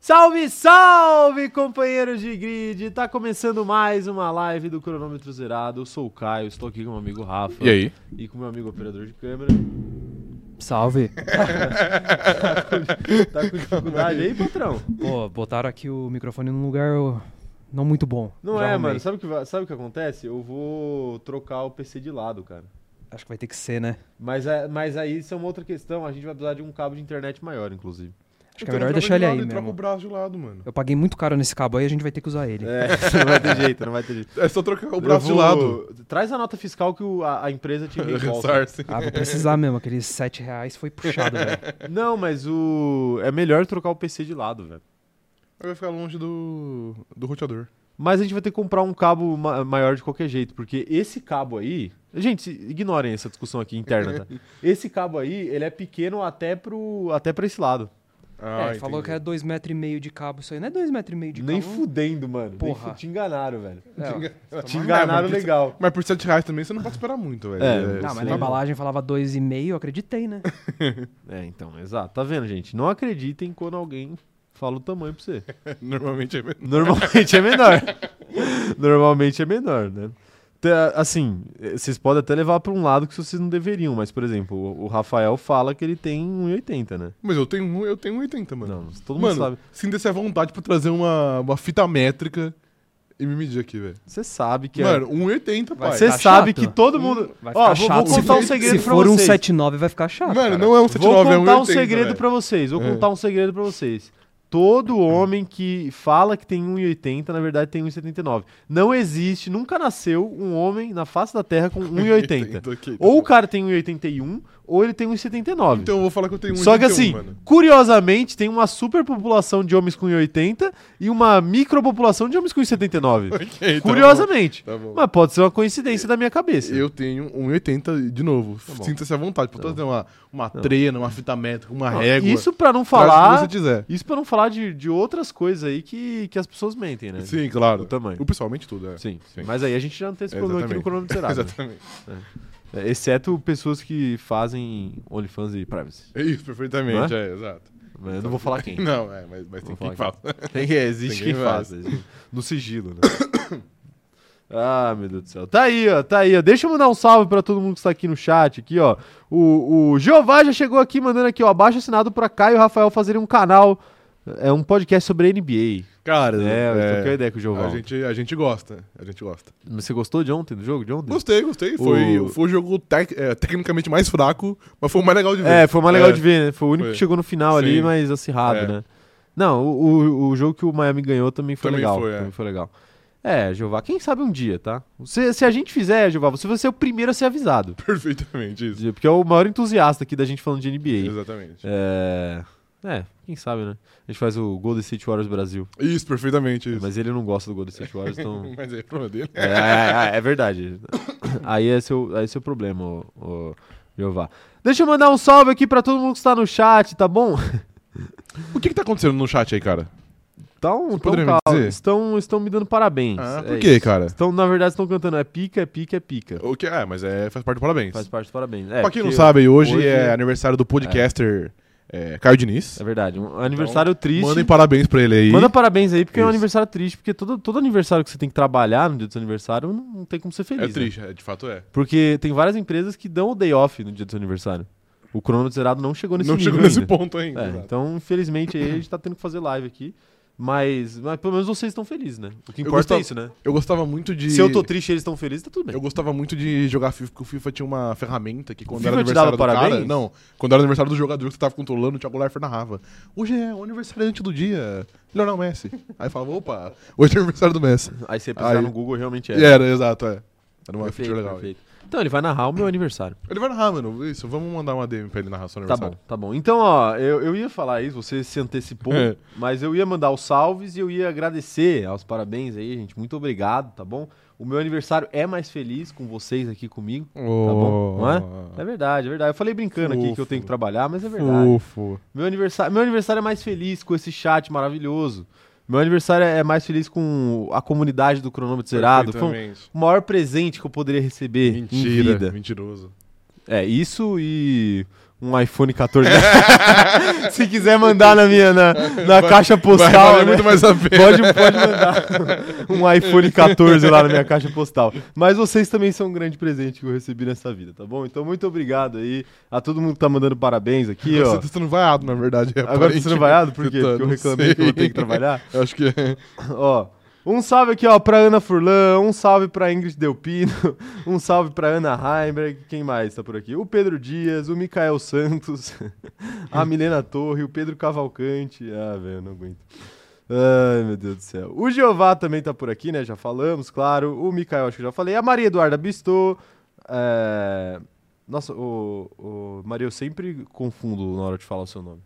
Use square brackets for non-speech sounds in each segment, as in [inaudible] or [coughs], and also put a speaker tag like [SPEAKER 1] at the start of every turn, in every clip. [SPEAKER 1] Salve, salve, companheiros de grid! Tá começando mais uma live do Cronômetro Zerado. Eu sou o Caio, estou aqui com meu amigo Rafa.
[SPEAKER 2] E aí?
[SPEAKER 1] E com meu amigo operador de câmera.
[SPEAKER 3] Salve.
[SPEAKER 1] Tá com
[SPEAKER 2] [laughs]
[SPEAKER 1] dificuldade aí, patrão?
[SPEAKER 3] Pô, botaram aqui o microfone num lugar ó, não muito bom.
[SPEAKER 1] Não
[SPEAKER 3] Já
[SPEAKER 1] é,
[SPEAKER 3] arrumei.
[SPEAKER 1] mano. Sabe o, que, va- sabe o que acontece? Eu vou trocar o PC de lado, cara.
[SPEAKER 3] Acho que vai ter que ser, né?
[SPEAKER 1] Mas, é- mas aí isso é uma outra questão. A gente vai precisar de um cabo de internet maior,
[SPEAKER 2] [laughs]
[SPEAKER 1] inclusive.
[SPEAKER 3] Acho que é melhor deixar ele aí
[SPEAKER 2] Troca o
[SPEAKER 3] mesmo.
[SPEAKER 2] braço de lado, mano.
[SPEAKER 3] Eu paguei muito caro nesse cabo aí, a gente vai ter que usar ele.
[SPEAKER 1] É, não vai ter jeito, não vai ter jeito.
[SPEAKER 2] É só trocar o
[SPEAKER 1] Eu
[SPEAKER 2] braço
[SPEAKER 1] vou-
[SPEAKER 2] de lado.
[SPEAKER 1] Traz a nota fiscal que o- a, a empresa
[SPEAKER 2] [laughs]
[SPEAKER 1] [laughs] te reembolsa.
[SPEAKER 2] Ressarce.
[SPEAKER 3] Ah, vou precisar mesmo. Aqueles 7 reais foi
[SPEAKER 1] [laughs]
[SPEAKER 3] puxado, velho.
[SPEAKER 1] Não, mas o. É melhor trocar o PC de lado, velho.
[SPEAKER 2] Aí Vai ficar longe do, do roteador.
[SPEAKER 1] Mas a gente vai ter que comprar um cabo ma- maior de qualquer jeito, porque esse cabo aí. Gente, se- ignorem essa discussão aqui interna, tá?
[SPEAKER 3] [laughs]
[SPEAKER 1] Esse cabo aí, ele é pequeno até, pro, até pra esse lado.
[SPEAKER 2] Ah,
[SPEAKER 3] é, falou que era
[SPEAKER 2] entendi.
[SPEAKER 3] 2,5m de cabo isso aí. Não é 2,5m de
[SPEAKER 1] Nem
[SPEAKER 3] cabo.
[SPEAKER 1] fudendo, mano. Nem
[SPEAKER 3] Porra.
[SPEAKER 1] fu- te enganaram, velho.
[SPEAKER 3] É, ó.
[SPEAKER 1] Te enganaram
[SPEAKER 2] mas-
[SPEAKER 3] é
[SPEAKER 1] legal.
[SPEAKER 2] Mas por 7 reais também você não pode esperar muito, velho.
[SPEAKER 1] É,
[SPEAKER 3] Não,
[SPEAKER 2] você
[SPEAKER 3] mas na
[SPEAKER 2] tá-
[SPEAKER 3] embalagem falava 2,5, eu acreditei, né?
[SPEAKER 1] É, então, exato. Tá vendo, gente? Não acreditem quando alguém fala o tamanho pra você.
[SPEAKER 2] [laughs] Normalmente é mesmo.
[SPEAKER 1] Normalmente é
[SPEAKER 3] [laughs]
[SPEAKER 1] menor. Normalmente é menor, né? Tá, Assim, eh, vocês podem até levar pra um lado que vocês não deveriam, mas, por exemplo, o- o Rafael fala que ele tem 1,80, né?
[SPEAKER 2] Mas eu tenho um, eu tenho 80, mano.
[SPEAKER 1] Não, todo mundo
[SPEAKER 2] mano,
[SPEAKER 1] sabe.
[SPEAKER 2] sinta-se à vontade pra trazer uma, uma fita métrica e me medir aqui, velho.
[SPEAKER 1] Você sabe que é?
[SPEAKER 2] Mano, 1,80,
[SPEAKER 3] Vai
[SPEAKER 2] pai.
[SPEAKER 1] Você
[SPEAKER 3] tá
[SPEAKER 1] sabe
[SPEAKER 3] chato.
[SPEAKER 1] que todo mundo.
[SPEAKER 3] Hum, Vai ficar
[SPEAKER 1] Ó, vou,
[SPEAKER 3] chato.
[SPEAKER 1] vou contar um
[SPEAKER 2] for-
[SPEAKER 1] segredo
[SPEAKER 3] se
[SPEAKER 1] pra
[SPEAKER 3] for um
[SPEAKER 1] vocês.
[SPEAKER 3] 7,9 vai ficar chato.
[SPEAKER 2] Mano,
[SPEAKER 3] cara.
[SPEAKER 2] não é um 79,
[SPEAKER 1] Ah, vou
[SPEAKER 2] é um
[SPEAKER 1] contar
[SPEAKER 2] 1,80,
[SPEAKER 1] um, segredo
[SPEAKER 2] velho.
[SPEAKER 1] pra vocês. Vou
[SPEAKER 2] É.
[SPEAKER 1] contar um segredo pra vocês. Todo homem que fala que tem 1,80, na verdade tem 1,79. Não existe, nunca nasceu um homem na face da Terra
[SPEAKER 2] [laughs]
[SPEAKER 1] com 1,80.
[SPEAKER 2] ok, tá
[SPEAKER 1] Ou o
[SPEAKER 2] bom.
[SPEAKER 1] cara tem 1,81 ou ele tem 1,79.
[SPEAKER 2] Então eu vou falar que eu tenho 1,81,
[SPEAKER 1] Só que assim,
[SPEAKER 2] mano.
[SPEAKER 1] curiosamente, tem uma superpopulação de homens com 1,80 e uma micropopulação de homens com 1,79.
[SPEAKER 2] [laughs] Ok, tá
[SPEAKER 1] Curiosamente.
[SPEAKER 2] bom. Tá bom.
[SPEAKER 1] Mas pode ser uma coincidência da minha cabeça.
[SPEAKER 2] Eu tenho 1,80 de novo.
[SPEAKER 1] Tá bom.
[SPEAKER 2] Sinta-se à vontade. Pode
[SPEAKER 1] Tá
[SPEAKER 2] trazer uma, uma trena, uma fita métrica, uma
[SPEAKER 1] Não,
[SPEAKER 2] régua.
[SPEAKER 1] Isso pra não
[SPEAKER 2] traz o que
[SPEAKER 1] falar.
[SPEAKER 2] você quiser.
[SPEAKER 1] Isso pra não falar de, de outras coisas aí que, que as pessoas mentem, né?
[SPEAKER 2] Sim, claro.
[SPEAKER 1] O tamanho.
[SPEAKER 2] O pessoalmente tudo, é.
[SPEAKER 1] Sim.
[SPEAKER 2] Sim.
[SPEAKER 1] Mas aí a gente já não tem esse
[SPEAKER 2] É,
[SPEAKER 1] problema aqui no
[SPEAKER 2] exatamente.
[SPEAKER 1] cronômetro zerado.
[SPEAKER 2] [laughs]
[SPEAKER 1] né?
[SPEAKER 2] Exatamente.
[SPEAKER 1] É, Exceto pessoas que fazem OnlyFans e privacy.
[SPEAKER 2] É isso, perfeitamente. É, exato.
[SPEAKER 1] Mas eu não vou falar
[SPEAKER 2] [laughs]
[SPEAKER 1] quem.
[SPEAKER 2] Não, é, mas, mas tem
[SPEAKER 1] Vou
[SPEAKER 2] quem que
[SPEAKER 1] falar
[SPEAKER 2] fala. [laughs]
[SPEAKER 1] Tem, é, existe
[SPEAKER 2] Ninguém
[SPEAKER 1] quem
[SPEAKER 2] faz.
[SPEAKER 1] faça. No sigilo, né? [coughs] Ah, meu Deus do céu. Tá aí, ó, tá aí, ó. Deixa eu mandar um salve pra todo mundo que está aqui no chat, aqui, ó. O, o Jeová já chegou aqui mandando aqui, ó, abaixo assinado pra Caio e Rafael fazerem um canal, é um podcast sobre NBA.
[SPEAKER 2] Cara,
[SPEAKER 1] É, eu troquei a ideia com o Jeová.
[SPEAKER 2] a gente, a gente gosta. A gente gosta.
[SPEAKER 1] Você gostou de ontem, do jogo de ontem?
[SPEAKER 2] Gostei, gostei. Foi
[SPEAKER 1] Hum. O-
[SPEAKER 2] o, foi o jogo tec- é, tecnicamente mais fraco, mas foi o mais legal de ver.
[SPEAKER 1] É, foi mais legal
[SPEAKER 2] É,
[SPEAKER 1] de ver, né? Foi o único
[SPEAKER 2] foi.
[SPEAKER 1] que chegou no final ali,
[SPEAKER 2] Sim.
[SPEAKER 1] mas acirrado,
[SPEAKER 2] É.
[SPEAKER 1] né? Não, o, o, o jogo que o Miami ganhou também foi
[SPEAKER 2] Também
[SPEAKER 1] legal.
[SPEAKER 2] foi, é.
[SPEAKER 1] Também foi legal. É, Jeová, quem sabe um dia, tá? Se, se a gente fizer, Jeová, você vai ser o primeiro a ser avisado.
[SPEAKER 2] [laughs] Perfeitamente isso.
[SPEAKER 1] Porque é o maior entusiasta aqui da gente falando de NBA.
[SPEAKER 2] Exatamente.
[SPEAKER 1] É... é, quem sabe, né? A gente faz o Golden State Warriors Brasil.
[SPEAKER 2] Isso, perfeitamente isso.
[SPEAKER 1] Mas ele não gosta do Golden State Warriors,
[SPEAKER 2] [laughs]
[SPEAKER 1] então...
[SPEAKER 2] Mas aí é problema dele.
[SPEAKER 1] É, é, é, é verdade. [coughs] Aí é seu, aí é seu problema, ô, ô, Jeová. Deixa eu mandar um salve aqui pra todo mundo que está no chat, tá bom?
[SPEAKER 2] O que que tá acontecendo no chat aí, cara?
[SPEAKER 1] Tá um,
[SPEAKER 2] Você
[SPEAKER 1] tá um
[SPEAKER 2] poderia me
[SPEAKER 1] caos.
[SPEAKER 2] dizer?
[SPEAKER 1] Estão, estão me dando parabéns.
[SPEAKER 2] Ah,
[SPEAKER 1] É
[SPEAKER 2] por que,
[SPEAKER 1] isso.
[SPEAKER 2] cara?
[SPEAKER 1] Estão, na verdade, estão cantando. É pica, é pica, é pica.
[SPEAKER 2] O que, é, mas é, faz parte do parabéns.
[SPEAKER 1] Faz parte dos parabéns. É,
[SPEAKER 2] pra quem não
[SPEAKER 1] porque
[SPEAKER 2] sabe, hoje,
[SPEAKER 1] hoje-
[SPEAKER 2] é aniversário do podcaster é, Caio Diniz.
[SPEAKER 1] É verdade. Um aniversário triste.
[SPEAKER 2] então, Mandem parabéns pra ele aí.
[SPEAKER 1] Manda parabéns aí, porque é um
[SPEAKER 2] Isso.
[SPEAKER 1] aniversário triste. Porque todo, todo aniversário que você tem que trabalhar no dia do seu aniversário não, não tem como ser feliz.
[SPEAKER 2] É
[SPEAKER 1] né?
[SPEAKER 2] triste, é, de fato é.
[SPEAKER 1] Porque tem várias empresas que dão o day off no dia do seu aniversário. O cronômetro zerado não chegou nesse
[SPEAKER 2] não
[SPEAKER 1] nível
[SPEAKER 2] chegou nesse
[SPEAKER 1] ainda.
[SPEAKER 2] ponto ainda.
[SPEAKER 1] É,
[SPEAKER 2] exato.
[SPEAKER 1] então, infelizmente, aí a gente tá tendo que fazer live aqui. Mas, mas pelo menos vocês estão felizes, né? O que
[SPEAKER 2] Eu
[SPEAKER 1] importa é
[SPEAKER 2] gostava-
[SPEAKER 1] isso, né?
[SPEAKER 2] Eu gostava muito de.
[SPEAKER 1] Se eu tô triste e eles estão felizes, tá tudo bem.
[SPEAKER 2] Eu gostava muito de jogar FIFA, porque o FIFA tinha uma ferramenta que quando
[SPEAKER 1] FIFA
[SPEAKER 2] era
[SPEAKER 1] te dava
[SPEAKER 2] aniversário do cara,
[SPEAKER 1] parabéns?
[SPEAKER 2] não, quando era aniversário do jogador que você tava controlando, o Thiago Leifert narrava. Hoje é o aniversariante do dia, Lionel Messi. Aí falava, opa, hoje é o aniversário do Messi.
[SPEAKER 1] Aí você pesquisar
[SPEAKER 2] Aí-
[SPEAKER 1] no Google realmente é.
[SPEAKER 2] E era, exato, é. Era uma
[SPEAKER 1] Perfeito,
[SPEAKER 2] feature legal.
[SPEAKER 1] perfeito. Então ele vai narrar o meu aniversário.
[SPEAKER 2] Ele vai narrar, mano, isso, vamos mandar um uma DM pra ele narrar seu
[SPEAKER 1] Tá bom,
[SPEAKER 2] aniversário.
[SPEAKER 1] tá bom. Então, ó, eu, eu ia falar isso, você se antecipou,
[SPEAKER 2] [laughs] É.
[SPEAKER 1] mas eu ia mandar os salves e eu ia agradecer aos parabéns aí, gente. Muito obrigado, tá bom? O meu aniversário é mais feliz com vocês aqui comigo.
[SPEAKER 2] Oh,
[SPEAKER 1] Tá bom, não É verdade, é verdade. Eu falei brincando aqui que eu
[SPEAKER 2] Fofo.
[SPEAKER 1] tenho que trabalhar, mas é verdade.
[SPEAKER 2] Fofo.
[SPEAKER 1] Meu aniversário, meu aniversário é mais feliz com esse chat maravilhoso. Meu aniversário é mais feliz com a comunidade do cronômetro zerado. Foi um-
[SPEAKER 2] Perfeitamente.
[SPEAKER 1] o maior presente que eu poderia receber em
[SPEAKER 2] Mentira,
[SPEAKER 1] vida.
[SPEAKER 2] mentiroso.
[SPEAKER 1] É, isso É, e um iPhone 14. [laughs] Se quiser mandar na minha na, na
[SPEAKER 2] Vai-
[SPEAKER 1] caixa
[SPEAKER 2] Vai
[SPEAKER 1] postal,
[SPEAKER 2] valer
[SPEAKER 1] né?
[SPEAKER 2] muito mais a pena.
[SPEAKER 1] Pode, pode mandar um iPhone 14 lá na minha caixa postal. Mas vocês também são um grande presente que eu recebi nessa vida, tá bom? Então, muito obrigado aí a todo mundo que tá mandando parabéns aqui,
[SPEAKER 2] Você
[SPEAKER 1] ó.
[SPEAKER 2] tá sendo vaiado, na verdade. Tá,
[SPEAKER 1] Agora eu tô sendo vaiado, por quê? Porque eu reclamei que eu vou ter que trabalhar?
[SPEAKER 2] [laughs] Eu acho que é.
[SPEAKER 1] [laughs] Ó, um salve aqui, ó, pra Ana Furlan, um salve pra Ingrid Delpino, [laughs] um salve pra Ana Heimberg, quem mais tá por aqui? O Pedro Dias, o Micael Santos, [laughs] a Milena Torre, o Pedro Cavalcante. Ah, velho, eu não aguento. Ai, meu Deus do céu. O Jeová também tá por aqui, né? Já falamos, claro. O Micael, acho que já falei. A Maria Eduarda Bistô. é, Nossa, o, o- Maria, eu sempre confundo na hora de falar o seu nome.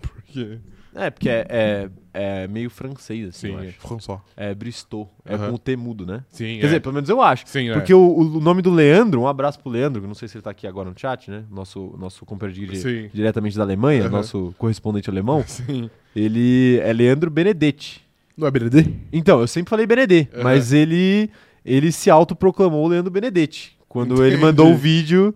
[SPEAKER 2] Porque.
[SPEAKER 1] É, porque é, é- é meio francês, assim, eu
[SPEAKER 2] Sim,
[SPEAKER 1] acho.
[SPEAKER 2] François.
[SPEAKER 1] É Bristol. É
[SPEAKER 2] Aham.
[SPEAKER 1] com o T mudo, né?
[SPEAKER 2] Sim, é.
[SPEAKER 1] Quer dizer, pelo menos eu acho.
[SPEAKER 2] Sim,
[SPEAKER 1] Porque o, o nome do Leandro, um abraço pro Leandro, que não sei se ele tá aqui agora no chat, né? Nosso, nosso companheiro de-
[SPEAKER 2] Sim.
[SPEAKER 1] diretamente da Alemanha,
[SPEAKER 2] Aham.
[SPEAKER 1] nosso correspondente alemão.
[SPEAKER 2] [laughs] Sim.
[SPEAKER 1] Ele é Leandro Benedetti.
[SPEAKER 2] Não é BDD?
[SPEAKER 1] Então, eu sempre falei Benedetti,
[SPEAKER 2] Aham.
[SPEAKER 1] mas ele, ele se autoproclamou Leandro Benedetti. Quando ele
[SPEAKER 2] Entendi.
[SPEAKER 1] mandou o vídeo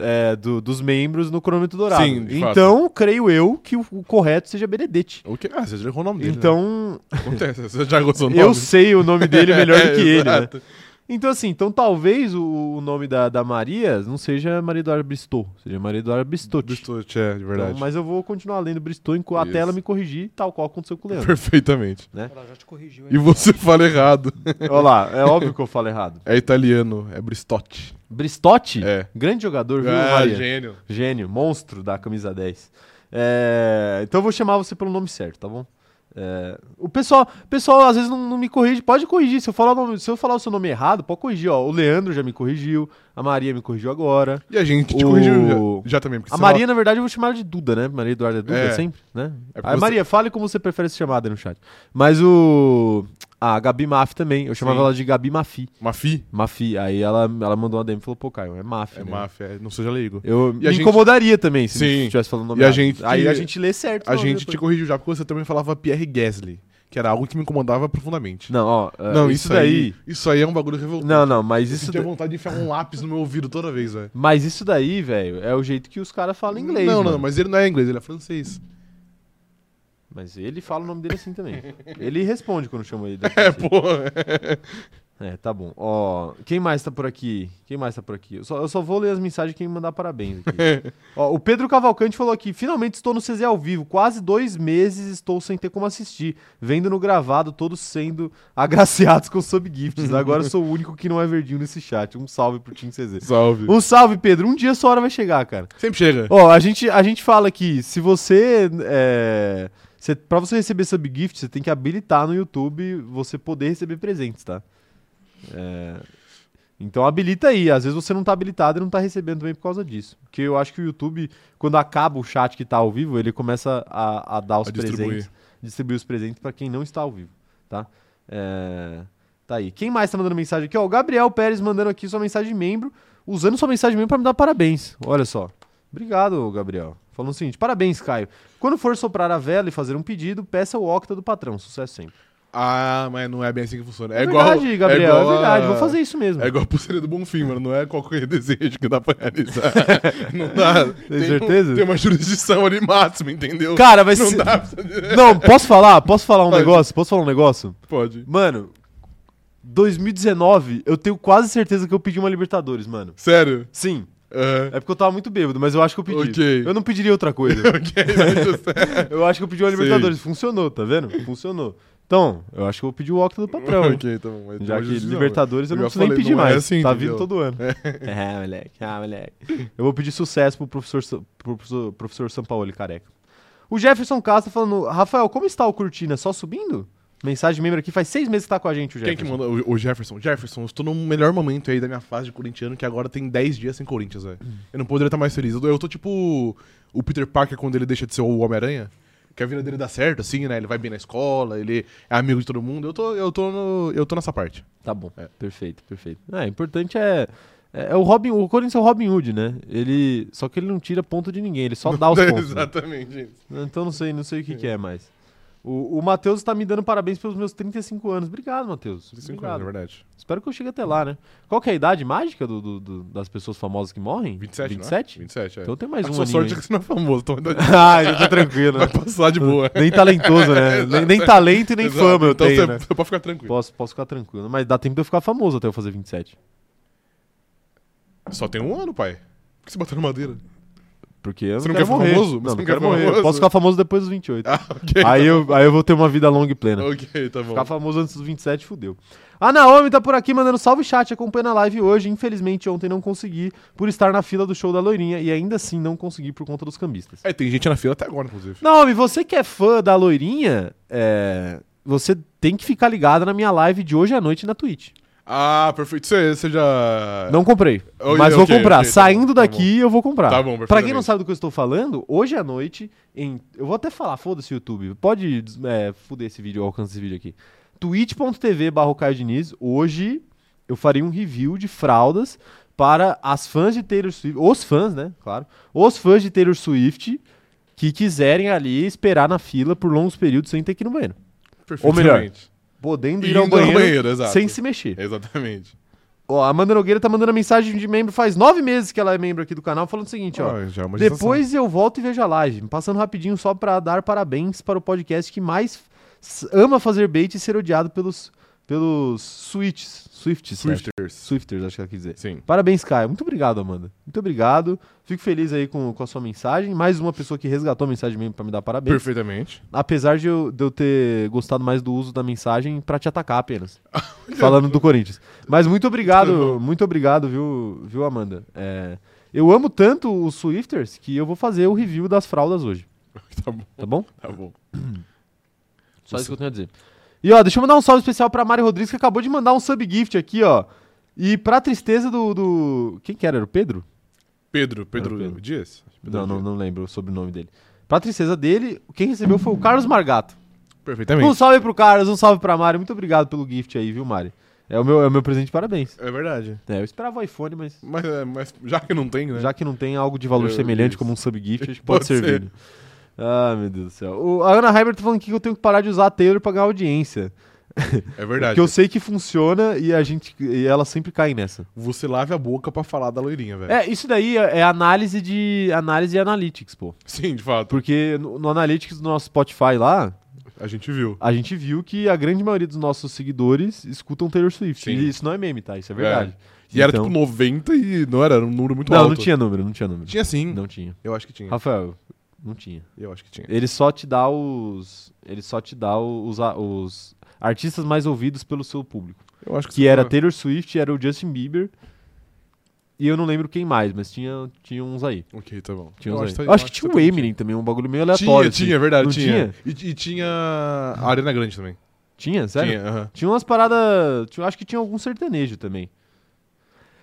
[SPEAKER 1] é, do- dos membros no cronômetro dourado.
[SPEAKER 2] Sim, de fato.
[SPEAKER 1] então, creio eu que o, o correto seja Benedetti.
[SPEAKER 2] O quê? Ah, você já errou o nome dele.
[SPEAKER 1] Então,
[SPEAKER 2] né? Acontece, você já gostou do nome.
[SPEAKER 1] eu sei o nome dele melhor do
[SPEAKER 2] [laughs] É,
[SPEAKER 1] que ele, né?
[SPEAKER 2] exato.
[SPEAKER 1] Então, assim, então talvez o, o nome da, da Maria não seja Maria Eduarda Bristol, seja Maria Eduarda Bistotti.
[SPEAKER 2] Bistot, é, de verdade.
[SPEAKER 1] Então, mas eu vou continuar lendo Bristol enquanto até
[SPEAKER 2] Isso.
[SPEAKER 1] ela me corrigir, tal qual aconteceu com o Leandro.
[SPEAKER 2] Perfeitamente.
[SPEAKER 3] Ela já te corrigiu,
[SPEAKER 2] E você [laughs] fala errado.
[SPEAKER 1] Olha lá, é óbvio que eu falo errado.
[SPEAKER 2] É italiano, é Bristotti.
[SPEAKER 1] Bristotti?
[SPEAKER 2] É.
[SPEAKER 1] Grande jogador, viu,
[SPEAKER 2] Ah,
[SPEAKER 1] Maria?
[SPEAKER 2] gênio.
[SPEAKER 1] Gênio, monstro da camisa 10. É, então eu vou chamar você pelo nome certo, tá bom? É, o pessoal, pessoal às vezes não, não me corrige, pode corrigir. Se eu, falar o nome- se eu falar o seu nome errado, pode corrigir. Ó, o Leandro já me corrigiu, a Maria me corrigiu agora.
[SPEAKER 2] E a gente te
[SPEAKER 1] O-
[SPEAKER 2] corrigiu já, já também. Porque
[SPEAKER 1] A
[SPEAKER 2] sei
[SPEAKER 1] Maria,
[SPEAKER 2] lá,
[SPEAKER 1] na verdade, eu vou chamar ela de Duda, né? Maria Eduarda é Duda,
[SPEAKER 2] É.
[SPEAKER 1] sempre, né?
[SPEAKER 2] É porque
[SPEAKER 1] Ah,
[SPEAKER 2] você-
[SPEAKER 1] Maria, fale como você prefere ser chamada aí no chat. Mas o... A Gabi Maf também, eu chamava
[SPEAKER 2] Sim.
[SPEAKER 1] ela de Gabi Mafi.
[SPEAKER 2] Mafi?
[SPEAKER 1] Mafi, aí ela, ela mandou uma DM e falou, pô, Caio, é Maf,
[SPEAKER 2] É
[SPEAKER 1] né?
[SPEAKER 2] máfia, é- não seja leigo.
[SPEAKER 1] Eu
[SPEAKER 2] E a
[SPEAKER 1] me
[SPEAKER 2] gente-
[SPEAKER 1] incomodaria também se
[SPEAKER 2] Sim.
[SPEAKER 1] estivesse falando o nome
[SPEAKER 2] E a
[SPEAKER 1] errado.
[SPEAKER 2] gente-
[SPEAKER 1] Aí a gente lê certo.
[SPEAKER 2] A
[SPEAKER 1] não,
[SPEAKER 2] gente
[SPEAKER 1] depois.
[SPEAKER 2] te corrigiu já porque você também falava Pierre Gasly, que era algo que me incomodava profundamente.
[SPEAKER 1] Não, ó, é, isso, daí...
[SPEAKER 2] Isso aí é um bagulho revoltante.
[SPEAKER 1] Não, não, mas
[SPEAKER 2] Eu
[SPEAKER 1] isso...
[SPEAKER 2] sentia
[SPEAKER 1] da-
[SPEAKER 2] vontade de enfiar um lápis no meu ouvido toda vez, velho.
[SPEAKER 1] Mas isso daí, velho, é o jeito que os caras falam inglês,
[SPEAKER 2] Não, não,
[SPEAKER 1] mano.
[SPEAKER 2] mas ele não é inglês, ele
[SPEAKER 1] [laughs]
[SPEAKER 2] é francês.
[SPEAKER 1] Mas ele fala o nome dele assim
[SPEAKER 2] [laughs]
[SPEAKER 1] também. ele responde quando chama ele.
[SPEAKER 2] É,
[SPEAKER 1] desse-
[SPEAKER 2] pô.
[SPEAKER 1] É, tá bom. Ó, quem mais tá por aqui? Quem mais tá por aqui? Eu só, eu só vou ler as mensagens de quem me mandar parabéns aqui. Ó, o Pedro Cavalcante falou aqui: finalmente estou no CZ ao vivo. Quase dois meses estou sem ter como assistir. Vendo no gravado, todos sendo [laughs] agraciados com subgifts. Agora sou o único que não é verdinho nesse chat. Um salve pro Team CZ.
[SPEAKER 2] Salve.
[SPEAKER 1] Um salve, Pedro. Um dia sua hora vai chegar, cara.
[SPEAKER 2] Sempre chega.
[SPEAKER 1] Ó, a gente, a gente fala que se você. É, você pra você receber subgift, você tem que habilitar no YouTube você poder receber presentes, tá? É, então habilita aí. Às vezes você não tá habilitado e não tá recebendo também por causa disso. Porque eu acho que o YouTube, quando acaba o chat que tá ao vivo, ele começa a, a dar os
[SPEAKER 2] A
[SPEAKER 1] presentes.
[SPEAKER 2] distribuir.
[SPEAKER 1] Distribuir os presentes pra quem não está ao vivo, tá? É, Tá aí. Quem mais tá mandando mensagem aqui? Ó, o Gabriel Pérez mandando aqui sua mensagem de membro, usando sua mensagem de membro pra me dar parabéns. Olha só. Obrigado, Gabriel. Falando o seguinte: parabéns, Caio. Quando for soprar a vela e fazer um pedido, peça o octa do patrão. Sucesso sempre.
[SPEAKER 2] Ah, mas não é bem assim que funciona. É,
[SPEAKER 1] verdade,
[SPEAKER 2] igual,
[SPEAKER 1] Gabriel.
[SPEAKER 2] é,
[SPEAKER 1] É,
[SPEAKER 2] igual
[SPEAKER 1] verdade.
[SPEAKER 2] a-
[SPEAKER 1] Vou fazer isso mesmo.
[SPEAKER 2] É igual a pulseira do Bonfim, mano. Não é qualquer [laughs] desejo que dá pra
[SPEAKER 1] [laughs]
[SPEAKER 2] realizar. não dá. Tem, um-
[SPEAKER 1] certeza?
[SPEAKER 2] tem uma jurisdição ali máxima, entendeu?
[SPEAKER 1] Cara, mas.
[SPEAKER 2] não
[SPEAKER 1] se-
[SPEAKER 2] dá pra você...
[SPEAKER 1] Não, posso falar? Posso falar um
[SPEAKER 2] Pode.
[SPEAKER 1] negócio? Posso falar um negócio?
[SPEAKER 2] Pode.
[SPEAKER 1] Mano, 2019, eu tenho quase certeza que eu pedi uma Libertadores, mano.
[SPEAKER 2] Sério?
[SPEAKER 1] Sim.
[SPEAKER 2] Aham.
[SPEAKER 1] É porque eu tava muito bêbado, mas eu acho que eu pedi.
[SPEAKER 2] Ok.
[SPEAKER 1] Eu não pediria outra coisa.
[SPEAKER 2] [laughs] ok, mas tudo certo.
[SPEAKER 1] Eu acho que eu pedi uma
[SPEAKER 2] Sei.
[SPEAKER 1] Libertadores. Funcionou, tá vendo? Funcionou. Então, eu acho que eu vou pedir o Octa do Patrão. hein?
[SPEAKER 2] [laughs] ok, tá bom.
[SPEAKER 1] Já
[SPEAKER 2] mas tem uma
[SPEAKER 1] que
[SPEAKER 2] jurisdição.
[SPEAKER 1] Libertadores eu
[SPEAKER 2] Eu
[SPEAKER 1] não
[SPEAKER 2] já
[SPEAKER 1] preciso nem
[SPEAKER 2] falei,
[SPEAKER 1] pedir
[SPEAKER 2] não é
[SPEAKER 1] mais.
[SPEAKER 2] assim,
[SPEAKER 1] tá vindo
[SPEAKER 2] entendeu?
[SPEAKER 1] todo ano. É, moleque. [laughs] Ah, moleque. Eu vou pedir sucesso pro professor, Sa- pro professor, professor Sampaoli careca. O Jefferson Castro falando, Rafael, como está o Cortina? Só subindo? Mensagem membro aqui, faz seis meses que tá com a gente o
[SPEAKER 2] Quem é
[SPEAKER 1] Jefferson.
[SPEAKER 2] que mandou? O- O Jefferson. Jefferson, eu estou no melhor momento aí da minha fase de corintiano, que agora tem 10 dias sem Corinthians, velho.
[SPEAKER 1] Hum.
[SPEAKER 2] Eu não poderia estar mais feliz. Eu eu tô tipo o Peter Parker quando ele deixa de ser o Homem-Aranha. Que a vida dele dá certo, assim, né? Ele vai bem na escola, ele é amigo de todo mundo. Eu tô, eu tô, no- eu tô nessa parte.
[SPEAKER 1] Tá bom,
[SPEAKER 2] É.
[SPEAKER 1] perfeito, perfeito. É, o importante é... É é o Robin, o Corinthians é o Robin Hood, né? Ele só
[SPEAKER 2] [laughs]
[SPEAKER 1] que ele não tira ponto de ninguém, ele só dá os pontos. Tá né?
[SPEAKER 2] Exatamente.
[SPEAKER 1] Então não sei, não sei o que, que é mais. O, o Matheus está me dando parabéns pelos meus 35 anos. Obrigado, Matheus.
[SPEAKER 2] 35 anos,
[SPEAKER 1] Obrigado.
[SPEAKER 2] na verdade.
[SPEAKER 1] Espero que eu chegue até lá, né? Qual que é a idade mágica do- do- do- das pessoas famosas que morrem?
[SPEAKER 2] 27,
[SPEAKER 1] 27?
[SPEAKER 2] Não é? 27, é.
[SPEAKER 1] Então tem mais
[SPEAKER 2] a
[SPEAKER 1] um
[SPEAKER 2] sua
[SPEAKER 1] aninho
[SPEAKER 2] sorte é
[SPEAKER 1] aí. [laughs]
[SPEAKER 2] que você não é famoso, então ainda
[SPEAKER 1] ah, eu tô tranquilo. né?
[SPEAKER 2] vai passar de boa.
[SPEAKER 1] Nem talentoso,
[SPEAKER 2] [laughs]
[SPEAKER 1] né? nem, nem talento e nem
[SPEAKER 2] Exato,
[SPEAKER 1] fama eu
[SPEAKER 2] então
[SPEAKER 1] tenho,
[SPEAKER 2] você, [laughs]
[SPEAKER 1] né?
[SPEAKER 2] você pode ficar tranquilo.
[SPEAKER 1] Posso, posso ficar tranquilo. Mas dá tempo de eu ficar famoso até eu fazer 27.
[SPEAKER 2] Só tem um ano, pai. Por que você bateu na madeira? [laughs]
[SPEAKER 1] Porque eu
[SPEAKER 2] Você
[SPEAKER 1] não,
[SPEAKER 2] não
[SPEAKER 1] quero
[SPEAKER 2] quer ficar
[SPEAKER 1] morrer.
[SPEAKER 2] famoso? Você
[SPEAKER 1] Não,
[SPEAKER 2] não
[SPEAKER 1] não
[SPEAKER 2] quer
[SPEAKER 1] quero
[SPEAKER 2] ficar
[SPEAKER 1] morrer.
[SPEAKER 2] famoso?
[SPEAKER 1] Posso ficar famoso depois dos 28.
[SPEAKER 2] Ah, [laughs] ok.
[SPEAKER 1] aí, eu, aí eu vou ter uma vida longa e plena.
[SPEAKER 2] Ok, tá bom.
[SPEAKER 1] Ficar famoso antes dos 27, fudeu. A Naomi tá por aqui mandando salve chat, acompanhando a live hoje. Infelizmente, ontem não consegui por estar na fila do show da loirinha e ainda assim não consegui por conta dos cambistas.
[SPEAKER 2] É, tem gente na fila até agora, inclusive.
[SPEAKER 1] Naomi, você que é fã da loirinha, é, você tem que ficar ligada na minha live de hoje à noite na Twitch.
[SPEAKER 2] Ah, perfeito. Você, você já.
[SPEAKER 1] Não comprei,
[SPEAKER 2] É. Oi,
[SPEAKER 1] mas vou
[SPEAKER 2] ok,
[SPEAKER 1] comprar.
[SPEAKER 2] ok, tá
[SPEAKER 1] Saindo
[SPEAKER 2] bom, tá
[SPEAKER 1] daqui, eu vou comprar.
[SPEAKER 2] Tá bom,
[SPEAKER 1] Pra quem não
[SPEAKER 2] perfeitamente.
[SPEAKER 1] sabe do que eu estou falando, hoje à noite, em... eu vou até falar, foda-se YouTube, pode des- é, fuder esse vídeo, alcança esse vídeo aqui. twitch.tv barra Caio Diniz, hoje eu farei um review de fraldas para as fãs de Taylor Swift, os fãs, né, claro, os fãs de Taylor Swift que quiserem ali esperar na fila por longos períodos sem ter que ir no banheiro. Ou melhor, Podendo ir
[SPEAKER 2] Indo
[SPEAKER 1] ao
[SPEAKER 2] ao
[SPEAKER 1] banheiro,
[SPEAKER 2] banheiro, exato.
[SPEAKER 1] sem se mexer.
[SPEAKER 2] Exatamente.
[SPEAKER 1] Ó, a Amanda Nogueira tá mandando mensagem de membro faz nove meses que ela é membro aqui do canal, falando o seguinte, ó.
[SPEAKER 2] Ah, já é uma
[SPEAKER 1] Depois eu volto e vejo a live. Passando rapidinho só pra dar parabéns para o podcast que mais s- ama fazer bait e ser odiado pelos, pelos Swifts. Swifts,
[SPEAKER 2] gestação.
[SPEAKER 1] Swifters. né?
[SPEAKER 2] Swifters.
[SPEAKER 1] Swifters, acho que ela quis dizer.
[SPEAKER 2] Sim.
[SPEAKER 1] Parabéns, Caio. Muito obrigado, Amanda. Muito obrigado. Fico feliz aí com, com a sua mensagem. Mais uma pessoa que resgatou a mensagem mesmo pra me dar parabéns.
[SPEAKER 2] Perfeitamente. [laughs]
[SPEAKER 1] Apesar de eu, de eu ter gostado mais do uso da mensagem pra te atacar apenas. falando do Corinthians. Mas muito obrigado, muito obrigado, viu, viu Amanda? É, eu amo tanto os Swifters que eu vou fazer o review das fraldas hoje,
[SPEAKER 2] Tá bom,
[SPEAKER 1] tá bom?
[SPEAKER 2] tá bom.
[SPEAKER 1] Só isso que eu tenho a dizer. E ó, deixa eu mandar um salve especial pra Mari Rodrigues que acabou de mandar um sub gift aqui, ó. E pra tristeza do. do... Quem que era? Era o Pedro?
[SPEAKER 2] Pedro, Pedro,
[SPEAKER 1] Pedro.
[SPEAKER 2] Dias? Pedro
[SPEAKER 1] Não, não,
[SPEAKER 2] Dias.
[SPEAKER 1] não lembro o sobrenome dele. Pra tristeza dele, quem recebeu foi o Carlos Margato.
[SPEAKER 2] Perfeitamente.
[SPEAKER 1] Um salve pro Carlos, um salve pra Mari. Muito obrigado pelo gift aí, viu, Mari? É o meu, é o meu presente de parabéns.
[SPEAKER 2] É verdade.
[SPEAKER 1] É, eu esperava o iPhone, mas
[SPEAKER 2] Mas, é, mas já que não tem, né?
[SPEAKER 1] já que não tem algo de valor
[SPEAKER 2] Eu-
[SPEAKER 1] semelhante
[SPEAKER 2] isso.
[SPEAKER 1] como um subgift,
[SPEAKER 2] [laughs]
[SPEAKER 1] acho que pode,
[SPEAKER 2] Pode
[SPEAKER 1] servir.
[SPEAKER 2] ser.
[SPEAKER 1] né? Ah, meu Deus do céu. O- a Ana Heimer tá falando aqui que eu tenho que parar de usar a Taylor pra ganhar audiência.
[SPEAKER 2] É verdade.
[SPEAKER 1] Porque eu sei que funciona e a gente e ela sempre cai nessa.
[SPEAKER 2] Você lave a boca pra falar da loirinha, velho.
[SPEAKER 1] É, isso daí é é análise de análise e analytics, pô.
[SPEAKER 2] Sim, de fato.
[SPEAKER 1] Porque no, no analytics do nosso Spotify lá,
[SPEAKER 2] A gente viu.
[SPEAKER 1] a gente viu que a grande maioria dos nossos seguidores escutam Taylor Swift.
[SPEAKER 2] Sim.
[SPEAKER 1] E isso não é meme, tá? Isso é verdade.
[SPEAKER 2] E era
[SPEAKER 1] Então-
[SPEAKER 2] tipo 90 e não era, era um número muito
[SPEAKER 1] não,
[SPEAKER 2] alto.
[SPEAKER 1] não tinha número, não tinha número.
[SPEAKER 2] Tinha sim.
[SPEAKER 1] Não tinha.
[SPEAKER 2] Eu acho que tinha.
[SPEAKER 1] Rafael, não tinha.
[SPEAKER 2] Eu acho que tinha.
[SPEAKER 1] Ele só te dá os. Ele só te dá os, a- os artistas mais ouvidos pelo seu público.
[SPEAKER 2] Eu acho que,
[SPEAKER 1] Que era Taylor Swift, era o Justin Bieber. E eu não lembro quem mais, mas tinha, tinha uns aí.
[SPEAKER 2] Ok, tá bom.
[SPEAKER 1] Tinha
[SPEAKER 2] Eu
[SPEAKER 1] uns aí.
[SPEAKER 2] que tá-
[SPEAKER 1] Eu acho que
[SPEAKER 2] eu
[SPEAKER 1] tinha
[SPEAKER 2] tá
[SPEAKER 1] o
[SPEAKER 2] bem.
[SPEAKER 1] Eminem também, um bagulho meio
[SPEAKER 2] Tinha,
[SPEAKER 1] aleatório. assim.
[SPEAKER 2] tinha, é verdade,
[SPEAKER 1] Não
[SPEAKER 2] tinha. E, e tinha a Arena Grande também.
[SPEAKER 1] Tinha, sério?
[SPEAKER 2] Tinha, aham.
[SPEAKER 1] Tinha umas paradas. tinha- acho que tinha algum sertanejo também.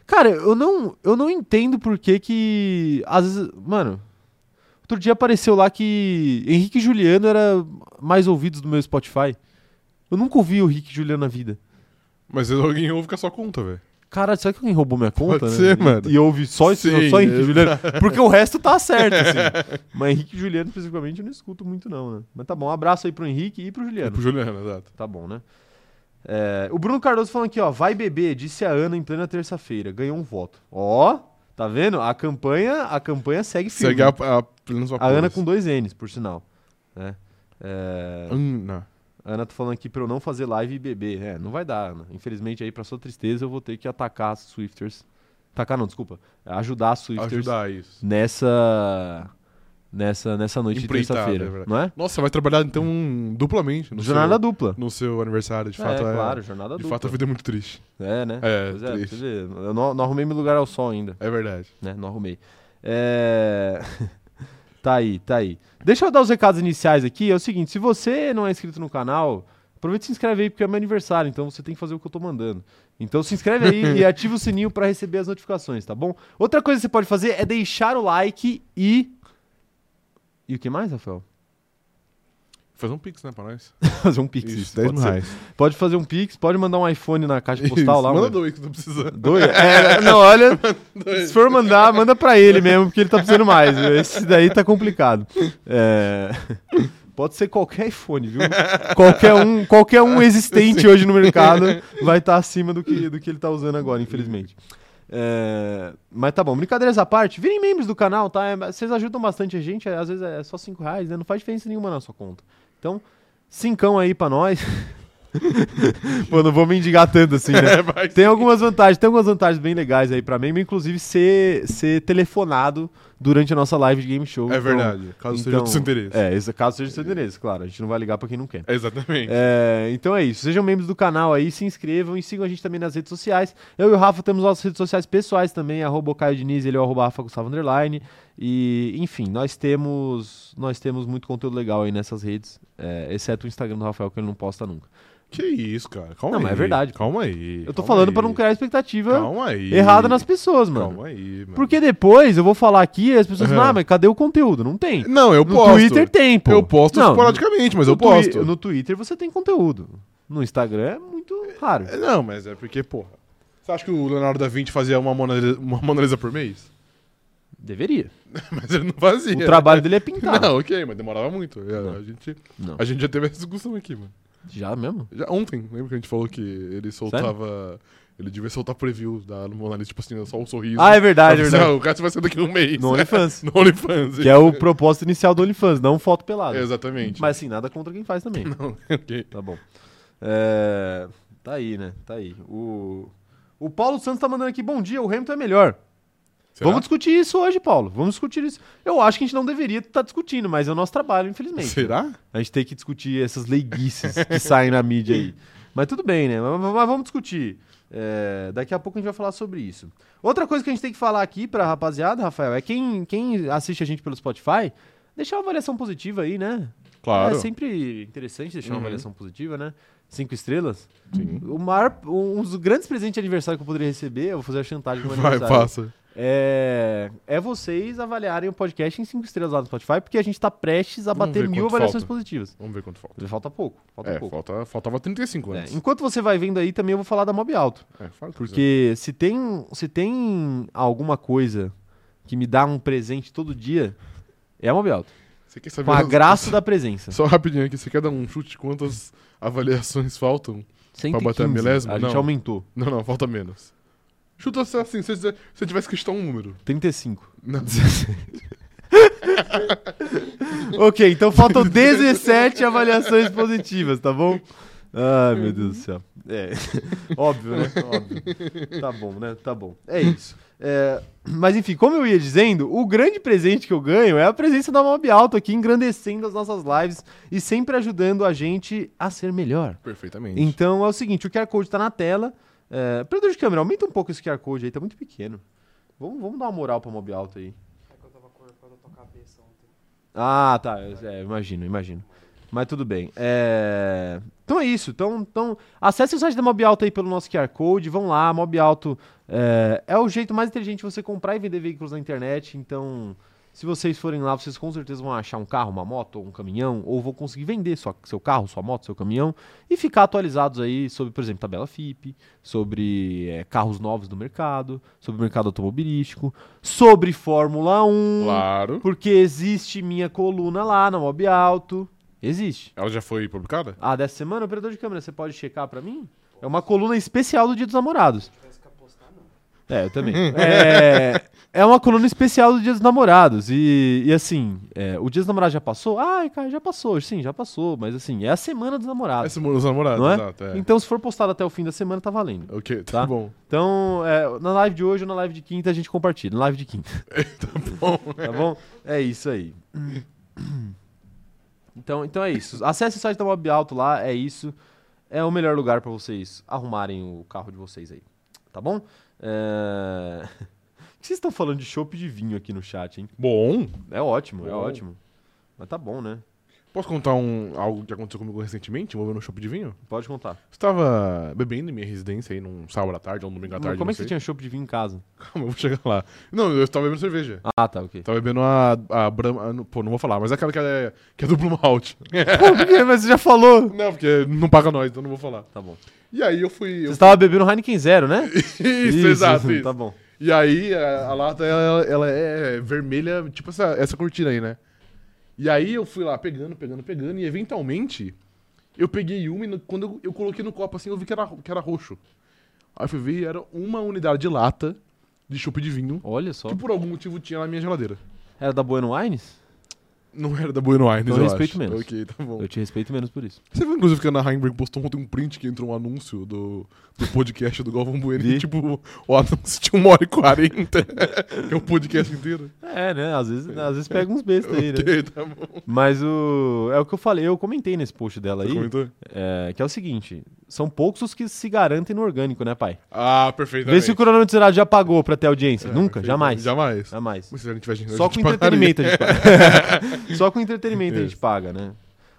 [SPEAKER 1] Cara, eu não, eu não entendo por que que. Às vezes. Mano. Outro dia apareceu lá que Henrique e Juliano era mais ouvidos do meu Spotify. Eu nunca ouvi o Henrique e Juliano na vida.
[SPEAKER 2] Mas alguém ouve com a sua conta, velho.
[SPEAKER 1] Cara, será que alguém roubou minha conta?
[SPEAKER 2] Pode
[SPEAKER 1] né?
[SPEAKER 2] ser,
[SPEAKER 1] E-
[SPEAKER 2] mano.
[SPEAKER 1] E ouve só isso,
[SPEAKER 2] Sim,
[SPEAKER 1] só Henrique e
[SPEAKER 2] exato.
[SPEAKER 1] Juliano. Porque o resto tá certo,
[SPEAKER 2] [laughs]
[SPEAKER 1] assim. Mas Henrique e Juliano, especificamente, eu não escuto muito, não, né? Mas tá bom, um abraço aí pro Henrique e pro Juliano.
[SPEAKER 2] Pro Juliano, Tipo, exato.
[SPEAKER 1] Tá bom, né? É, o Bruno Cardoso falando aqui, ó. Vai beber, disse a Ana em plena terça-feira. Ganhou um voto. Ó, tá vendo? A campanha, a campanha segue firme.
[SPEAKER 2] Segue a, a, pelo menos uma
[SPEAKER 1] a Ana
[SPEAKER 2] pose.
[SPEAKER 1] com dois N's, por sinal. Né? É,
[SPEAKER 2] Ana.
[SPEAKER 1] a Ana tá falando aqui pra eu não fazer live e beber. É, não vai dar, Ana. Infelizmente, aí, pra sua tristeza, eu vou ter que atacar as Swifters. Atacar não, desculpa. Ajudar as Swifters
[SPEAKER 2] Ajudar isso.
[SPEAKER 1] nessa. Nessa, nessa noite
[SPEAKER 2] Empreitada,
[SPEAKER 1] de
[SPEAKER 2] é
[SPEAKER 1] terça-feira,
[SPEAKER 2] verdade.
[SPEAKER 1] não é?
[SPEAKER 2] Nossa, vai trabalhar então duplamente no,
[SPEAKER 1] Jornada
[SPEAKER 2] seu,
[SPEAKER 1] dupla.
[SPEAKER 2] no seu aniversário, de fato.
[SPEAKER 1] é,
[SPEAKER 2] é-
[SPEAKER 1] claro, jornada
[SPEAKER 2] De
[SPEAKER 1] dupla.
[SPEAKER 2] fato, a vida é muito triste.
[SPEAKER 1] É, né?
[SPEAKER 2] É,
[SPEAKER 1] Pois é, pra
[SPEAKER 2] triste.
[SPEAKER 1] você ver, eu não, não arrumei meu lugar ao sol ainda,
[SPEAKER 2] É verdade.
[SPEAKER 1] né? Não arrumei. É... [laughs] tá aí, tá aí. Deixa eu dar os recados iniciais aqui. É o seguinte, se você não é inscrito no canal, aproveita e se inscreve aí, porque é meu aniversário, então você tem que fazer o que eu tô mandando. Então se inscreve aí e ativa o sininho pra receber as notificações, tá bom? Outra coisa que você pode fazer é deixar o like e... E o que mais, Rafael?
[SPEAKER 2] Fazer um pix, né, pra nós?
[SPEAKER 1] fazer um [laughs] pix.
[SPEAKER 2] Isso,
[SPEAKER 1] pode
[SPEAKER 2] 10 mil
[SPEAKER 1] ser.
[SPEAKER 2] reais.
[SPEAKER 1] Pode fazer um pix, pode mandar um iPhone na caixa postal
[SPEAKER 2] Isso,
[SPEAKER 1] lá.
[SPEAKER 2] Manda
[SPEAKER 1] um-
[SPEAKER 2] dois que eu tô precisando.
[SPEAKER 1] Dois? É, não, olha. [laughs] Se for mandar, manda pra ele mesmo, porque ele tá precisando mais. Esse daí tá complicado. É, Pode ser qualquer iPhone, viu? qualquer, um, qualquer um existente hoje no mercado vai estar acima do que, do que ele tá usando agora, infelizmente. É, mas tá bom, brincadeiras à parte, virem membros do canal, tá? É, Vocês ajudam bastante a gente, é, às vezes é só 5 reais, né? Não faz diferença nenhuma na sua conta. Então, cincão aí pra nós. [laughs] Pô, não vou mendigar tanto assim, né?
[SPEAKER 2] [laughs] Vai-
[SPEAKER 1] Tem algumas vantagens, tem algumas vantagens bem legais aí pra mim, inclusive ser, ser telefonado durante a nossa live de game show.
[SPEAKER 2] É
[SPEAKER 1] Então,
[SPEAKER 2] verdade, caso seja
[SPEAKER 1] então,
[SPEAKER 2] do seu interesse.
[SPEAKER 1] É, esse caso seja do seu endereço, claro. A gente não vai ligar pra quem não quer.
[SPEAKER 2] Exatamente.
[SPEAKER 1] É, então é isso. Sejam membros do canal aí, se inscrevam e sigam a gente também nas redes sociais. Eu e o Rafa temos nossas redes sociais pessoais também, arroba o Caio Diniz, ele é o arroba Rafa Gustavo Underline. E, enfim, nós temos, nós temos muito conteúdo legal aí nessas redes, é, exceto o Instagram do Rafael, que ele não posta nunca.
[SPEAKER 2] Que isso, cara.
[SPEAKER 1] Não,
[SPEAKER 2] Calma aí.
[SPEAKER 1] mas é verdade.
[SPEAKER 2] Calma aí.
[SPEAKER 1] Eu tô
[SPEAKER 2] calma
[SPEAKER 1] falando
[SPEAKER 2] aí.
[SPEAKER 1] pra não criar expectativa
[SPEAKER 2] Calma aí.
[SPEAKER 1] errada nas pessoas, mano.
[SPEAKER 2] Calma aí, mano.
[SPEAKER 1] Porque depois eu vou falar aqui e as pessoas
[SPEAKER 2] Aham.
[SPEAKER 1] falam, ah, mas cadê o conteúdo? Não tem.
[SPEAKER 2] Não, eu
[SPEAKER 1] no
[SPEAKER 2] posto.
[SPEAKER 1] Twitter tem, pô.
[SPEAKER 2] Eu posto
[SPEAKER 1] Não,
[SPEAKER 2] esporadicamente, mas eu
[SPEAKER 1] no Twi-
[SPEAKER 2] posto.
[SPEAKER 1] No Twitter você tem conteúdo. No Instagram é muito raro.
[SPEAKER 2] É, Não, mas é porque, porra. Você acha que o Leonardo da Vinci fazia uma Mona, uma Mona Lisa por mês? [laughs]
[SPEAKER 1] Deveria.
[SPEAKER 2] Mas ele não fazia.
[SPEAKER 1] O trabalho dele é pintar.
[SPEAKER 2] Não, ok, mas demorava muito. É, A, a gente,
[SPEAKER 1] Não.
[SPEAKER 2] a gente já teve essa discussão aqui, mano.
[SPEAKER 1] Já mesmo?
[SPEAKER 2] Já ontem, lembra que a gente falou que ele soltava. Ele devia soltar preview da Mona Lisa, tipo assim, só um sorriso.
[SPEAKER 1] Ah, é verdade, é
[SPEAKER 2] Pra avisar,
[SPEAKER 1] verdade.
[SPEAKER 2] O Cássio vai ser daqui a um mês.
[SPEAKER 1] No OnlyFans.
[SPEAKER 2] [laughs] No OnlyFans.
[SPEAKER 1] que é o propósito inicial do OnlyFans, não foto pelada.
[SPEAKER 2] Exatamente.
[SPEAKER 1] Mas assim, nada contra quem faz também.
[SPEAKER 2] Não, [laughs] ok.
[SPEAKER 1] Tá bom. É, Tá aí, né? Tá aí. O... o Paulo Santos tá mandando aqui, bom dia, o Hamilton é melhor.
[SPEAKER 2] Será?
[SPEAKER 1] Vamos discutir isso hoje, Paulo. Vamos discutir isso. Eu acho que a gente não deveria estar discutindo, mas é o nosso trabalho, infelizmente.
[SPEAKER 2] Será?
[SPEAKER 1] A gente tem que discutir essas leiguices que saem na mídia aí. Mas tudo bem, né? Mas, mas vamos discutir. É, daqui a pouco a gente vai falar sobre isso. Outra coisa que a gente tem que falar aqui pra rapaziada, Rafael, é quem, quem assiste a gente pelo Spotify, deixar uma avaliação positiva aí, né?
[SPEAKER 2] Claro.
[SPEAKER 1] É sempre interessante deixar uma
[SPEAKER 2] Uhum.
[SPEAKER 1] avaliação positiva, né? Cinco estrelas.
[SPEAKER 2] Sim.
[SPEAKER 1] O maior, um dos grandes presentes de aniversário que eu poderia receber, eu vou fazer a chantagem do meu
[SPEAKER 2] Vai,
[SPEAKER 1] aniversário
[SPEAKER 2] passa.
[SPEAKER 1] é, é vocês avaliarem o podcast em 5 estrelas lá no Spotify, porque a gente tá prestes a
[SPEAKER 2] Vamos
[SPEAKER 1] bater
[SPEAKER 2] ver
[SPEAKER 1] mil
[SPEAKER 2] quanto
[SPEAKER 1] avaliações
[SPEAKER 2] falta.
[SPEAKER 1] positivas.
[SPEAKER 2] Vamos ver quanto falta.
[SPEAKER 1] Falta pouco, falta
[SPEAKER 2] é,
[SPEAKER 1] pouco.
[SPEAKER 2] falta, faltava 35
[SPEAKER 1] É,
[SPEAKER 2] anos.
[SPEAKER 1] enquanto você vai vendo aí, também eu vou falar da Mob Alto.
[SPEAKER 2] É, fala o que quiser.
[SPEAKER 1] Porque se tem, se tem alguma coisa que me dá um presente todo dia, é a Mob Alto.
[SPEAKER 2] Você quer saber
[SPEAKER 1] Com a
[SPEAKER 2] as-
[SPEAKER 1] graça da presença.
[SPEAKER 2] Só rapidinho aqui, você quer dar um chute de quantas [laughs] avaliações faltam?
[SPEAKER 1] 115,
[SPEAKER 2] bater a milésima?
[SPEAKER 1] gente
[SPEAKER 2] Tá, Não.
[SPEAKER 1] aumentou.
[SPEAKER 2] Não, não, falta menos. Chuta se assim, se você se você tivesse que chutar um número.
[SPEAKER 1] 35. [laughs]
[SPEAKER 2] Não.
[SPEAKER 1] ok, então faltam 17 avaliações positivas, tá bom? Ai, meu Deus do céu. É. [laughs] Óbvio, né? Óbvio. Tá bom, né? Tá bom. É isso. É, mas enfim, como eu ia dizendo, o grande presente que eu ganho é a presença da Mob Alto aqui, engrandecendo as nossas lives e sempre ajudando a gente a ser melhor.
[SPEAKER 2] Perfeitamente.
[SPEAKER 1] Então é o seguinte, o QR Code tá na tela. É, operador de câmera, aumenta um pouco esse QR Code aí, tá muito pequeno. Vamos, vamos dar uma moral pra Mob Alto aí.
[SPEAKER 3] É
[SPEAKER 1] Ah, tá. É, imagino, imagino. Mas tudo bem. É, Então é isso. Então, então, acesse o site da Mob Alto aí pelo nosso QR Code. Vão lá, Mob Alto é, é o jeito mais inteligente de você comprar e vender veículos na internet. Então, se vocês forem lá, vocês com certeza vão achar um carro, uma moto, ou um caminhão, ou vão conseguir vender sua- seu carro, sua moto, seu caminhão e ficar atualizados aí sobre, por exemplo, tabela FIP, sobre é, carros novos do mercado, sobre o mercado automobilístico, sobre Fórmula 1.
[SPEAKER 2] Claro.
[SPEAKER 1] Porque existe minha coluna lá na Mob Alto. Existe.
[SPEAKER 2] Ela já foi publicada?
[SPEAKER 1] Ah, dessa semana, operador de câmera, você pode checar pra mim? É uma coluna especial do Dia dos Namorados. É, eu também. é, é uma coluna especial do Dia dos Namorados. E, e assim, é, o Dia dos Namorados já passou? Ai, cara, já passou. Sim, já passou. Mas assim, é a semana dos namorados.
[SPEAKER 2] Essa os namorados,
[SPEAKER 1] Não é?
[SPEAKER 2] exato. É.
[SPEAKER 1] Então, se for postado até o fim da semana, tá valendo.
[SPEAKER 2] Ok, tá,
[SPEAKER 1] Tá?
[SPEAKER 2] bom. [laughs]
[SPEAKER 1] Então, é, na live de hoje ou na live de quinta, a gente compartilha. Na live de quinta. tá bom? É isso aí. Então, então é isso. Acesse o site da Mob Alto lá, é isso. É o melhor lugar pra vocês arrumarem o carro de vocês aí. Tá bom? É... [laughs] O que vocês estão falando de chopp de vinho aqui no chat, hein?
[SPEAKER 2] Bom,
[SPEAKER 1] É ótimo, é
[SPEAKER 2] Bom.
[SPEAKER 1] ótimo. Mas tá bom, né?
[SPEAKER 2] posso contar um, algo que aconteceu comigo recentemente, envolvendo um chopp de vinho?
[SPEAKER 1] Pode contar.
[SPEAKER 2] Estava bebendo em minha residência aí num sábado à tarde ou um domingo à
[SPEAKER 1] Mas
[SPEAKER 2] tarde.
[SPEAKER 1] como
[SPEAKER 2] não
[SPEAKER 1] é que você
[SPEAKER 2] sei.
[SPEAKER 1] tinha chopp de vinho em casa?
[SPEAKER 2] Calma, eu vou chegar lá. Não, eu estava bebendo cerveja.
[SPEAKER 1] Ah, tá, ok.
[SPEAKER 2] Tava bebendo a, a Brahma. ah, não- Pô, não vou falar, mas é aquela que é, que é do Blumhout.
[SPEAKER 1] Pô, por quê? [laughs] Mas você já falou.
[SPEAKER 2] [laughs] não, porque não paga nós, então não vou falar.
[SPEAKER 1] Tá bom.
[SPEAKER 2] E aí eu fui.
[SPEAKER 1] Você
[SPEAKER 2] Eu...
[SPEAKER 1] estava bebendo Heineken Zero, né?
[SPEAKER 2] isso, exato.
[SPEAKER 1] [laughs]
[SPEAKER 2] Isso.
[SPEAKER 1] Tá bom.
[SPEAKER 2] E aí a, a lata ela, ela é vermelha, tipo essa, essa cortina aí, né? E aí eu fui lá pegando, pegando, pegando, e eventualmente eu peguei uma e no- quando eu, eu coloquei no copo assim, eu vi que era, que era roxo. Aí eu fui ver e era uma unidade de lata de chopp de vinho,
[SPEAKER 1] Olha só.
[SPEAKER 2] que por algum motivo tinha na minha geladeira.
[SPEAKER 1] Era da Bueno Wines?
[SPEAKER 2] Não era da Bueno Aires,
[SPEAKER 1] Então
[SPEAKER 2] eu
[SPEAKER 1] respeito
[SPEAKER 2] acho.
[SPEAKER 1] menos.
[SPEAKER 2] Ok, tá bom.
[SPEAKER 1] Eu te respeito menos por isso.
[SPEAKER 2] Você viu, inclusive, que a Ana Heimberg postou ontem um print que entrou um anúncio do, do podcast do Galvão Bueno e,
[SPEAKER 1] Vi.
[SPEAKER 2] tipo, o anúncio tinha 1 hora e [laughs] 40. é o podcast inteiro.
[SPEAKER 1] É, né? Às vezes, às vezes pega uns bestas aí, né?
[SPEAKER 2] Ok, tá bom.
[SPEAKER 1] Mas o. É o que eu falei, eu comentei nesse post dela aí.
[SPEAKER 2] Você comentou?
[SPEAKER 1] é, que é o seguinte: são poucos os que se garantem no orgânico, né, pai?
[SPEAKER 2] Ah,
[SPEAKER 1] Vê
[SPEAKER 2] perfeitamente.
[SPEAKER 1] se o cronômetro zerado já pagou pra ter audiência.
[SPEAKER 2] É,
[SPEAKER 1] Nunca, jamais.
[SPEAKER 2] perfeitamente. Jamais.
[SPEAKER 1] Jamais.
[SPEAKER 2] Mas se a gente tivesse dinheiro,
[SPEAKER 1] Só
[SPEAKER 2] a
[SPEAKER 1] com
[SPEAKER 2] gente pagaria. [laughs]
[SPEAKER 1] entretenimento a gente paga. Só com entretenimento a gente
[SPEAKER 2] Isso.
[SPEAKER 1] paga, né?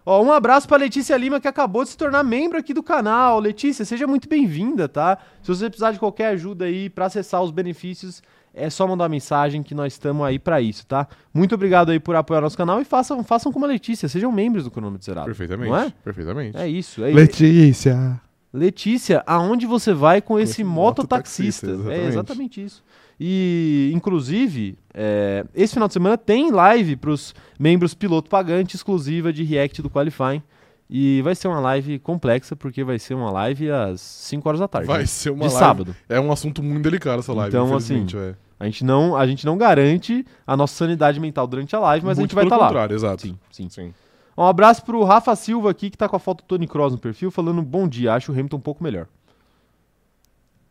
[SPEAKER 1] Ó, um abraço pra Letícia Lima, que acabou de se tornar membro aqui do canal. Letícia, seja muito bem-vinda, tá? Se você precisar de qualquer ajuda aí pra acessar os benefícios, é só mandar uma mensagem que nós estamos aí pra isso, tá? Muito obrigado aí por apoiar nosso canal e façam, façam como a Letícia, sejam membros do Cronômetro Zerado.
[SPEAKER 2] Perfeitamente.
[SPEAKER 1] Não é?
[SPEAKER 2] Perfeitamente.
[SPEAKER 1] É isso, é isso.
[SPEAKER 2] Letícia.
[SPEAKER 1] Letícia, aonde você vai com esse
[SPEAKER 2] esse
[SPEAKER 1] mototaxista?
[SPEAKER 2] mototaxista,
[SPEAKER 1] é
[SPEAKER 2] exatamente.
[SPEAKER 1] exatamente isso. E, inclusive, é, esse final de semana tem live para os membros piloto pagante exclusiva de React do Qualifying. E vai ser uma live complexa, porque vai ser uma live às 5 horas da tarde.
[SPEAKER 2] Vai
[SPEAKER 1] né?
[SPEAKER 2] ser uma
[SPEAKER 1] de
[SPEAKER 2] live.
[SPEAKER 1] sábado.
[SPEAKER 2] É um assunto muito delicado essa live,
[SPEAKER 1] Então,
[SPEAKER 2] infelizmente, é.
[SPEAKER 1] A gente, não, a gente não garante a nossa sanidade mental durante a live, mas a
[SPEAKER 2] Muito
[SPEAKER 1] gente vai
[SPEAKER 2] pelo
[SPEAKER 1] estar lá.
[SPEAKER 2] contrário, exato.
[SPEAKER 1] Sim, sim.
[SPEAKER 2] Sim.
[SPEAKER 1] Um abraço pro Rafa Silva aqui, que tá com a foto do Tony Cross no perfil, falando bom dia, acho o Hamilton um pouco melhor.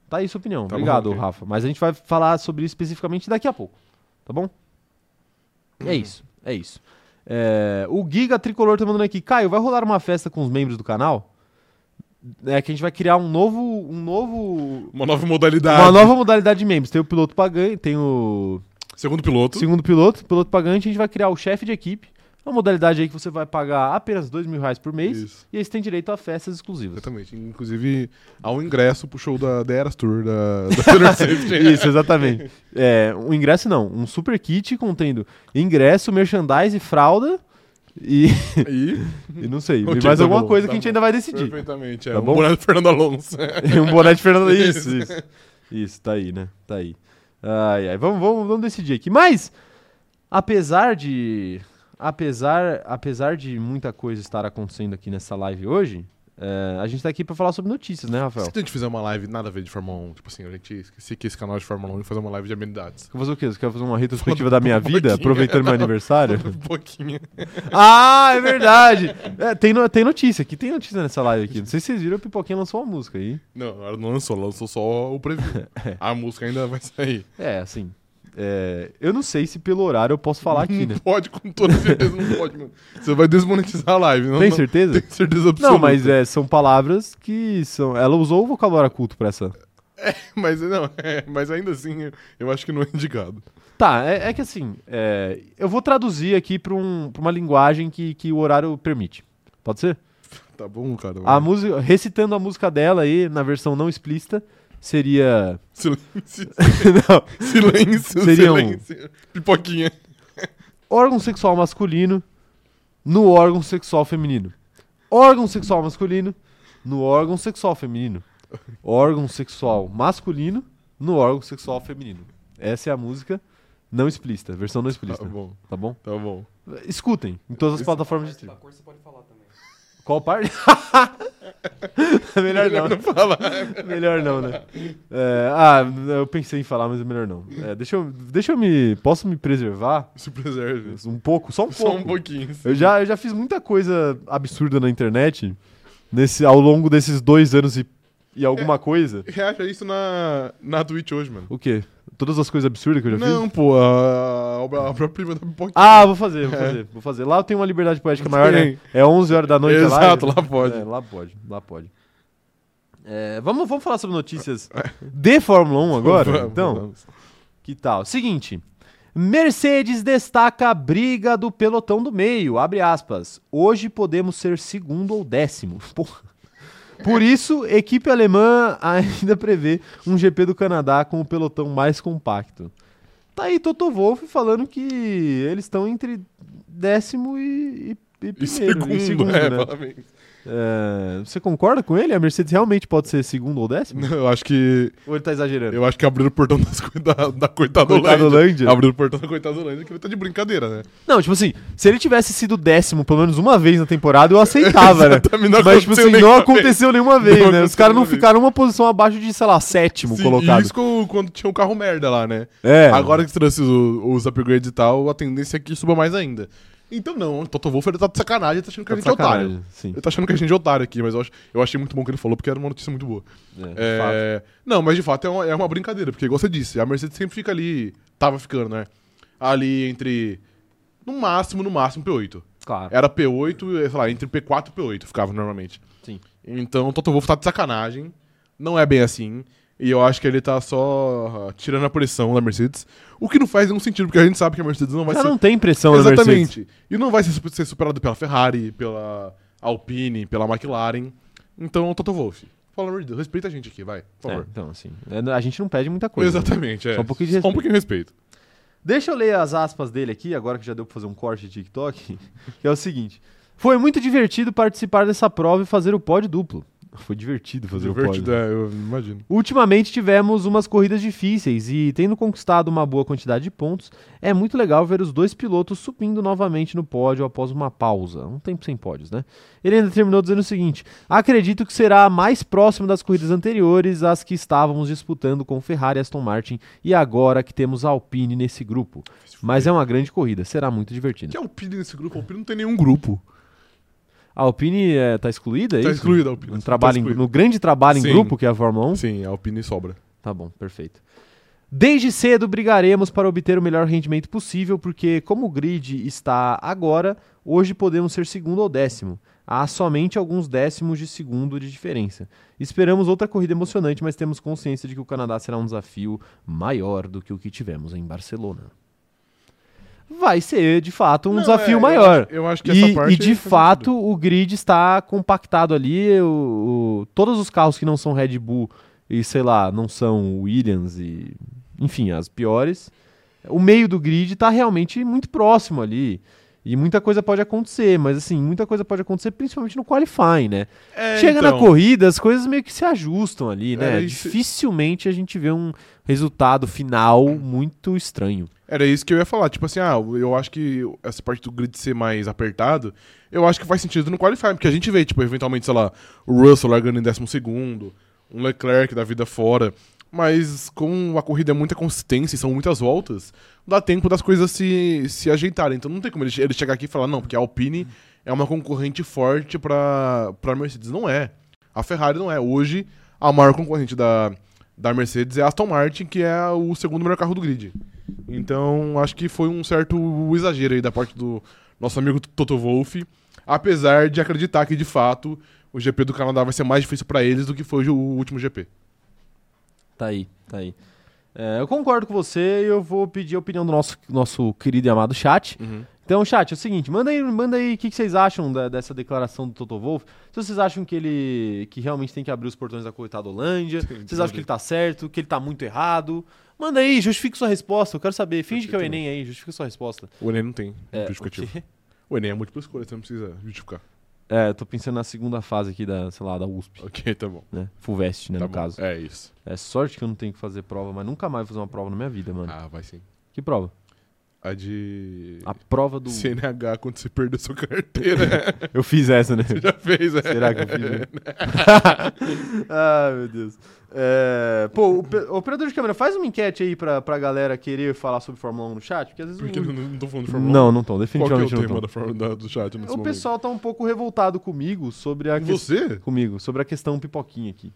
[SPEAKER 1] Tá aí sua opinião.
[SPEAKER 2] Tá bom,
[SPEAKER 1] Obrigado,
[SPEAKER 2] ok.
[SPEAKER 1] Rafa. Mas a gente vai falar sobre isso especificamente daqui a pouco. Tá bom?
[SPEAKER 2] Uhum.
[SPEAKER 1] É isso, é isso. É, o Giga Tricolor tá mandando aqui. Caio, vai rolar uma festa com os membros do canal? É que a gente vai criar um novo. Um novo.
[SPEAKER 2] Uma nova modalidade.
[SPEAKER 1] Uma nova modalidade de membros. Tem o piloto pagante, tem o
[SPEAKER 2] Segundo piloto.
[SPEAKER 1] Segundo piloto, piloto pagante, a gente vai criar o chefe de equipe. Uma modalidade aí que você vai pagar apenas dois mil reais por mês.
[SPEAKER 2] Isso.
[SPEAKER 1] E aí você tem direito a festas exclusivas.
[SPEAKER 2] Exatamente. Inclusive, há um ingresso pro show da, da Eras Tour, da,
[SPEAKER 1] [laughs]
[SPEAKER 2] da Taylor Swift.
[SPEAKER 1] Isso, exatamente. É, um ingresso não, um super kit contendo ingresso, merchandise, fralda e, [laughs]
[SPEAKER 2] E,
[SPEAKER 1] e não sei,
[SPEAKER 2] Ok,
[SPEAKER 1] e mais
[SPEAKER 2] tá
[SPEAKER 1] alguma
[SPEAKER 2] bom,
[SPEAKER 1] coisa que
[SPEAKER 2] tá
[SPEAKER 1] a gente
[SPEAKER 2] bom.
[SPEAKER 1] ainda vai decidir.
[SPEAKER 2] perfeitamente, é.
[SPEAKER 1] Tá
[SPEAKER 2] um
[SPEAKER 1] bom?
[SPEAKER 2] boné do Fernando Alonso.
[SPEAKER 1] um boné de Fernando. Isso, isso. Isso, tá aí, né? Tá aí. Ai, ai. Vamos, vamos, vamos decidir aqui. Mas, apesar de. Apesar, apesar de muita coisa estar acontecendo aqui nessa live hoje, é, a gente tá aqui pra falar sobre notícias, né, Rafael?
[SPEAKER 2] Se a gente fizer uma live nada a ver de Fórmula 1, tipo assim, a gente esquecer que esse canal é de Fórmula 1 e fazer uma live de amenidades. [laughs]
[SPEAKER 1] Quer fazer o quê? Você quer fazer uma retrospectiva da minha vida, aproveitando meu aniversário?
[SPEAKER 2] Um Pouquinho.
[SPEAKER 1] ah, é verdade! É, tem, no- tem notícia aqui, tem notícia nessa live aqui. Não sei se vocês viram, o Pipoquinha lançou uma música aí.
[SPEAKER 2] Não, ela não lançou, lançou só
[SPEAKER 1] [laughs]
[SPEAKER 2] o preview. A música ainda vai sair.
[SPEAKER 1] É, assim. é, eu não sei se pelo horário eu posso falar aqui,
[SPEAKER 2] [laughs]
[SPEAKER 1] né?
[SPEAKER 2] Não pode, com toda certeza, não pode, mano. Você vai desmonetizar a live. Não,
[SPEAKER 1] Tem
[SPEAKER 2] não-
[SPEAKER 1] certeza?
[SPEAKER 2] Tem certeza absoluta.
[SPEAKER 1] Não, mas é, são palavras que são. Ela usou o vocabulário culto pra essa.
[SPEAKER 2] Mas não, é, mas ainda assim, eu- eu acho que não é indicado.
[SPEAKER 1] Tá, é, é que assim, é, eu vou traduzir aqui pra, um- pra uma linguagem que, que o horário permite. Pode ser?
[SPEAKER 2] Tá bom, cara.
[SPEAKER 1] A música, recitando a música dela aí, na versão não explícita, seria.
[SPEAKER 2] Silêncio.
[SPEAKER 1] [laughs] não.
[SPEAKER 2] Silêncio,
[SPEAKER 1] Seria um-
[SPEAKER 2] silêncio. Pipoquinha. Tá
[SPEAKER 1] Órgão sexual masculino no órgão sexual feminino. Órgão sexual masculino no órgão sexual feminino. Órgão sexual masculino no órgão sexual feminino. Essa é a música não explícita, versão não
[SPEAKER 2] Tá
[SPEAKER 1] explícita.
[SPEAKER 2] bom,
[SPEAKER 1] Tá bom?
[SPEAKER 2] tá bom.
[SPEAKER 1] Escutem em todas as plataformas de streaming.
[SPEAKER 3] cor você pode falar também.
[SPEAKER 1] Qual
[SPEAKER 2] [laughs]
[SPEAKER 1] parte? [laughs] melhor não.
[SPEAKER 2] Não [laughs] fala.
[SPEAKER 1] Melhor não, né? É, ah, eu pensei em falar, mas é melhor não. É, deixa, eu, deixa eu me. Posso me preservar?
[SPEAKER 2] Se preserve.
[SPEAKER 1] Um pouco, só um
[SPEAKER 2] Só um
[SPEAKER 1] pouco.
[SPEAKER 2] pouquinho.
[SPEAKER 1] Eu já, eu já fiz muita coisa absurda na internet nesse, ao longo desses dois anos e, e alguma coisa.
[SPEAKER 2] Reacha isso na, na Twitch hoje, mano.
[SPEAKER 1] O quê? Todas as coisas absurdas que eu já fiz?
[SPEAKER 2] Não, pô, a, a própria prima da pipoquinha.
[SPEAKER 1] Ah, vou fazer,
[SPEAKER 2] É.
[SPEAKER 1] vou fazer, vou fazer. Lá eu tenho uma liberdade poética maior, né?
[SPEAKER 2] Tem.
[SPEAKER 1] É 11 horas da noite a live.
[SPEAKER 2] Exato, lá pode.
[SPEAKER 1] É, lá pode, lá pode. É, vamos, vamos falar sobre
[SPEAKER 2] [laughs]
[SPEAKER 1] notícias de Fórmula 1 agora?
[SPEAKER 2] Vamos,
[SPEAKER 1] então,
[SPEAKER 2] vamos.
[SPEAKER 1] que tal? Seguinte, Mercedes destaca a briga do pelotão do meio, abre aspas. Hoje podemos ser segundo ou décimo. [laughs] Porra. Por isso, equipe alemã ainda prevê um GP do Canadá com o pelotão mais compacto. Tá aí Toto Wolff falando que eles estão entre décimo e, e e
[SPEAKER 2] E
[SPEAKER 1] primeiro,
[SPEAKER 2] segundo,
[SPEAKER 1] e segundo,
[SPEAKER 2] é,
[SPEAKER 1] né?
[SPEAKER 2] parabéns.
[SPEAKER 1] É, você concorda com ele? A Mercedes realmente pode ser segundo ou décimo?
[SPEAKER 2] Não, eu acho que.
[SPEAKER 1] Ou ele tá exagerando?
[SPEAKER 2] Eu acho que abriram o portão das coi- da, da coitadolândia.
[SPEAKER 1] Coitadolândia?
[SPEAKER 2] Abriram o portão da coitadolândia, que ele tá de brincadeira, né?
[SPEAKER 1] Não, tipo assim, se ele tivesse sido décimo pelo menos uma vez na temporada, eu aceitava,
[SPEAKER 2] [laughs]
[SPEAKER 1] né?
[SPEAKER 2] Exatamente, não
[SPEAKER 1] Mas, tipo
[SPEAKER 2] aconteceu
[SPEAKER 1] assim, não
[SPEAKER 2] nenhuma
[SPEAKER 1] aconteceu nenhuma vez,
[SPEAKER 2] Não
[SPEAKER 1] né? Os
[SPEAKER 2] aconteceu
[SPEAKER 1] caras não
[SPEAKER 2] nenhuma vez.
[SPEAKER 1] ficaram uma posição abaixo de, sei lá, sétimo
[SPEAKER 2] Sim,
[SPEAKER 1] colocado.
[SPEAKER 2] e Isso co- quando tinha um carro merda lá, né?
[SPEAKER 1] É.
[SPEAKER 2] Agora que trouxe o- os upgrades e tal, a tendência é que suba mais ainda. Então não, o Toto Wolff ele tá de sacanagem, ele tá achando que
[SPEAKER 1] Tá
[SPEAKER 2] a
[SPEAKER 1] de
[SPEAKER 2] gente é
[SPEAKER 1] sacanagem,
[SPEAKER 2] otário.
[SPEAKER 1] sim.
[SPEAKER 2] Ele tá achando que a gente é otário aqui, mas eu, acho, eu achei muito bom o que ele falou, porque era uma notícia muito boa.
[SPEAKER 1] É, de fato.
[SPEAKER 2] É, não, mas de fato é uma, é uma brincadeira, porque igual você disse, a Mercedes sempre fica ali, tava ficando, né? Ali entre, no máximo, no máximo, P8.
[SPEAKER 1] Claro.
[SPEAKER 2] Era P8, eh, sei lá, entre P4 e P8 ficava normalmente.
[SPEAKER 1] Sim.
[SPEAKER 2] Então o Toto Wolff tá de sacanagem, não é bem assim, e eu acho que ele tá só ah, tirando a pressão da Mercedes, o que não faz nenhum sentido, porque a gente sabe que a Mercedes não vai
[SPEAKER 1] Já
[SPEAKER 2] ser...
[SPEAKER 1] não tem pressão na Mercedes.
[SPEAKER 2] Exatamente. E não vai ser, su- ser superado pela Ferrari, pela Alpine, pela McLaren. Então, Toto Wolff, pelo amor de Deus, respeita a gente aqui, vai, por
[SPEAKER 1] É,
[SPEAKER 2] favor.
[SPEAKER 1] então, assim, é, a gente não pede muita coisa. né?
[SPEAKER 2] Exatamente, é.
[SPEAKER 1] Só um pouquinho de
[SPEAKER 2] Só um pouquinho de respeito.
[SPEAKER 1] Deixa eu ler as aspas dele aqui, agora que já deu pra fazer um corte de TikTok, [laughs] que é o seguinte. Foi muito divertido participar dessa prova e fazer o pódio duplo. Foi divertido fazer o
[SPEAKER 2] Divertido,
[SPEAKER 1] pódio.
[SPEAKER 2] é, eu imagino.
[SPEAKER 1] Ultimamente tivemos umas corridas difíceis e, tendo conquistado uma boa quantidade de pontos, é muito legal ver os dois pilotos subindo novamente no pódio após uma pausa. Um tempo sem pódios, né? Ele ainda terminou dizendo o seguinte: acredito que será mais próximo das corridas anteriores às que estávamos disputando com Ferrari, Aston Martin e agora que temos a Alpine nesse grupo. Mas é uma grande corrida, será muito divertido.
[SPEAKER 2] Que é Alpine nesse grupo? Alpine não tem nenhum grupo.
[SPEAKER 1] A Alpine eh, tá excluída? é
[SPEAKER 2] Tá
[SPEAKER 1] isso?
[SPEAKER 2] excluída a Alpine.
[SPEAKER 1] No,
[SPEAKER 2] tá
[SPEAKER 1] trabalho em-
[SPEAKER 2] excluída.
[SPEAKER 1] no grande trabalho
[SPEAKER 2] Sim.
[SPEAKER 1] em grupo que é a Fórmula 1?
[SPEAKER 2] Sim, a Alpine sobra.
[SPEAKER 1] Tá bom, perfeito. Desde cedo brigaremos para obter o melhor rendimento possível, porque como o grid está agora, hoje podemos ser segundo ou décimo. Há somente alguns décimos de segundo de diferença. Esperamos outra corrida emocionante, mas temos consciência de que o Canadá será um desafio maior do que o que tivemos em Barcelona. Vai ser, de fato, um
[SPEAKER 2] Não, é,
[SPEAKER 1] desafio
[SPEAKER 2] eu
[SPEAKER 1] maior.
[SPEAKER 2] acho- Eu acho que
[SPEAKER 1] E,
[SPEAKER 2] essa parte.
[SPEAKER 1] e, de
[SPEAKER 2] faz
[SPEAKER 1] fato o grid está compactado ali. o- o- todos os carros que não são Red Bull e sei lá, não são Williams e enfim, as piores. O meio do grid está realmente muito próximo ali. E muita coisa pode acontecer, mas assim, muita coisa pode acontecer principalmente no qualifying, né?
[SPEAKER 2] sentido. É,
[SPEAKER 1] Chega na
[SPEAKER 2] então,
[SPEAKER 1] corrida, as coisas meio que se ajustam ali, né?
[SPEAKER 2] É, e se-
[SPEAKER 1] Dificilmente a gente vê um resultado final
[SPEAKER 2] É.
[SPEAKER 1] muito estranho.
[SPEAKER 2] Era isso que eu ia falar. Tipo assim, ah, eu acho que essa parte do grid ser mais apertado, eu acho que faz sentido no qualifying, porque a gente vê, tipo, eventualmente, sei lá, o Russell largando em décimo segundo, um Leclerc da vida fora. Mas como a corrida é muita consistência e são muitas voltas, dá tempo das coisas se, se ajeitarem. Então não tem como ele, che- ele chegar aqui e falar, não, porque a Alpine é uma concorrente forte pra, pra Mercedes. Não é. A Ferrari não é. Hoje, a maior concorrente da, da Mercedes é a Aston Martin, que é o segundo melhor carro do grid. Então, acho que foi um certo exagero aí da parte do nosso amigo Toto Wolff, apesar de acreditar que de fato o GP do Canadá vai ser mais difícil pra eles do que foi o último GP.
[SPEAKER 1] Tá aí, tá aí. É, eu concordo com você e eu vou pedir a opinião do nosso, nosso querido e amado chat.
[SPEAKER 2] Uhum.
[SPEAKER 1] Então, chat, é o seguinte, manda aí, manda aí o que, que vocês acham da- dessa declaração do Toto Wolff. Se vocês acham que ele que realmente tem que abrir os portões da coitada
[SPEAKER 2] [laughs]
[SPEAKER 1] Holândia, vocês acham que ele tá certo, que ele tá muito errado. Manda aí, justifique sua resposta, eu quero saber. Finge que é o
[SPEAKER 2] Perfeito.
[SPEAKER 1] Enem aí, justifique sua resposta.
[SPEAKER 2] O Enem não tem
[SPEAKER 1] É,
[SPEAKER 2] justificativo.
[SPEAKER 1] o quê?
[SPEAKER 2] O Enem é múltipla escolha, você não precisa
[SPEAKER 1] [laughs]
[SPEAKER 2] justificar.
[SPEAKER 1] É, eu tô pensando na segunda fase aqui da, sei lá, da USP,
[SPEAKER 2] Ok, tá bom.
[SPEAKER 1] né? Fulvestre, né,
[SPEAKER 2] tá
[SPEAKER 1] no
[SPEAKER 2] bom.
[SPEAKER 1] caso.
[SPEAKER 2] É isso.
[SPEAKER 1] É sorte que eu não tenho que fazer prova, mas nunca mais vou fazer uma prova na minha vida, mano.
[SPEAKER 2] Ah, vai sim.
[SPEAKER 1] Que prova?
[SPEAKER 2] A de.
[SPEAKER 1] A prova Ah, do...
[SPEAKER 2] CNH quando você perdeu sua carteira.
[SPEAKER 1] [laughs]
[SPEAKER 2] [laughs]
[SPEAKER 1] Eu fiz essa, né?
[SPEAKER 2] já fez, é.
[SPEAKER 1] Será que eu fiz? né?
[SPEAKER 2] [laughs]
[SPEAKER 1] [laughs] ah, meu Deus. É, pô, o pe- o operador de câmera, faz uma enquete aí pra, pra galera querer falar sobre Fórmula 1 no chat, porque às vezes.
[SPEAKER 2] Porque
[SPEAKER 1] não-
[SPEAKER 2] não, não tô falando de Fórmula 1.
[SPEAKER 1] Não, não estão,
[SPEAKER 2] Qual que é o
[SPEAKER 1] definitivamente
[SPEAKER 2] tema
[SPEAKER 1] não
[SPEAKER 2] da Fórmula- da- do chat nesse
[SPEAKER 1] estão. O
[SPEAKER 2] momento?
[SPEAKER 1] pessoal é tá um pouco revoltado comigo sobre a questão.
[SPEAKER 2] Você?
[SPEAKER 1] Comigo, sobre a questão pipoquinha aqui.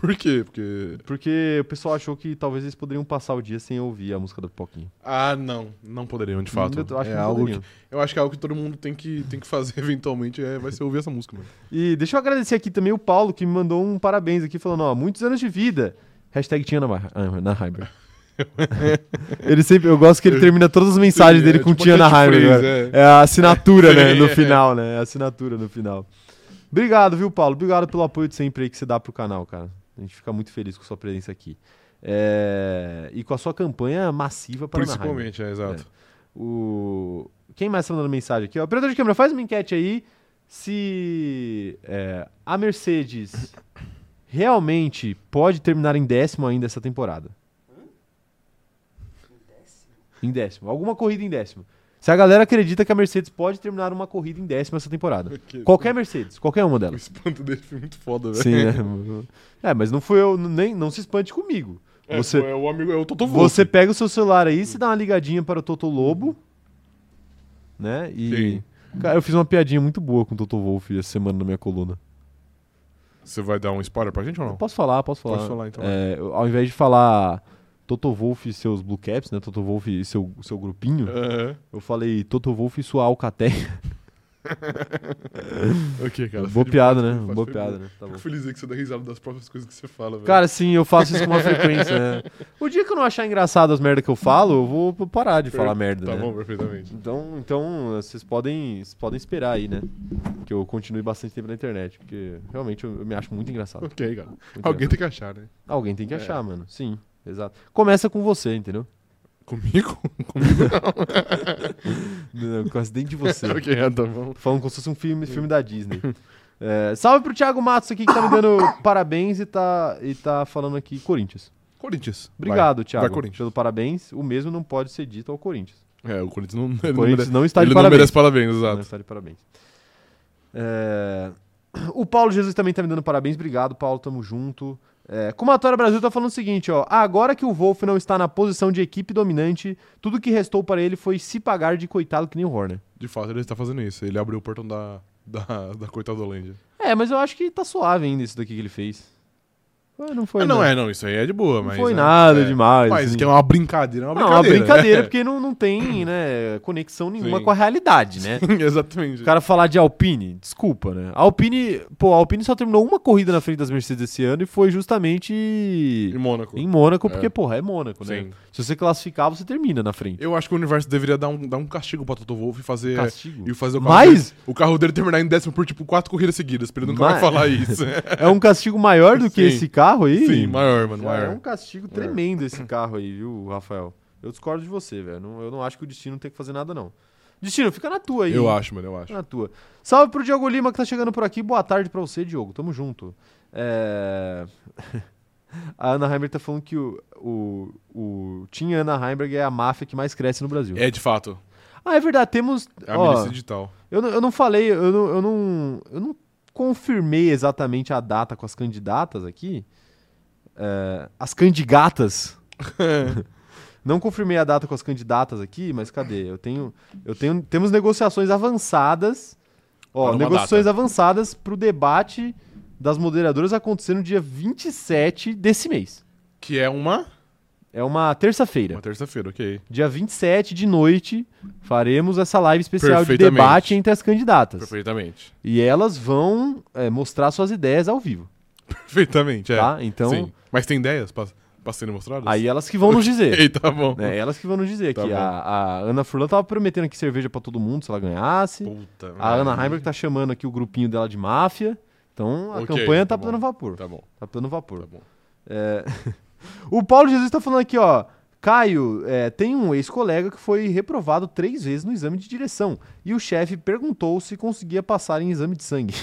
[SPEAKER 2] Por quê? Porque.
[SPEAKER 1] Porque o pessoal achou que talvez eles poderiam passar o dia sem ouvir a música da pipoquinha.
[SPEAKER 2] Ah, não. Não poderiam, de fato.
[SPEAKER 1] Eu acho
[SPEAKER 2] é
[SPEAKER 1] que não
[SPEAKER 2] algo que,
[SPEAKER 1] poderiam.
[SPEAKER 2] eu acho que é algo que todo mundo tem que, tem que fazer [laughs] eventualmente, é, vai ser ouvir essa música, mano.
[SPEAKER 1] E deixa eu agradecer aqui também o Paulo, que me mandou um parabéns aqui, falando, ó, muitos anos de vida. Hashtag tinha na, Mar- ah, na
[SPEAKER 2] [laughs]
[SPEAKER 1] Heimer. ele sempre, eu gosto que ele termina todas as mensagens dele
[SPEAKER 2] É,
[SPEAKER 1] com
[SPEAKER 2] tipo
[SPEAKER 1] tinha na
[SPEAKER 2] catchphrase,
[SPEAKER 1] Heimer. agora.
[SPEAKER 2] é.
[SPEAKER 1] É a assinatura, né, no
[SPEAKER 2] [laughs] É.
[SPEAKER 1] final, né? É a assinatura no final. Obrigado, viu, Paulo? Obrigado pelo apoio de sempre aí que você dá pro canal, cara. A gente fica muito feliz com a sua presença aqui. É, E com a sua campanha massiva para a
[SPEAKER 2] Principalmente, é, exato.
[SPEAKER 1] O... Quem mais tá mandando mensagem aqui? ó? Operador de câmera, faz uma enquete aí se é, a Mercedes realmente pode terminar em décimo ainda essa temporada. Em décimo. Alguma corrida em décimo. Se a galera acredita que a Mercedes pode terminar uma corrida em décimo essa temporada. Qualquer Mercedes, qualquer uma
[SPEAKER 2] O [laughs]
[SPEAKER 1] delas.
[SPEAKER 2] espanto dele foi muito foda, velho.
[SPEAKER 1] É. Sim, [laughs] é. é, mas não foi eu, nem, não se espante comigo.
[SPEAKER 2] [laughs] É,
[SPEAKER 1] Você-
[SPEAKER 2] é o amigo, é o Toto Wolff.
[SPEAKER 1] Você pega o seu celular aí, se dá uma ligadinha para o Toto Lobo, né? E. Cara, eu fiz uma piadinha muito boa com o Toto Wolff essa semana na minha coluna.
[SPEAKER 2] Você vai dar um spoiler pra gente ou não?
[SPEAKER 1] Posso falar, posso falar.
[SPEAKER 2] Pode falar, então.
[SPEAKER 1] É, eu- ao invés de falar Toto Wolff e seus Blue Caps, né? Toto Wolff e seu, seu
[SPEAKER 2] É.
[SPEAKER 1] grupinho,
[SPEAKER 2] Aham.
[SPEAKER 1] eu falei Toto Wolff e sua Alcatéia.
[SPEAKER 2] Ok, cara.
[SPEAKER 1] Boa
[SPEAKER 2] foi
[SPEAKER 1] piada,
[SPEAKER 2] demais,
[SPEAKER 1] né?
[SPEAKER 2] foi
[SPEAKER 1] Boa
[SPEAKER 2] demais,
[SPEAKER 1] piada,
[SPEAKER 2] foi
[SPEAKER 1] né? Tá
[SPEAKER 2] bom.
[SPEAKER 1] bom.
[SPEAKER 2] Fico feliz aí que você dá risada das próprias coisas que você fala, velho.
[SPEAKER 1] Cara, sim, eu faço isso com uma frequência, né? O dia que eu não achar engraçado as merdas que eu falo, eu vou parar de falar merda,
[SPEAKER 2] Tá
[SPEAKER 1] né?
[SPEAKER 2] bom, perfeitamente.
[SPEAKER 1] Então, então vocês podem, vocês podem esperar aí, né? Que eu continue bastante tempo na internet, porque realmente eu, eu me acho muito engraçado.
[SPEAKER 2] Ok, cara.
[SPEAKER 1] Muito
[SPEAKER 2] Alguém
[SPEAKER 1] engraçado.
[SPEAKER 2] tem que achar, né?
[SPEAKER 1] Alguém tem que achar,
[SPEAKER 2] É.
[SPEAKER 1] mano. Sim, exato. Começa com você, entendeu?
[SPEAKER 2] Comigo?
[SPEAKER 1] Não, Com o acidente de você.
[SPEAKER 2] [laughs] ok, ah, tá bom.
[SPEAKER 1] Falando como se fosse um filme, filme da Disney. É, salve pro Thiago Matos aqui que tá me dando
[SPEAKER 2] [laughs]
[SPEAKER 1] parabéns e tá, e tá falando aqui Corinthians.
[SPEAKER 2] Corinthians. vai.
[SPEAKER 1] Obrigado, Thiago,
[SPEAKER 2] vai, Corinthians.
[SPEAKER 1] pelo parabéns. O mesmo não pode ser dito ao Corinthians.
[SPEAKER 2] É, o Corinthians não, [laughs]
[SPEAKER 1] O
[SPEAKER 2] ele não
[SPEAKER 1] Corinthians
[SPEAKER 2] merece,
[SPEAKER 1] não está Tá de
[SPEAKER 2] ele não
[SPEAKER 1] parabéns.
[SPEAKER 2] merece parabéns,
[SPEAKER 1] Não,
[SPEAKER 2] exato.
[SPEAKER 1] está de parabéns. É, O Paulo Jesus também tá me dando parabéns. Obrigado, Paulo. Tamo junto. É... Comatória Brasil tá falando o seguinte, ó. Agora que o Wolf não está na posição de equipe dominante, tudo que restou para ele foi se pagar de coitado que nem o Horner.
[SPEAKER 2] De fato, ele está fazendo isso. Ele abriu o portão da, da, [laughs] da Coitadolândia.
[SPEAKER 1] É, mas eu acho que tá suave ainda isso daqui que ele fez. Ah, Não foi,
[SPEAKER 2] Ah, não,
[SPEAKER 1] né?
[SPEAKER 2] é, não. Isso aí é de boa,
[SPEAKER 1] Não
[SPEAKER 2] mas...
[SPEAKER 1] foi
[SPEAKER 2] é,
[SPEAKER 1] nada
[SPEAKER 2] é.
[SPEAKER 1] demais.
[SPEAKER 2] Mas
[SPEAKER 1] assim.
[SPEAKER 2] que é uma brincadeira, é uma
[SPEAKER 1] Não, é uma
[SPEAKER 2] brincadeira.
[SPEAKER 1] brincadeira, porque não, não tem né, conexão nenhuma
[SPEAKER 2] Sim.
[SPEAKER 1] com a realidade, né?
[SPEAKER 2] [laughs] Exatamente.
[SPEAKER 1] O cara falar de Alpine, desculpa, né? A Alpine, pô, a Alpine só terminou uma corrida na frente das Mercedes esse ano e foi justamente
[SPEAKER 2] Em
[SPEAKER 1] em
[SPEAKER 2] Mônaco.
[SPEAKER 1] Mônaco,
[SPEAKER 2] É.
[SPEAKER 1] porque, porra, é Mônaco, né?
[SPEAKER 2] Sim.
[SPEAKER 1] Se você classificar, você termina na frente.
[SPEAKER 2] Eu acho que o universo deveria dar um, dar um castigo pra Toto Wolff e fazer...
[SPEAKER 1] Castigo.
[SPEAKER 2] É. E fazer o carro,
[SPEAKER 1] Mas
[SPEAKER 2] dele, o carro dele terminar em décimo por, tipo, quatro corridas seguidas, pra ele nunca
[SPEAKER 1] Mas-
[SPEAKER 2] vai falar isso.
[SPEAKER 1] [laughs] é um castigo maior do que
[SPEAKER 2] Sim.
[SPEAKER 1] esse carro aí?
[SPEAKER 2] Sim, maior, mano,
[SPEAKER 1] Cara, É um
[SPEAKER 2] maior.
[SPEAKER 1] castigo tremendo esse carro aí, viu, Rafael? Eu discordo de você, velho. Não- Eu não acho que o Destino tem que fazer nada, não. Destino, fica na tua aí.
[SPEAKER 2] Eu
[SPEAKER 1] hein?
[SPEAKER 2] acho, mano, eu acho.
[SPEAKER 1] Tá Na tua. Salve pro Diogo Lima que tá chegando por aqui. Boa tarde pra você, Diogo. Tamo junto. É, [laughs] A Ana Heimberg tá falando que o, o, o Team Ana Heimberg é a máfia que mais cresce no Brasil.
[SPEAKER 2] É, de fato.
[SPEAKER 1] Ah, é verdade. Temos.
[SPEAKER 2] É a
[SPEAKER 1] ó,
[SPEAKER 2] milícia digital.
[SPEAKER 1] eu, não- eu não falei, eu não, eu, não, eu não confirmei exatamente a data com as candidatas aqui. É, As
[SPEAKER 2] [laughs]
[SPEAKER 1] candidatas. [laughs] Não confirmei a data com as candidatas aqui, mas cadê? Eu tenho, eu tenho, temos negociações avançadas. Ó,
[SPEAKER 2] Para uma
[SPEAKER 1] negociações avançadas para o debate das moderadoras acontecer no dia 27 desse mês.
[SPEAKER 2] Que é uma...
[SPEAKER 1] É uma terça-feira.
[SPEAKER 2] Uma terça-feira, ok.
[SPEAKER 1] Dia 27 de noite, faremos essa live especial de
[SPEAKER 2] Perfeitamente.
[SPEAKER 1] debate entre as candidatas.
[SPEAKER 2] Perfeitamente. [laughs]
[SPEAKER 1] E elas vão é, mostrar suas ideias ao vivo,
[SPEAKER 2] Perfeitamente, é.
[SPEAKER 1] tá? Então,
[SPEAKER 2] Sim. Mas tem ideias pra, pra serem mostradas?
[SPEAKER 1] aí elas que vão nos dizer.
[SPEAKER 2] [laughs] Ei, tá bom.
[SPEAKER 1] né? Elas que vão nos dizer
[SPEAKER 2] Tá
[SPEAKER 1] que
[SPEAKER 2] bom.
[SPEAKER 1] a, a Ana Furlan tava prometendo aqui cerveja pra todo mundo se ela ganhasse.
[SPEAKER 2] Puta.
[SPEAKER 1] A
[SPEAKER 2] merda.
[SPEAKER 1] Ana Heimberg tá chamando aqui o grupinho dela de máfia. Então a
[SPEAKER 2] Ok,
[SPEAKER 1] campanha tá
[SPEAKER 2] tá bom.
[SPEAKER 1] dando vapor.
[SPEAKER 2] Tá bom,
[SPEAKER 1] Tá dando
[SPEAKER 2] tá
[SPEAKER 1] vapor.
[SPEAKER 2] bom.
[SPEAKER 1] É, o Paulo Jesus tá falando aqui, ó. Caio, é, tem um ex-colega que foi reprovado três vezes no exame de direção. E o chefe perguntou se conseguia passar em exame de sangue.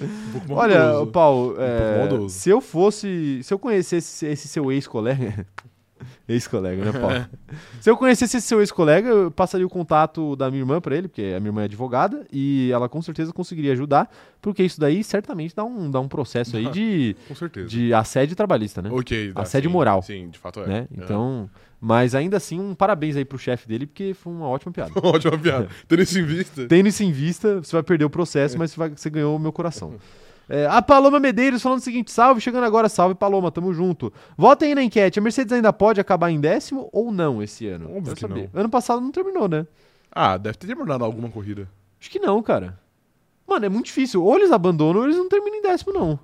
[SPEAKER 2] Um pouco
[SPEAKER 1] Olha,
[SPEAKER 2] maldoso.
[SPEAKER 1] Paulo,
[SPEAKER 2] pouco
[SPEAKER 1] é,
[SPEAKER 2] maldoso.
[SPEAKER 1] se eu fosse. Se eu conhecesse esse- esse seu ex-colega. [laughs] ex-colega, né, Paulo? se eu conhecesse esse seu ex-colega, eu passaria o contato da minha irmã pra ele, porque a minha irmã é advogada, e ela com certeza conseguiria ajudar, porque isso daí certamente dá um, dá um processo aí de,
[SPEAKER 2] Com certeza.
[SPEAKER 1] de assédio trabalhista, né?
[SPEAKER 2] Ok. dá,
[SPEAKER 1] Assédio
[SPEAKER 2] sim.
[SPEAKER 1] moral.
[SPEAKER 2] Sim, de fato é.
[SPEAKER 1] Né? Então. Mas ainda assim, um parabéns aí pro chefe dele, porque foi uma ótima
[SPEAKER 2] [laughs]
[SPEAKER 1] piada.
[SPEAKER 2] É. [laughs] Ótima piada. Tendo isso em vista.
[SPEAKER 1] Tendo isso em vista, você vai perder o
[SPEAKER 2] É.
[SPEAKER 1] processo, mas você, vai- você ganhou o meu coração. É, a Paloma Medeiros falando o seguinte: salve, chegando agora, salve Paloma, tamo junto. Votem aí na enquete: a Mercedes ainda pode acabar em décimo ou não esse ano? Quero
[SPEAKER 2] Óbvio que
[SPEAKER 1] saber. Ano passado não terminou, né?
[SPEAKER 2] Ah, deve ter demorado alguma corrida.
[SPEAKER 1] Acho que não, cara. Mano, é muito difícil. Ou eles abandonam ou eles não terminam em décimo, não.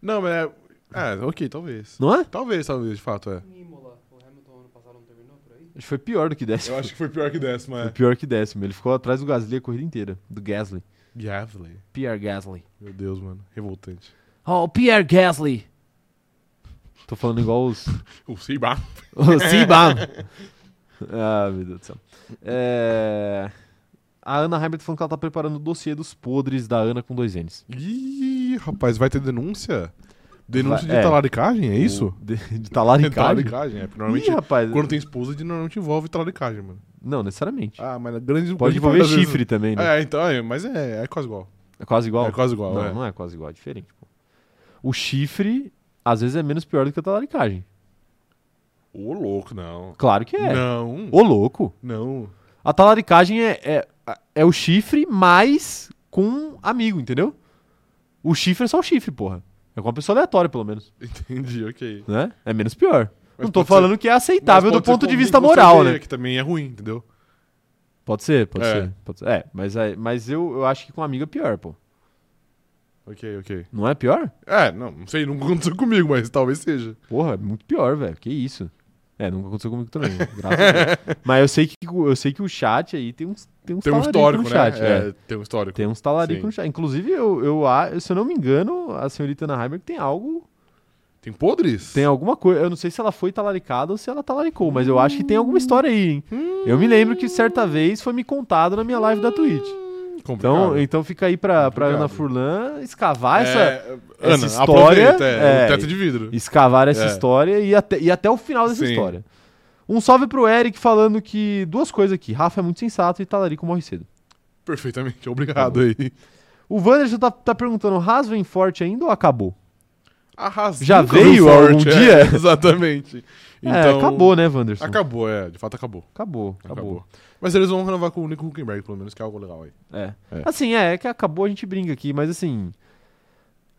[SPEAKER 2] Não, mas é. É, ok, talvez.
[SPEAKER 1] Não é?
[SPEAKER 2] Talvez, talvez, de fato, é.
[SPEAKER 3] Em Imola, o Hamilton ano passado não terminou por aí?
[SPEAKER 1] Acho que foi pior do que décimo.
[SPEAKER 2] Eu acho que foi pior que
[SPEAKER 1] [laughs]
[SPEAKER 2] décima,
[SPEAKER 1] Foi
[SPEAKER 2] é.
[SPEAKER 1] pior que décimo. Ele ficou atrás do Gasly a corrida inteira. Do Gasly.
[SPEAKER 2] Gasly.
[SPEAKER 1] Pierre Gasly.
[SPEAKER 2] Meu Deus, mano. Revoltante.
[SPEAKER 1] Oh, Pierre Gasly. Tô falando igual os.
[SPEAKER 2] [laughs] O Seiba.
[SPEAKER 1] Os Siban. [laughs] Ah, meu Deus do céu. É... A Ana Heimert falando que ela tá preparando o dossiê dos podres da Ana com dois N's.
[SPEAKER 2] Ih, rapaz, vai ter denúncia? Denúncia
[SPEAKER 1] Vai-
[SPEAKER 2] de
[SPEAKER 1] é.
[SPEAKER 2] talaricagem, é isso?
[SPEAKER 1] O- De, de
[SPEAKER 2] [laughs]
[SPEAKER 1] talaricagem.
[SPEAKER 2] é. Porque normalmente,
[SPEAKER 1] Ih, rapaz.
[SPEAKER 2] quando tem esposa, de- normalmente envolve talaricagem, mano.
[SPEAKER 1] Não, necessariamente.
[SPEAKER 2] Ah, mas na grande
[SPEAKER 1] Pode
[SPEAKER 2] grande parte
[SPEAKER 1] envolver
[SPEAKER 2] das vezes-
[SPEAKER 1] chifre também, né?
[SPEAKER 2] É, então, é, mas é, é quase igual.
[SPEAKER 1] É quase igual.
[SPEAKER 2] É quase igual,
[SPEAKER 1] Não,
[SPEAKER 2] é.
[SPEAKER 1] não é quase igual, é diferente. pô. O chifre, às vezes, é menos pior do que a talaricagem.
[SPEAKER 2] Ô, louco, não.
[SPEAKER 1] Claro que é.
[SPEAKER 2] Não,
[SPEAKER 1] Ô, louco.
[SPEAKER 2] não. [laughs]
[SPEAKER 1] A talaricagem é, é, é o chifre mais com um amigo, entendeu? O chifre é só o chifre, porra. É com uma pessoa aleatória, pelo menos.
[SPEAKER 2] Entendi, ok.
[SPEAKER 1] Né? É menos pior.
[SPEAKER 2] Mas
[SPEAKER 1] não tô
[SPEAKER 2] pode ser-
[SPEAKER 1] falando que é aceitável
[SPEAKER 2] Mas
[SPEAKER 1] do
[SPEAKER 2] pode ser
[SPEAKER 1] ponto de
[SPEAKER 2] convite
[SPEAKER 1] vista
[SPEAKER 2] você
[SPEAKER 1] moral,
[SPEAKER 2] ver,
[SPEAKER 1] né?
[SPEAKER 2] Que também é ruim, entendeu?
[SPEAKER 1] Pode ser, pode
[SPEAKER 2] É.
[SPEAKER 1] ser. pode ser. É, mas, é, mas eu, eu acho que com amigo é pior, pô.
[SPEAKER 2] Ok, ok.
[SPEAKER 1] Não é pior?
[SPEAKER 2] É, não, não sei, não aconteceu comigo, mas talvez seja.
[SPEAKER 1] Porra, é muito pior, velho. Que isso? É, nunca aconteceu comigo também, né? graças a
[SPEAKER 2] [laughs]
[SPEAKER 1] Deus. Mas eu sei que, eu sei que o chat aí tem uns tem uns
[SPEAKER 2] Tem um
[SPEAKER 1] talarico
[SPEAKER 2] histórico,
[SPEAKER 1] no
[SPEAKER 2] né?
[SPEAKER 1] chat, é.
[SPEAKER 2] É, tem um histórico.
[SPEAKER 1] Tem uns talaricos
[SPEAKER 2] Sim.
[SPEAKER 1] no chat. Inclusive, eu, eu, a- se eu não me engano, a senhorita Ana Heimer tem algo
[SPEAKER 2] Tem podres?
[SPEAKER 1] Tem alguma coisa. Eu não sei se ela foi talaricada ou se ela talaricou, mas eu acho que tem alguma história aí, hein? Eu me lembro que certa vez foi me contado na minha live da Twitch. Então, então fica aí pra, pra
[SPEAKER 2] Complicado. É.
[SPEAKER 1] Ana Furlan escavar essa.
[SPEAKER 2] Ana,
[SPEAKER 1] essa história-
[SPEAKER 2] aproveita, é,
[SPEAKER 1] é.
[SPEAKER 2] o teto de vidro.
[SPEAKER 1] Escavar essa
[SPEAKER 2] É.
[SPEAKER 1] história e até, e até o final dessa
[SPEAKER 2] Sim.
[SPEAKER 1] história. Um salve pro Eric falando que. Duas coisas aqui. Rafa é muito sensato e talarico morre cedo.
[SPEAKER 2] Perfeitamente,
[SPEAKER 1] Tá
[SPEAKER 2] obrigado aí.
[SPEAKER 1] O Wanderson tá, tá perguntando: Rasvem forte ainda ou acabou?
[SPEAKER 2] Arrasou.
[SPEAKER 1] Já
[SPEAKER 2] com o
[SPEAKER 1] veio
[SPEAKER 2] Forte,
[SPEAKER 1] algum
[SPEAKER 2] é,
[SPEAKER 1] dia?
[SPEAKER 2] [laughs] exatamente. Então,
[SPEAKER 1] é, acabou, né, Wanderson?
[SPEAKER 2] Acabou, é. De fato, acabou.
[SPEAKER 1] Acabou,
[SPEAKER 2] Acabou.
[SPEAKER 1] acabou.
[SPEAKER 2] Mas eles vão renovar com o Nico Huckenberg, pelo menos, que é algo legal aí.
[SPEAKER 1] É.
[SPEAKER 2] É.
[SPEAKER 1] Assim, é, é que acabou, a gente brinca aqui, mas assim.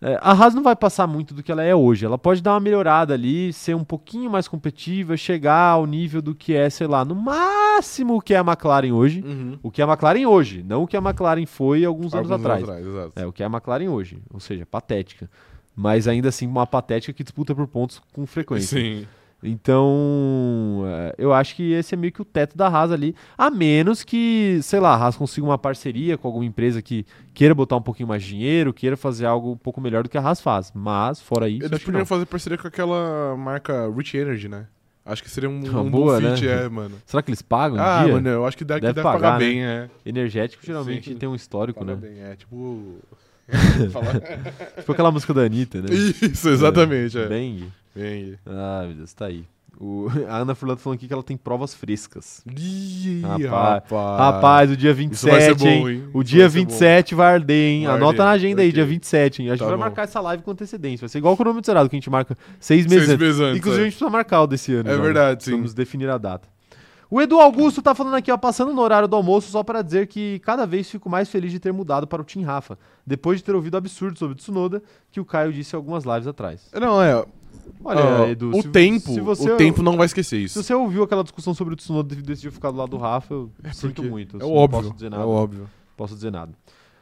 [SPEAKER 1] é, a Haas não vai passar muito do que ela é hoje. Ela pode dar uma melhorada ali, ser um pouquinho mais competitiva, chegar ao nível do que é, sei lá, no máximo o que é a McLaren hoje. O que é a McLaren hoje, não o que a McLaren foi alguns, anos atrás.
[SPEAKER 2] exato.
[SPEAKER 1] É, o que é a McLaren hoje, ou seja, patética. Mas ainda assim, uma patética que disputa por pontos com frequência.
[SPEAKER 2] Sim.
[SPEAKER 1] Então, é, eu acho que esse é meio que o teto da Haas ali. A menos que, sei lá, a Haas consiga uma parceria com alguma empresa que queira botar um pouquinho mais de dinheiro, queira fazer algo um pouco melhor do que a Haas faz. Mas, fora isso,
[SPEAKER 2] Eles
[SPEAKER 1] acho que não.
[SPEAKER 2] poderiam fazer parceria com aquela marca Rich Energy, né? Acho que seria um,
[SPEAKER 1] Uma
[SPEAKER 2] um
[SPEAKER 1] boa,
[SPEAKER 2] bom fit,
[SPEAKER 1] né?
[SPEAKER 2] é, mano.
[SPEAKER 1] Será que eles pagam um
[SPEAKER 2] ah,
[SPEAKER 1] dia?
[SPEAKER 2] mano, eu acho que dá, que
[SPEAKER 1] Deve
[SPEAKER 2] dá pra pagar
[SPEAKER 1] pagar, né?
[SPEAKER 2] bem, é.
[SPEAKER 1] Energético geralmente
[SPEAKER 2] Sim.
[SPEAKER 1] tem um histórico,
[SPEAKER 2] Pagar
[SPEAKER 1] né?
[SPEAKER 2] bem,
[SPEAKER 1] [laughs]
[SPEAKER 2] é. Tipo... Falar-
[SPEAKER 1] Tipo aquela música da Anitta, né?
[SPEAKER 2] Isso, exatamente, é.
[SPEAKER 1] Bang.
[SPEAKER 2] Bem...
[SPEAKER 1] Ah, meu Deus, tá aí. O- [laughs] a Ana Furlando falando aqui que ela tem provas frescas.
[SPEAKER 2] Ih,
[SPEAKER 1] Rapaz,
[SPEAKER 2] rapaz.
[SPEAKER 1] Rapaz, o dia 27,
[SPEAKER 2] isso vai ser bom,
[SPEAKER 1] hein?
[SPEAKER 2] hein?
[SPEAKER 1] O
[SPEAKER 2] Isso
[SPEAKER 1] dia
[SPEAKER 2] vai ser bom.
[SPEAKER 1] 27 vai arder, hein?
[SPEAKER 2] Vai
[SPEAKER 1] Anota
[SPEAKER 2] arder.
[SPEAKER 1] na agenda aí,
[SPEAKER 2] Ok.
[SPEAKER 1] dia 27, hein? A gente
[SPEAKER 2] Tá
[SPEAKER 1] vai
[SPEAKER 2] bom.
[SPEAKER 1] marcar essa live com antecedência. Vai ser igual o cronômetro zerado, que a gente marca seis meses
[SPEAKER 2] Seis
[SPEAKER 1] antes.
[SPEAKER 2] meses antes.
[SPEAKER 1] Inclusive, a gente precisa marcar o desse ano.
[SPEAKER 2] É
[SPEAKER 1] já, né?
[SPEAKER 2] verdade, sim.
[SPEAKER 1] Precisamos definir a data. O Edu Augusto tá falando aqui, ó, passando no horário do almoço, só para dizer que cada vez fico mais feliz de ter mudado para o Tim Rafa, depois de ter ouvido o absurdo sobre o Tsunoda, que o Caio disse algumas lives atrás.
[SPEAKER 2] é. Não, é.
[SPEAKER 1] Olha,
[SPEAKER 2] ó,
[SPEAKER 1] Edu,
[SPEAKER 2] o
[SPEAKER 1] se-
[SPEAKER 2] tempo,
[SPEAKER 1] se você-
[SPEAKER 2] o tempo não vai esquecer
[SPEAKER 1] Se
[SPEAKER 2] isso.
[SPEAKER 1] você ouviu aquela discussão sobre o Tsunoda e decidiu ficar do lado do Rafa, eu sinto
[SPEAKER 2] Porque
[SPEAKER 1] muito. eu
[SPEAKER 2] É
[SPEAKER 1] não
[SPEAKER 2] óbvio.
[SPEAKER 1] posso dizer
[SPEAKER 2] É
[SPEAKER 1] nada.
[SPEAKER 2] óbvio.
[SPEAKER 1] posso dizer nada.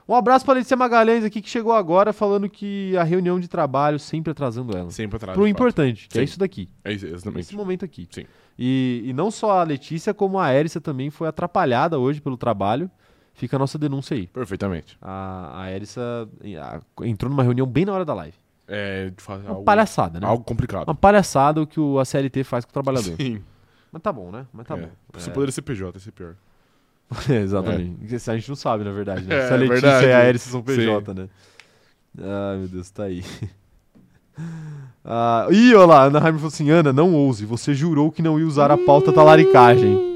[SPEAKER 1] Um abraço para Letícia Magalhães aqui, que chegou agora falando que a reunião de trabalho sempre atrasando ela.
[SPEAKER 2] Sempre atrás.
[SPEAKER 1] Pro
[SPEAKER 2] de fato.
[SPEAKER 1] importante, que é
[SPEAKER 2] Sim.
[SPEAKER 1] isso daqui,
[SPEAKER 2] É isso,
[SPEAKER 1] esse
[SPEAKER 2] exatamente.
[SPEAKER 1] momento aqui.
[SPEAKER 2] Sim.
[SPEAKER 1] E, e não só a Letícia, como a Érica também foi atrapalhada hoje pelo trabalho. Fica a nossa denúncia aí.
[SPEAKER 2] Perfeitamente.
[SPEAKER 1] A, a Érica a- entrou numa reunião bem na hora da live.
[SPEAKER 2] É, de fato,
[SPEAKER 1] Uma
[SPEAKER 2] algo,
[SPEAKER 1] palhaçada, né?
[SPEAKER 2] algo complicado.
[SPEAKER 1] Uma palhaçada o que o, a CLT faz com o trabalhador.
[SPEAKER 2] Sim.
[SPEAKER 1] Mas tá bom, né? Mas tá
[SPEAKER 2] é.
[SPEAKER 1] bom.
[SPEAKER 2] Você
[SPEAKER 1] É.
[SPEAKER 2] poderia ser PJ, esse é pior.
[SPEAKER 1] É, [laughs] exatamente. Isso A gente não sabe, na verdade. Né?
[SPEAKER 2] É,
[SPEAKER 1] Se a Letícia
[SPEAKER 2] verdade.
[SPEAKER 1] e a Érica são PJ, né? Ah, meu Deus, tá aí. [laughs] Ah, ih, olha lá, Ana Heimer falou assim: Ana, não ouse, você jurou que não ia usar a pauta talaricagem.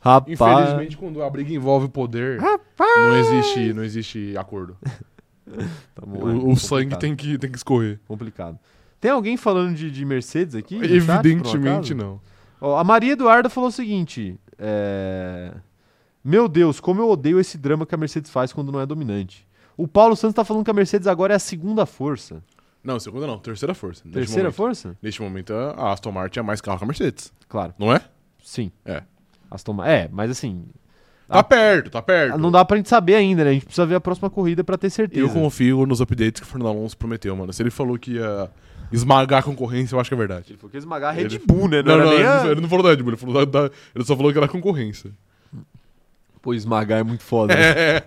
[SPEAKER 1] Rapaz.
[SPEAKER 2] Infelizmente, quando a briga envolve o poder, não existe, não existe
[SPEAKER 1] [laughs]
[SPEAKER 2] acordo.
[SPEAKER 1] Tá bom, é
[SPEAKER 2] O, o sangue
[SPEAKER 1] complicado,
[SPEAKER 2] tem que, tem que escorrer.
[SPEAKER 1] Complicado. Tem alguém falando de, de Mercedes aqui? no chat, por um
[SPEAKER 2] Evidentemente
[SPEAKER 1] acaso?
[SPEAKER 2] não.
[SPEAKER 1] Ó, a Maria Eduarda falou o seguinte: é, Meu Deus, como eu odeio esse drama que a Mercedes faz quando não é dominante. O Paulo Santos tá falando que a Mercedes agora é a segunda força.
[SPEAKER 2] Não, segunda não, terceira força. Neste
[SPEAKER 1] Terceira
[SPEAKER 2] momento-
[SPEAKER 1] força?
[SPEAKER 2] Neste momento, a Aston Martin é mais carro que a Mercedes,
[SPEAKER 1] Claro,
[SPEAKER 2] não é?
[SPEAKER 1] sim.
[SPEAKER 2] É.
[SPEAKER 1] Aston Ma- É, mas assim,
[SPEAKER 2] Tá
[SPEAKER 1] Ah.
[SPEAKER 2] perto, tá perto.
[SPEAKER 1] não dá pra gente saber ainda, né? A gente precisa ver a próxima corrida pra ter certeza.
[SPEAKER 2] Eu confio nos updates que o Fernando Alonso prometeu, mano. Se ele falou que ia esmagar a concorrência, eu acho que é verdade.
[SPEAKER 1] Ele falou Tipo, que ia esmagar a Red
[SPEAKER 2] Ele-
[SPEAKER 1] Bull, né?
[SPEAKER 2] Não,
[SPEAKER 1] era
[SPEAKER 2] não,
[SPEAKER 1] nem
[SPEAKER 2] ele,
[SPEAKER 1] a-
[SPEAKER 2] não- ele não falou da Red Bull, ele, falou da- da- ele só falou que
[SPEAKER 1] [laughs]
[SPEAKER 2] era concorrência.
[SPEAKER 1] Pô, esmagar é muito foda. né?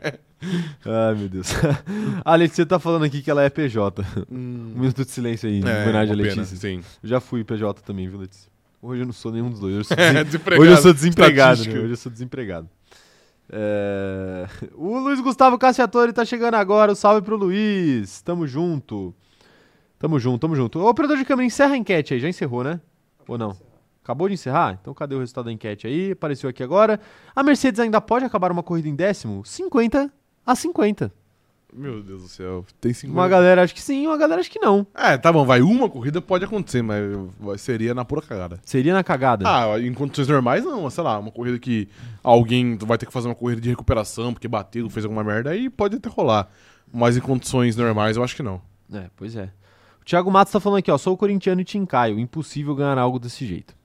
[SPEAKER 1] Ai, meu Deus. [laughs] a Letícia tá falando aqui que ela é PJ. Um minuto de silêncio aí, em
[SPEAKER 2] É,
[SPEAKER 1] homenagem à
[SPEAKER 2] uma pena,
[SPEAKER 1] Letícia.
[SPEAKER 2] Sim.
[SPEAKER 1] Eu já fui PJ também, viu, Letícia? Hoje eu não sou nenhum dos dois. Hoje eu
[SPEAKER 2] [laughs]
[SPEAKER 1] sou,
[SPEAKER 2] [laughs]
[SPEAKER 1] desem-
[SPEAKER 2] É, desempregado.
[SPEAKER 1] hoje eu sou desempregado.
[SPEAKER 2] Estatística.
[SPEAKER 1] né? Hoje eu sou desempregado. É, O Luiz Gustavo Cassiatori tá chegando agora. Um salve pro Luiz. Tamo junto. Tamo junto, tamo junto. Ô, operador de câmera, encerra a enquete aí. Já encerrou, né? Ou não? Acabou de encerrar? Então cadê o resultado da enquete aí? Apareceu aqui agora. A Mercedes ainda pode acabar uma corrida em décimo? 50 a 50.
[SPEAKER 2] Meu Deus do céu. Tem cinco.
[SPEAKER 1] Uma galera acha que sim, uma galera acha que não.
[SPEAKER 2] É, tá bom, vai. Uma corrida pode acontecer, mas seria na pura cagada.
[SPEAKER 1] Seria na cagada.
[SPEAKER 2] Ah, em condições normais, não. Sei lá, uma corrida que alguém vai ter que fazer uma corrida de recuperação porque bateu, fez alguma merda, aí pode até rolar. Mas em condições normais, eu acho que não.
[SPEAKER 1] É, pois é. O Thiago Matos tá falando aqui, ó. Sou corintiano e te encaio. Impossível ganhar algo desse jeito.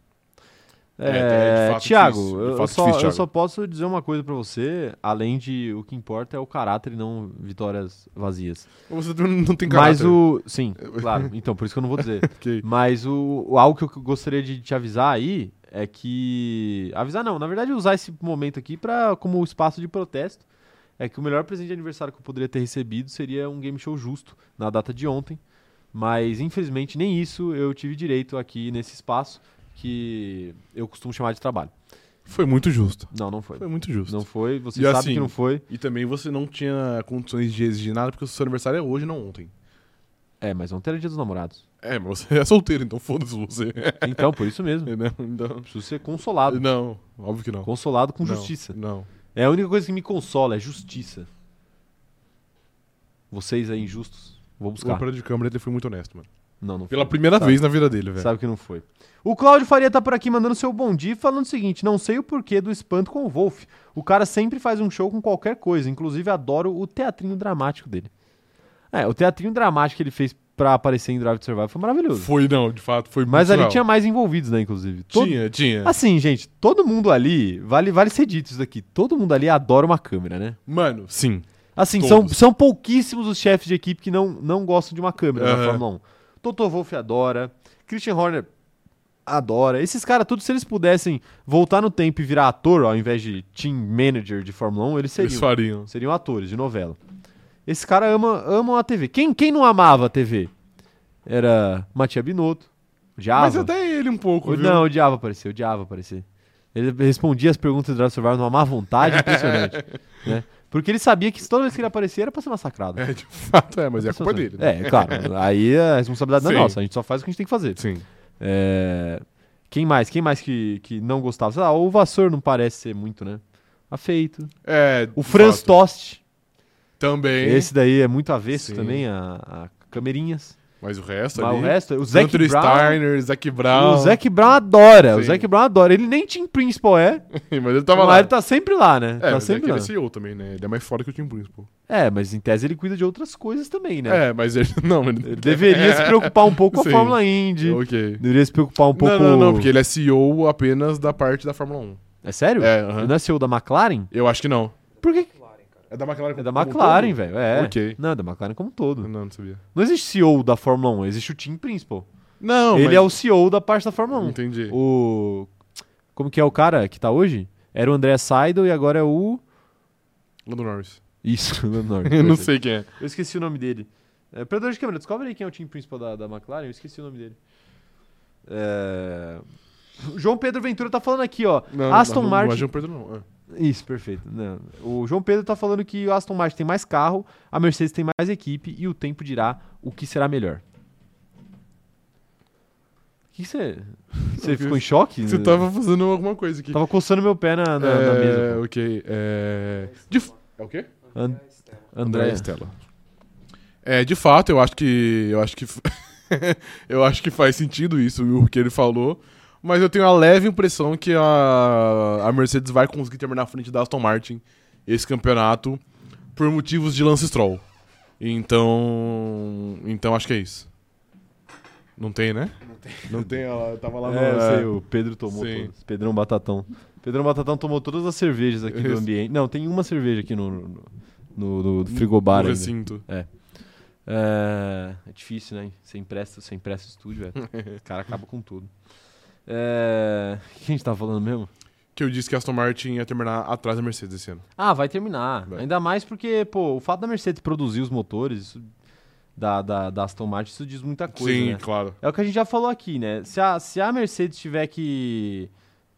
[SPEAKER 1] É,
[SPEAKER 2] É, é de fato
[SPEAKER 1] Thiago,
[SPEAKER 2] difícil, de
[SPEAKER 1] eu,
[SPEAKER 2] fato
[SPEAKER 1] só,
[SPEAKER 2] difícil,
[SPEAKER 1] eu
[SPEAKER 2] Thiago.
[SPEAKER 1] só posso dizer uma coisa pra você, além de o que importa é o caráter e não vitórias vazias.
[SPEAKER 2] Você também não tem caráter.
[SPEAKER 1] Mas o. Sim,
[SPEAKER 2] [laughs]
[SPEAKER 1] claro. Então, por isso que eu não vou dizer.
[SPEAKER 2] Ok.
[SPEAKER 1] Mas o, o- algo que eu gostaria de te avisar aí é que. Avisar não, na verdade, usar esse momento aqui pra, como espaço de protesto. É que o melhor presente de aniversário que eu poderia ter recebido seria um game show justo na data de ontem. Mas infelizmente nem isso eu tive direito aqui nesse espaço que eu costumo chamar de trabalho.
[SPEAKER 2] Foi muito justo.
[SPEAKER 1] Não, não foi.
[SPEAKER 2] Foi muito justo.
[SPEAKER 1] Não foi, você
[SPEAKER 2] E
[SPEAKER 1] sabe
[SPEAKER 2] assim,
[SPEAKER 1] que não foi.
[SPEAKER 2] E também você não tinha condições de exigir nada porque o seu aniversário é hoje, não ontem.
[SPEAKER 1] É, mas ontem era dia dos
[SPEAKER 2] [laughs]
[SPEAKER 1] namorados.
[SPEAKER 2] É, mas você é solteiro, então foda-se [laughs] você.
[SPEAKER 1] Então, por isso mesmo.
[SPEAKER 2] Entendeu? Então-
[SPEAKER 1] Preciso ser consolado.
[SPEAKER 2] Não, óbvio que não.
[SPEAKER 1] Consolado com
[SPEAKER 2] Não,
[SPEAKER 1] justiça.
[SPEAKER 2] Não.
[SPEAKER 1] É a única coisa que me consola, é justiça. Vocês aí injustos, vou
[SPEAKER 2] O
[SPEAKER 1] buscar.
[SPEAKER 2] operador de câmera ele foi muito honesto, mano.
[SPEAKER 1] Não, não foi.
[SPEAKER 2] Pela primeira
[SPEAKER 1] Sabe.
[SPEAKER 2] vez na vida dele, velho.
[SPEAKER 1] Sabe que não foi. O Cláudio Faria tá por aqui mandando seu bom dia e falando o seguinte: não sei o porquê do espanto com o Wolf. O cara sempre faz um show com qualquer coisa, inclusive adoro o teatrinho dramático dele. É, o teatrinho dramático que ele fez pra aparecer em Drive to Survive foi maravilhoso.
[SPEAKER 2] Foi não, de fato, foi
[SPEAKER 1] Mas
[SPEAKER 2] muito
[SPEAKER 1] ali
[SPEAKER 2] real.
[SPEAKER 1] tinha mais envolvidos, né, inclusive. Todo-
[SPEAKER 2] tinha, tinha.
[SPEAKER 1] Assim, gente, todo mundo ali, vale, vale ser dito isso daqui, todo mundo ali adora uma câmera, né?
[SPEAKER 2] Mano, sim.
[SPEAKER 1] Assim, são,
[SPEAKER 2] Todos.
[SPEAKER 1] são pouquíssimos os chefes de equipe que não, não gostam de uma câmera na
[SPEAKER 2] Aham.
[SPEAKER 1] Fórmula 1. Toto Wolff adora, Christian Horner adora. Esses caras, tudo, se eles pudessem voltar no tempo e virar ator, ó, ao invés de team manager de Fórmula 1, eles
[SPEAKER 2] Eles
[SPEAKER 1] seriam,
[SPEAKER 2] fariam.
[SPEAKER 1] seriam atores de novela. Esse cara ama, amam a TV. Quem, quem não amava a TV? Era Matia Binotto, odiava.
[SPEAKER 2] Mas até ele um pouco,
[SPEAKER 1] O-
[SPEAKER 2] viu?
[SPEAKER 1] Não, odiava aparecer, odiava aparecer. Ele respondia as perguntas do Drive to Survive numa má vontade
[SPEAKER 2] [laughs]
[SPEAKER 1] impressionante. né? Porque ele sabia que toda vez que ele aparecia era pra ser massacrado.
[SPEAKER 2] [laughs] É, de fato, é, mas é a culpa dele. né?
[SPEAKER 1] É, claro. Aí a responsabilidade não é
[SPEAKER 2] Sim.
[SPEAKER 1] nossa, a gente só faz o que a gente tem que fazer.
[SPEAKER 2] Sim.
[SPEAKER 1] É, Quem mais? Quem mais que, que não gostava? Sei lá, o Vassour não parece ser muito, né? Afeito.
[SPEAKER 2] É,
[SPEAKER 1] O
[SPEAKER 2] de
[SPEAKER 1] Franz
[SPEAKER 2] fato.
[SPEAKER 1] Tost.
[SPEAKER 2] Também.
[SPEAKER 1] Esse daí é muito avesso
[SPEAKER 2] Sim.
[SPEAKER 1] também, a, a Camerinhas.
[SPEAKER 2] Mas o resto
[SPEAKER 1] Mas
[SPEAKER 2] ali.
[SPEAKER 1] o resto, o Zac
[SPEAKER 2] Anthony
[SPEAKER 1] Brown.
[SPEAKER 2] Steiner, Zac Brown.
[SPEAKER 1] O Zac Brown adora, o
[SPEAKER 2] Sim.
[SPEAKER 1] Zac Brown adora. Ele nem Team Principal é,
[SPEAKER 2] [laughs] mas ele tava
[SPEAKER 1] mas
[SPEAKER 2] lá.
[SPEAKER 1] ele tá sempre lá, né?
[SPEAKER 2] É,
[SPEAKER 1] tá
[SPEAKER 2] mas é que
[SPEAKER 1] sempre
[SPEAKER 2] ele
[SPEAKER 1] lá.
[SPEAKER 2] é CEO também, né? Ele é mais fora que o Tim Principal.
[SPEAKER 1] É, mas em tese ele cuida de outras coisas também, né?
[SPEAKER 2] É, mas ele. [laughs] Não, ele.
[SPEAKER 1] Ele deveria se preocupar um pouco com a
[SPEAKER 2] [laughs] Sim.
[SPEAKER 1] Fórmula Indy.
[SPEAKER 2] Ok.
[SPEAKER 1] Deveria se preocupar um pouco.
[SPEAKER 2] Não, não, não, porque ele é CEO apenas da parte da Fórmula 1.
[SPEAKER 1] É sério?
[SPEAKER 2] É, aham.
[SPEAKER 1] Ele não é CEO da McLaren?
[SPEAKER 2] Eu acho que não.
[SPEAKER 1] Por que?
[SPEAKER 2] É da McLaren.
[SPEAKER 1] É da
[SPEAKER 2] como um
[SPEAKER 1] McLaren,
[SPEAKER 2] todo?
[SPEAKER 1] velho. É.
[SPEAKER 2] Ok.
[SPEAKER 1] Não, é da McLaren como um todo.
[SPEAKER 2] Não, não sabia.
[SPEAKER 1] Não existe CEO da Fórmula 1, existe o time principal.
[SPEAKER 2] Não,
[SPEAKER 1] ele
[SPEAKER 2] mas-
[SPEAKER 1] é o CEO da parte da Fórmula 1.
[SPEAKER 2] Entendi.
[SPEAKER 1] O. Como que é o cara que tá hoje? Era o André Seidel e agora é o.
[SPEAKER 2] Lando Norris.
[SPEAKER 1] Isso, o nome.
[SPEAKER 2] Eu não sei quem é.
[SPEAKER 1] [laughs] Eu esqueci o nome dele. É, operador de câmera, descobre aí quem é o time principal da, da McLaren. Eu esqueci o nome dele. É, o João Pedro Ventura tá falando aqui, ó.
[SPEAKER 2] Não,
[SPEAKER 1] Aston
[SPEAKER 2] não,
[SPEAKER 1] Martin. Hum.
[SPEAKER 2] Não, não, Pedro não. é.
[SPEAKER 1] Isso, perfeito. Não. O João Pedro tá falando que o Aston Martin tem mais carro, a Mercedes tem mais equipe e o tempo dirá o que será melhor. O que que você. Você
[SPEAKER 2] [laughs] Eu
[SPEAKER 1] ficou em
[SPEAKER 2] fiz-
[SPEAKER 1] choque?
[SPEAKER 2] Você tava fazendo alguma coisa aqui.
[SPEAKER 1] Tava coçando meu pé na, na, na mesa.
[SPEAKER 2] É, ok. É... De... f- É o quê?
[SPEAKER 1] pô. And-
[SPEAKER 2] André
[SPEAKER 1] André.
[SPEAKER 2] Estela. É, de fato, eu acho que. Eu acho que. [laughs] eu acho que faz sentido isso, o que ele falou. Mas eu tenho a leve impressão que a, a Mercedes vai conseguir terminar à frente da Aston Martin esse campeonato por motivos de Lance Stroll. Então. Então acho que é isso. Não tem, né? Não tem. Não tem, ela tava lá no.
[SPEAKER 1] É, eu sei, o Pedro tomou
[SPEAKER 2] Sim.
[SPEAKER 1] todas. Pedrão Batatão. Pedrão Batatão tomou todas as cervejas aqui do
[SPEAKER 2] Isso.
[SPEAKER 1] ambiente. Não, tem uma cerveja aqui no, no, no- no- do frigobar
[SPEAKER 2] no
[SPEAKER 1] ainda.
[SPEAKER 2] recinto.
[SPEAKER 1] É, é difícil, né? Você empresta, você empresta o estúdio,
[SPEAKER 2] [laughs]
[SPEAKER 1] velho. o cara acaba com tudo. É, O que a gente tava falando mesmo?
[SPEAKER 2] Que eu disse que a Aston Martin ia terminar atrás da Mercedes esse ano.
[SPEAKER 1] Ah, vai terminar.
[SPEAKER 2] Vai.
[SPEAKER 1] Ainda mais porque, pô, o fato da Mercedes produzir os motores, isso da, da, da Aston Martin, isso diz muita coisa,
[SPEAKER 2] Sim,
[SPEAKER 1] né?
[SPEAKER 2] claro.
[SPEAKER 1] É o que a gente já falou aqui, né? Se a, se a Mercedes tiver que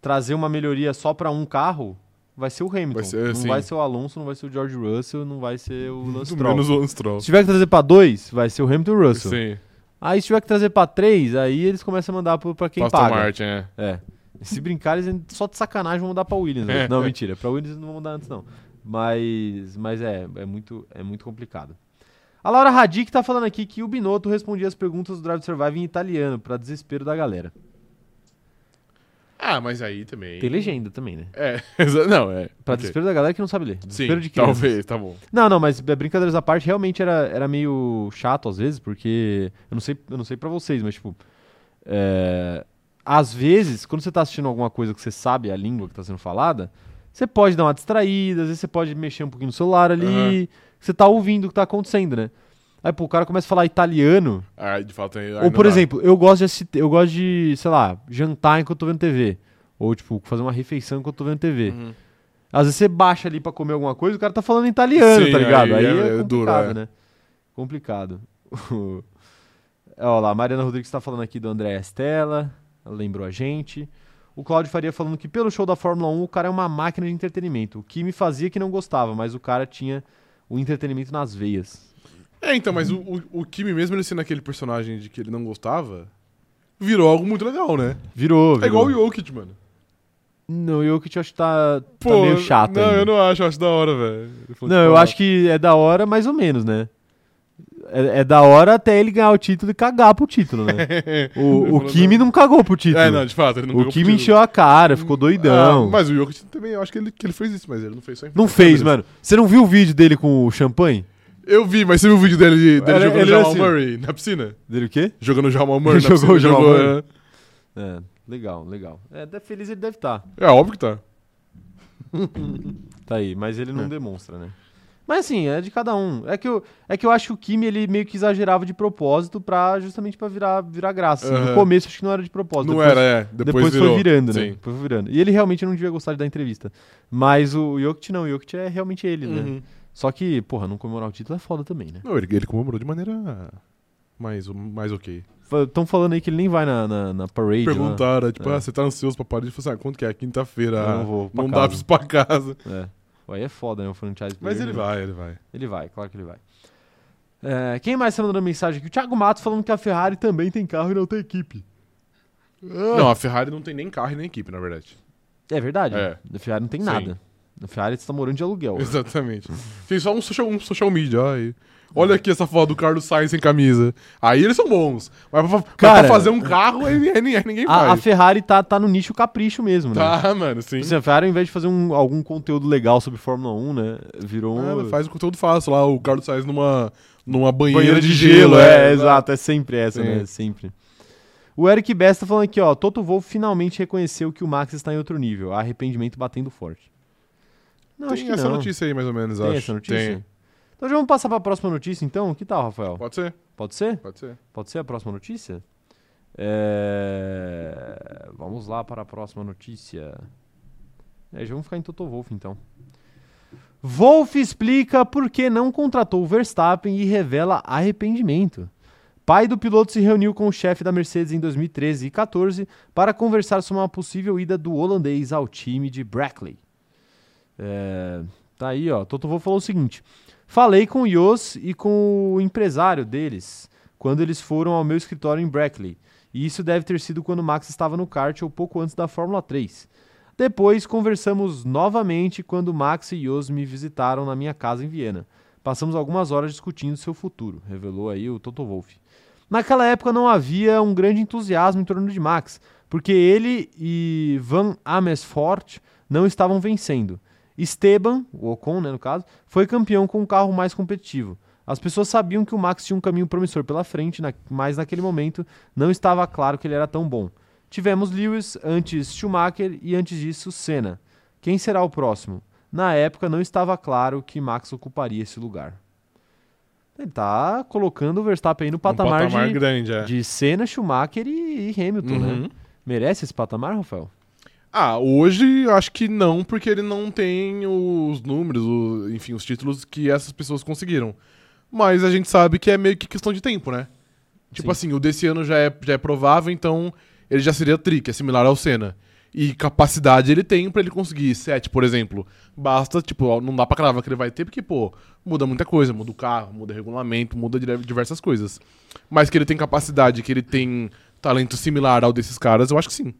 [SPEAKER 1] trazer uma melhoria só pra um carro, vai ser o Hamilton.
[SPEAKER 2] Vai ser,
[SPEAKER 1] não
[SPEAKER 2] sim.
[SPEAKER 1] vai ser o Alonso, não vai ser o George Russell, não vai ser
[SPEAKER 2] [laughs]
[SPEAKER 1] o Lance
[SPEAKER 2] Muito
[SPEAKER 1] Stroll.
[SPEAKER 2] menos o Lance Stroll.
[SPEAKER 1] Se tiver que trazer pra dois, vai ser o Hamilton e o Russell.
[SPEAKER 2] Sim,
[SPEAKER 1] Aí se tiver que trazer pra três, aí eles começam a mandar pro- pra quem
[SPEAKER 2] Aston
[SPEAKER 1] paga.
[SPEAKER 2] Martin, é.
[SPEAKER 1] É. Se brincar, eles só de sacanagem vão mudar pra Williams.
[SPEAKER 2] [laughs] É.
[SPEAKER 1] né? Não, mentira. Pra Williams eles não vão mudar antes, não. Mas, mas é, é, muito, é muito complicado. A Laura Radic tá falando aqui que o Binotto respondia as perguntas do Drive to Survive em italiano, pra desespero da galera.
[SPEAKER 2] Ah, mas aí também...
[SPEAKER 1] Tem legenda também, né?
[SPEAKER 2] É, [laughs] exa- não, é.
[SPEAKER 1] Pra
[SPEAKER 2] ok.
[SPEAKER 1] desespero da galera que não sabe ler.
[SPEAKER 2] Sim,
[SPEAKER 1] Desespero de crianças.
[SPEAKER 2] talvez, tá bom.
[SPEAKER 1] Não, não, mas é, brincadeiras à parte, realmente era, era meio chato às vezes, porque eu não sei, eu não sei para vocês, mas tipo, é, às vezes, quando você tá assistindo alguma coisa que você sabe a língua que tá sendo falada, você pode dar uma distraída, às vezes você pode mexer um pouquinho no celular ali, você tá ouvindo o que tá acontecendo, né? Aí pô, o cara começa a falar italiano,
[SPEAKER 2] Ah, de fato, aí
[SPEAKER 1] ou
[SPEAKER 2] não
[SPEAKER 1] por
[SPEAKER 2] dá.
[SPEAKER 1] exemplo, eu gosto de assistir- eu gosto de, sei lá, jantar enquanto eu tô vendo TV, ou tipo, fazer uma refeição enquanto eu tô vendo TV.
[SPEAKER 2] Uhum.
[SPEAKER 1] Às vezes você baixa ali pra comer alguma coisa e o cara tá falando italiano,
[SPEAKER 2] Sim,
[SPEAKER 1] tá ligado? Aí,
[SPEAKER 2] aí
[SPEAKER 1] é,
[SPEAKER 2] é- é
[SPEAKER 1] complicado,
[SPEAKER 2] duro, é.
[SPEAKER 1] né? Complicado. [laughs] Olha lá, a Mariana Rodrigues tá falando aqui do André Estela, ela lembrou a gente. O Claudio Faria falando que pelo show da Fórmula 1 o cara é uma máquina de entretenimento. O que me fazia que não gostava, mas o cara tinha o entretenimento nas veias.
[SPEAKER 2] É, então, mas o, o, o Kimi, mesmo ele sendo aquele personagem de que ele não gostava, virou algo muito legal, né?
[SPEAKER 1] Virou, virou.
[SPEAKER 2] É igual o Jokic, mano.
[SPEAKER 1] Não, eu que te acho que tá, tá meio chato
[SPEAKER 2] Não,
[SPEAKER 1] ainda.
[SPEAKER 2] eu não acho, eu acho da hora, velho. Ele
[SPEAKER 1] Não,
[SPEAKER 2] falou, tipo,
[SPEAKER 1] eu
[SPEAKER 2] ah,
[SPEAKER 1] acho que é da hora, mais ou menos, né? É, é da hora até ele ganhar o título e cagar pro título,
[SPEAKER 2] [laughs]
[SPEAKER 1] né? O, o Kimi não cagou pro título.
[SPEAKER 2] É, não, de fato, ele não
[SPEAKER 1] o
[SPEAKER 2] pegou
[SPEAKER 1] Kimi
[SPEAKER 2] pedido.
[SPEAKER 1] encheu a cara, ficou doidão.
[SPEAKER 2] Ah, mas é o Jokic também, eu acho que ele, que ele fez isso, mas ele não fez só em
[SPEAKER 1] Não
[SPEAKER 2] frente às
[SPEAKER 1] fez, mano.
[SPEAKER 2] câmeras.
[SPEAKER 1] Você não viu o vídeo dele com o champanhe?
[SPEAKER 2] Eu vi, mas você viu o vídeo dele, dele
[SPEAKER 1] Ele-
[SPEAKER 2] jogando
[SPEAKER 1] ele
[SPEAKER 2] o Jamal
[SPEAKER 1] assim.
[SPEAKER 2] Murray na piscina?
[SPEAKER 1] Dele o quê?
[SPEAKER 2] Jogando o Jamal Murray
[SPEAKER 1] [laughs]
[SPEAKER 2] na
[SPEAKER 1] Jogou
[SPEAKER 2] piscina.
[SPEAKER 1] o Jamal
[SPEAKER 2] jogou,
[SPEAKER 1] Murray. É, legal, legal. É, até feliz ele deve estar.
[SPEAKER 2] É, é óbvio que tá.
[SPEAKER 1] Tá aí, mas ele não
[SPEAKER 2] É.
[SPEAKER 1] demonstra, né? Mas assim, é de cada um. É que eu, é que eu acho que o Kimi ele meio que exagerava de propósito para justamente para virar virar graça. assim. No
[SPEAKER 2] Aham.
[SPEAKER 1] começo acho que não era de propósito.
[SPEAKER 2] não
[SPEAKER 1] depois
[SPEAKER 2] era, é. Depois,
[SPEAKER 1] Depois,
[SPEAKER 2] virou.
[SPEAKER 1] foi virando, né?
[SPEAKER 2] Sim.
[SPEAKER 1] Depois foi virando. E ele realmente não devia gostar de dar entrevista. Mas o Jokic não, o Jokic é realmente ele, né?
[SPEAKER 2] Uhum.
[SPEAKER 1] Só que, porra, não comemorar o título é foda também, né?
[SPEAKER 2] Não, ele, ele comemorou de maneira mais, mais ok.
[SPEAKER 1] Estão falando aí que ele nem vai na, na, na parade. lá.
[SPEAKER 2] Perguntaram, tipo,
[SPEAKER 1] É.
[SPEAKER 2] ah, você tá ansioso pra Paris? Eu falei assim, ah, quanto que é? Quinta-feira.
[SPEAKER 1] Eu não
[SPEAKER 2] ah,
[SPEAKER 1] vou pra
[SPEAKER 2] Não
[SPEAKER 1] casa.
[SPEAKER 2] dá pra ir pra
[SPEAKER 1] [laughs]
[SPEAKER 2] casa.
[SPEAKER 1] É. Pô, Aí é foda, né? O franchise.
[SPEAKER 2] Mas
[SPEAKER 1] player,
[SPEAKER 2] ele
[SPEAKER 1] né?
[SPEAKER 2] vai, ele vai.
[SPEAKER 1] Ele vai, claro que ele vai. É, quem mais tá mandando mensagem aqui? O Thiago Matos falando que a Ferrari também tem carro e não tem equipe. Ah.
[SPEAKER 2] Não, a Ferrari não tem nem carro e nem equipe, na verdade.
[SPEAKER 1] É verdade.
[SPEAKER 2] É.
[SPEAKER 1] A Ferrari não tem
[SPEAKER 2] Sim.
[SPEAKER 1] nada. A Ferrari está morando de aluguel.
[SPEAKER 2] [laughs] Exatamente. Tem só um social, um social media, ó, aí. Olha aqui essa foto do Carlos Sainz sem camisa. Aí eles são bons. Mas pra, mas
[SPEAKER 1] Cara-
[SPEAKER 2] pra fazer um carro, aí, [laughs] ni- aí ni- aí ninguém
[SPEAKER 1] A, a
[SPEAKER 2] faz.
[SPEAKER 1] Ferrari tá, tá no nicho capricho mesmo, né?
[SPEAKER 2] Tá, mano, sim.
[SPEAKER 1] Tipo assim, a Ferrari, ao invés de fazer um- algum conteúdo legal sobre Fórmula 1, né? Virou
[SPEAKER 2] Ah,
[SPEAKER 1] um.
[SPEAKER 2] mas faz o conteúdo fácil lá, o Carlos Sainz numa, numa banheira,
[SPEAKER 1] banheiro
[SPEAKER 2] de, gelo. é,
[SPEAKER 1] exato. É sempre essa,
[SPEAKER 2] Sim.
[SPEAKER 1] né? É Sempre. O Eric Besta falando aqui, ó. Toto Wolff finalmente reconheceu que o Max está em outro nível. Arrependimento batendo forte. Não,
[SPEAKER 2] Tem
[SPEAKER 1] acho que
[SPEAKER 2] essa
[SPEAKER 1] não.
[SPEAKER 2] notícia aí, mais ou menos,
[SPEAKER 1] Tem
[SPEAKER 2] acho.
[SPEAKER 1] essa notícia?
[SPEAKER 2] Tem.
[SPEAKER 1] Então já vamos passar para a próxima notícia, então? Que tal, Rafael?
[SPEAKER 2] Pode ser,
[SPEAKER 1] Pode ser?
[SPEAKER 2] pode ser.
[SPEAKER 1] Pode ser a próxima notícia? É, Vamos lá para a próxima notícia. É, já vamos ficar em Toto Wolff então. Wolff explica por que não contratou o Verstappen e revela arrependimento. Pai do piloto se reuniu com o chefe da Mercedes em 2013 e 14 para conversar sobre uma possível ida do holandês ao time de Brackley. É, tá aí, ó. Toto Wolff falou o seguinte: Falei com o Jos e com o empresário deles quando eles foram ao meu escritório em Brackley. E isso deve ter sido quando o Max estava no kart ou pouco antes da Fórmula 3. Depois conversamos novamente quando Max e Jos me visitaram na minha casa em Viena. Passamos algumas horas discutindo seu futuro, revelou aí o Toto Wolff. Naquela época não havia um grande entusiasmo em torno de Max, porque ele e Van Amersfoort não estavam vencendo. Esteban, o Ocon, né, no caso, foi campeão com um carro mais competitivo. As pessoas sabiam que o Max tinha um caminho promissor pela frente, na- mas naquele momento não estava claro que ele era tão bom. Tivemos Lewis, antes Schumacher e antes disso Senna. Quem será o próximo? Na época não estava claro que Max ocuparia esse lugar. Ele tá colocando o Verstappen aí no patamar,
[SPEAKER 2] um patamar
[SPEAKER 1] de,
[SPEAKER 2] grande, é.
[SPEAKER 1] de Senna, Schumacher e, e Hamilton,
[SPEAKER 2] Uhum.
[SPEAKER 1] né? Merece esse patamar, Rafael?
[SPEAKER 2] Ah, hoje eu acho que não, porque ele não tem os números, o- enfim, os títulos que essas pessoas conseguiram. Mas a gente sabe que é meio que questão de tempo, né? Tipo assim, o desse ano já é, já é provável, então ele já seria tri, que é similar ao Senna. E capacidade ele tem pra ele conseguir sete, por exemplo. Basta, tipo, ó, não dá pra cravar que ele vai ter, porque, pô, muda muita coisa. Muda o carro, muda o regulamento, muda dire- diversas coisas. Mas que ele tem capacidade, que ele tem talento similar ao desses caras, eu acho que sim.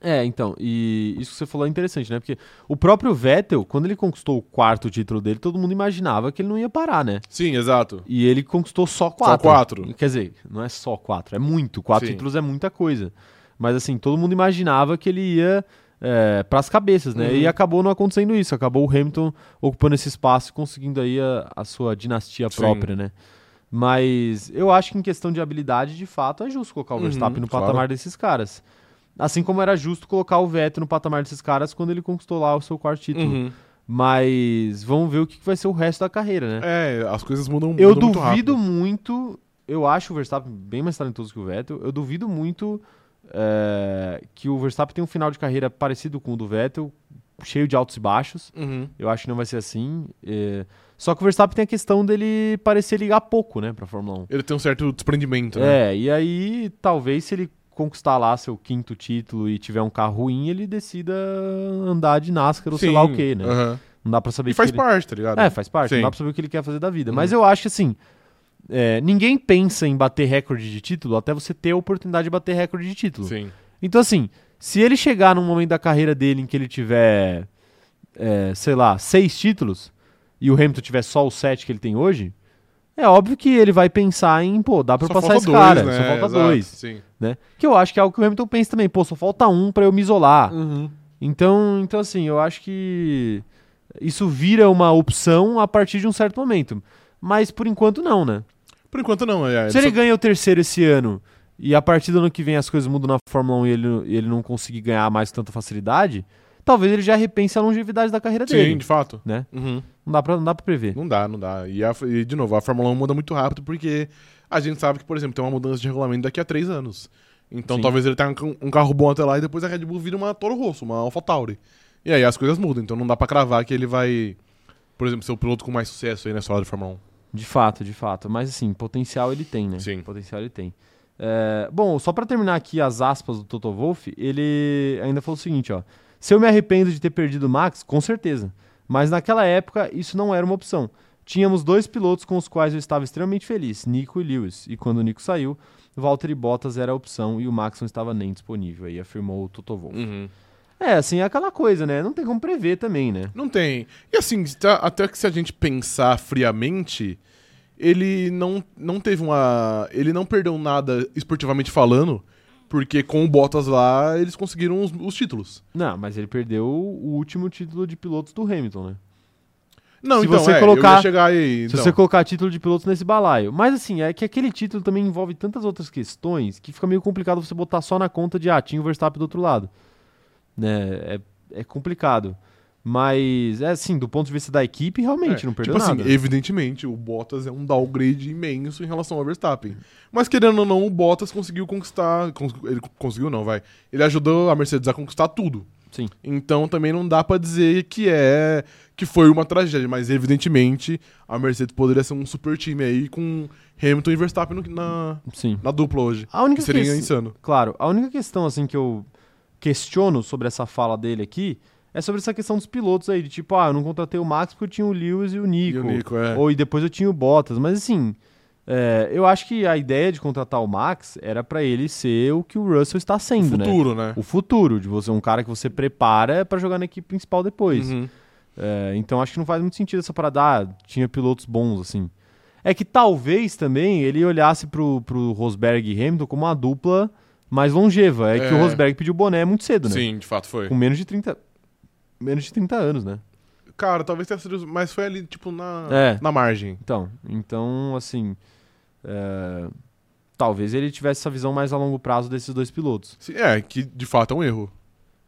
[SPEAKER 1] É, então, e isso que você falou é interessante, né? Porque o próprio Vettel, quando ele conquistou o quarto título dele, todo mundo imaginava que ele não ia parar, né?
[SPEAKER 2] Sim, exato.
[SPEAKER 1] E ele conquistou só quatro.
[SPEAKER 2] quatro.
[SPEAKER 1] Quer dizer, não é só quatro, é muito. Quatro
[SPEAKER 2] Sim.
[SPEAKER 1] títulos é muita coisa. Mas assim, todo mundo imaginava que ele ia é, para as cabeças, né?
[SPEAKER 2] Uhum.
[SPEAKER 1] E acabou não acontecendo isso. Acabou o Hamilton ocupando esse espaço, e conseguindo aí a, a sua dinastia
[SPEAKER 2] Sim.
[SPEAKER 1] própria, né? Mas eu acho que em questão de habilidade, de fato, é justo colocar o
[SPEAKER 2] Uhum,
[SPEAKER 1] Verstappen no
[SPEAKER 2] claro.
[SPEAKER 1] patamar desses caras. Assim como era justo colocar o Vettel no patamar desses caras quando ele conquistou lá o seu quarto título.
[SPEAKER 2] Uhum.
[SPEAKER 1] Mas vamos ver o que que vai ser o resto da carreira, né?
[SPEAKER 2] É, as coisas mudam,
[SPEAKER 1] Eu
[SPEAKER 2] mudam muito rápido.
[SPEAKER 1] duvido muito, Eu acho o Verstappen bem mais talentoso que o Vettel. Eu duvido muito é, que o Verstappen tenha um final de carreira parecido com o do Vettel, cheio de altos e baixos.
[SPEAKER 2] Uhum.
[SPEAKER 1] Eu acho que não vai ser assim. é. Só que o Verstappen tem a questão dele parecer ligar pouco, né, pra Fórmula 1.
[SPEAKER 2] Ele tem um certo desprendimento, né?
[SPEAKER 1] É, e aí talvez se ele conquistar lá seu quinto título e tiver um carro ruim, ele decida andar de NASCAR ou sei
[SPEAKER 2] Sim,
[SPEAKER 1] lá o que, né?
[SPEAKER 2] aham.
[SPEAKER 1] Não dá pra saber
[SPEAKER 2] E faz
[SPEAKER 1] que ele-
[SPEAKER 2] parte, tá ligado?
[SPEAKER 1] é, faz parte.
[SPEAKER 2] Sim.
[SPEAKER 1] Não dá pra saber o que ele quer fazer da vida.
[SPEAKER 2] Uhum.
[SPEAKER 1] Mas eu acho que assim. é, ninguém pensa em bater recorde de título até você ter a oportunidade de bater recorde de título.
[SPEAKER 2] Sim.
[SPEAKER 1] Então, assim, se ele chegar num momento da carreira dele em que ele tiver, é, sei lá, seis títulos e o Hamilton tiver só os sete que ele tem hoje, é óbvio que ele vai pensar em, pô, dá pra eu
[SPEAKER 2] Só
[SPEAKER 1] passar
[SPEAKER 2] falta
[SPEAKER 1] esse
[SPEAKER 2] dois,
[SPEAKER 1] cara,
[SPEAKER 2] né?
[SPEAKER 1] só falta
[SPEAKER 2] Exato,
[SPEAKER 1] dois,
[SPEAKER 2] Sim.
[SPEAKER 1] né? Que eu acho que é algo que o Hamilton pensa também, pô, só falta um pra eu me isolar.
[SPEAKER 2] Uhum.
[SPEAKER 1] Então, então assim, eu acho que isso vira uma opção a partir de um certo momento. Mas por enquanto não, né?
[SPEAKER 2] Por enquanto não, é.
[SPEAKER 1] Se ele
[SPEAKER 2] só-
[SPEAKER 1] ganha o terceiro esse ano e a partir do ano que vem as coisas mudam na Fórmula 1 e ele, e ele não conseguir ganhar mais com tanta facilidade, talvez ele já repense a longevidade da carreira
[SPEAKER 2] Sim,
[SPEAKER 1] dele.
[SPEAKER 2] de fato.
[SPEAKER 1] né?
[SPEAKER 2] Uhum.
[SPEAKER 1] Não dá, pra, não dá pra prever.
[SPEAKER 2] Não dá, não dá. E, a- e, de novo, a Fórmula 1 muda muito rápido porque a gente sabe que, por exemplo, tem uma mudança de regulamento daqui a três anos. Então
[SPEAKER 1] Sim.
[SPEAKER 2] talvez ele tenha um, um carro bom até lá e depois a Red Bull vira uma Toro Rosso, uma AlphaTauri. E aí as coisas mudam, então não dá pra cravar que ele vai, por exemplo, ser o piloto com mais sucesso aí nessa hora de Fórmula um.
[SPEAKER 1] De fato, de fato. Mas assim, potencial ele tem, né?
[SPEAKER 2] Sim.
[SPEAKER 1] Potencial ele tem. É, bom, só pra terminar aqui as aspas do Toto Wolff, ele ainda falou o seguinte, ó. Se eu me arrependo de ter perdido o Max, com certeza. Mas naquela época isso não era uma opção. Tínhamos dois pilotos com os quais eu estava extremamente feliz, Nico e Lewis. E quando o Nico saiu, Valtteri Bottas era a opção e o Max não estava nem disponível, aí afirmou o Toto
[SPEAKER 2] 1.
[SPEAKER 1] Wolff. É, assim, é aquela coisa, né? Não tem como prever também, né?
[SPEAKER 2] Não tem. E assim, tá- até que se a gente pensar friamente, ele não, não teve uma. Ele não perdeu nada esportivamente falando, porque com o Bottas lá eles conseguiram os, os títulos.
[SPEAKER 1] Não, mas ele perdeu o último título de pilotos do Hamilton, né?
[SPEAKER 2] Não,
[SPEAKER 1] Se
[SPEAKER 2] então
[SPEAKER 1] você
[SPEAKER 2] é, eu
[SPEAKER 1] colocar-
[SPEAKER 2] ia chegar aí. Então.
[SPEAKER 1] Se você colocar título de pilotos nesse balaio. Mas assim, é que aquele título também envolve tantas outras questões que fica meio complicado você botar só na conta de ah, tinha o Verstappen do outro lado. Né? É, é complicado. Mas, é assim, do ponto de vista da equipe, realmente
[SPEAKER 2] É,
[SPEAKER 1] não perdeu
[SPEAKER 2] tipo
[SPEAKER 1] nada.
[SPEAKER 2] assim, evidentemente, o Bottas é um downgrade imenso em relação ao Verstappen. Mas querendo ou não, o Bottas conseguiu conquistar. cons- Ele conseguiu, não, vai. Ele ajudou a Mercedes a conquistar tudo.
[SPEAKER 1] Sim.
[SPEAKER 2] Então também não dá pra dizer que é que foi uma tragédia, mas evidentemente a Mercedes poderia ser um super time aí com Hamilton e Verstappen no- na,
[SPEAKER 1] Sim.
[SPEAKER 2] na dupla hoje.
[SPEAKER 1] A única
[SPEAKER 2] Que seria
[SPEAKER 1] questão-
[SPEAKER 2] insano.
[SPEAKER 1] Claro, a única questão assim que eu questiono sobre essa fala dele aqui é sobre essa questão dos pilotos aí, de tipo, ah, eu não contratei o Max porque eu tinha o Lewis e o
[SPEAKER 2] E
[SPEAKER 1] Nico.
[SPEAKER 2] o Nico, é.
[SPEAKER 1] Ou e depois eu tinha o Bottas, mas assim, é, eu acho que a ideia de contratar o Max era pra ele ser o que o Russell está
[SPEAKER 2] O
[SPEAKER 1] sendo, né?
[SPEAKER 2] futuro, né?
[SPEAKER 1] O futuro, de você um cara que você prepara pra jogar na equipe principal depois.
[SPEAKER 2] Uhum.
[SPEAKER 1] É, então acho que não faz muito sentido essa parada, ah, tinha pilotos bons assim. É que talvez também ele olhasse pro, pro Rosberg e Hamilton como uma dupla mais longeva. É, que o
[SPEAKER 2] É.
[SPEAKER 1] Rosberg pediu boné muito cedo, né?
[SPEAKER 2] Sim, de fato foi.
[SPEAKER 1] Com menos de 30 menos de 30 anos, né?
[SPEAKER 2] Cara, talvez tenha sido. Mas foi ali, tipo, na,
[SPEAKER 1] É.
[SPEAKER 2] na margem.
[SPEAKER 1] Então, então assim, é, talvez ele tivesse essa visão mais a longo prazo desses dois pilotos.
[SPEAKER 2] Se- É, que de fato é um erro.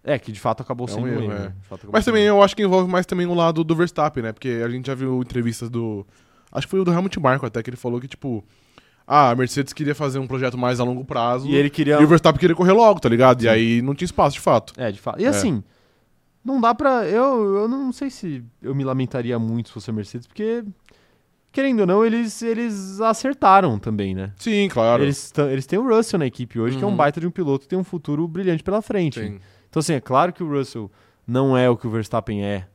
[SPEAKER 1] É, que de fato acabou
[SPEAKER 2] É um
[SPEAKER 1] sendo um
[SPEAKER 2] erro,
[SPEAKER 1] erro.
[SPEAKER 2] é.
[SPEAKER 1] né? De fato acabou
[SPEAKER 2] Mas
[SPEAKER 1] sendo
[SPEAKER 2] também
[SPEAKER 1] um erro.
[SPEAKER 2] eu acho que envolve mais também o lado do Verstappen, né? Porque a gente já viu entrevistas do. Acho que foi o do Hamilton Marco até, que ele falou que, tipo. Ah, a Mercedes queria fazer um projeto mais a longo prazo.
[SPEAKER 1] E ele queria
[SPEAKER 2] é um e o Verstappen queria correr logo, tá ligado? E aí não tinha espaço, de fato.
[SPEAKER 1] É, de fato. E
[SPEAKER 2] É.
[SPEAKER 1] assim, não dá pra. Eu, eu não sei se eu me lamentaria muito se fosse a Mercedes, porque querendo ou não, eles, eles acertaram também, né?
[SPEAKER 2] Sim, claro.
[SPEAKER 1] Eles, tão- eles têm o Russell na equipe hoje, que é um
[SPEAKER 2] Uhum.
[SPEAKER 1] baita de um piloto, tem um futuro brilhante pela frente.
[SPEAKER 2] Sim.
[SPEAKER 1] Então, assim, é claro que o Russell não é o que o Verstappen é,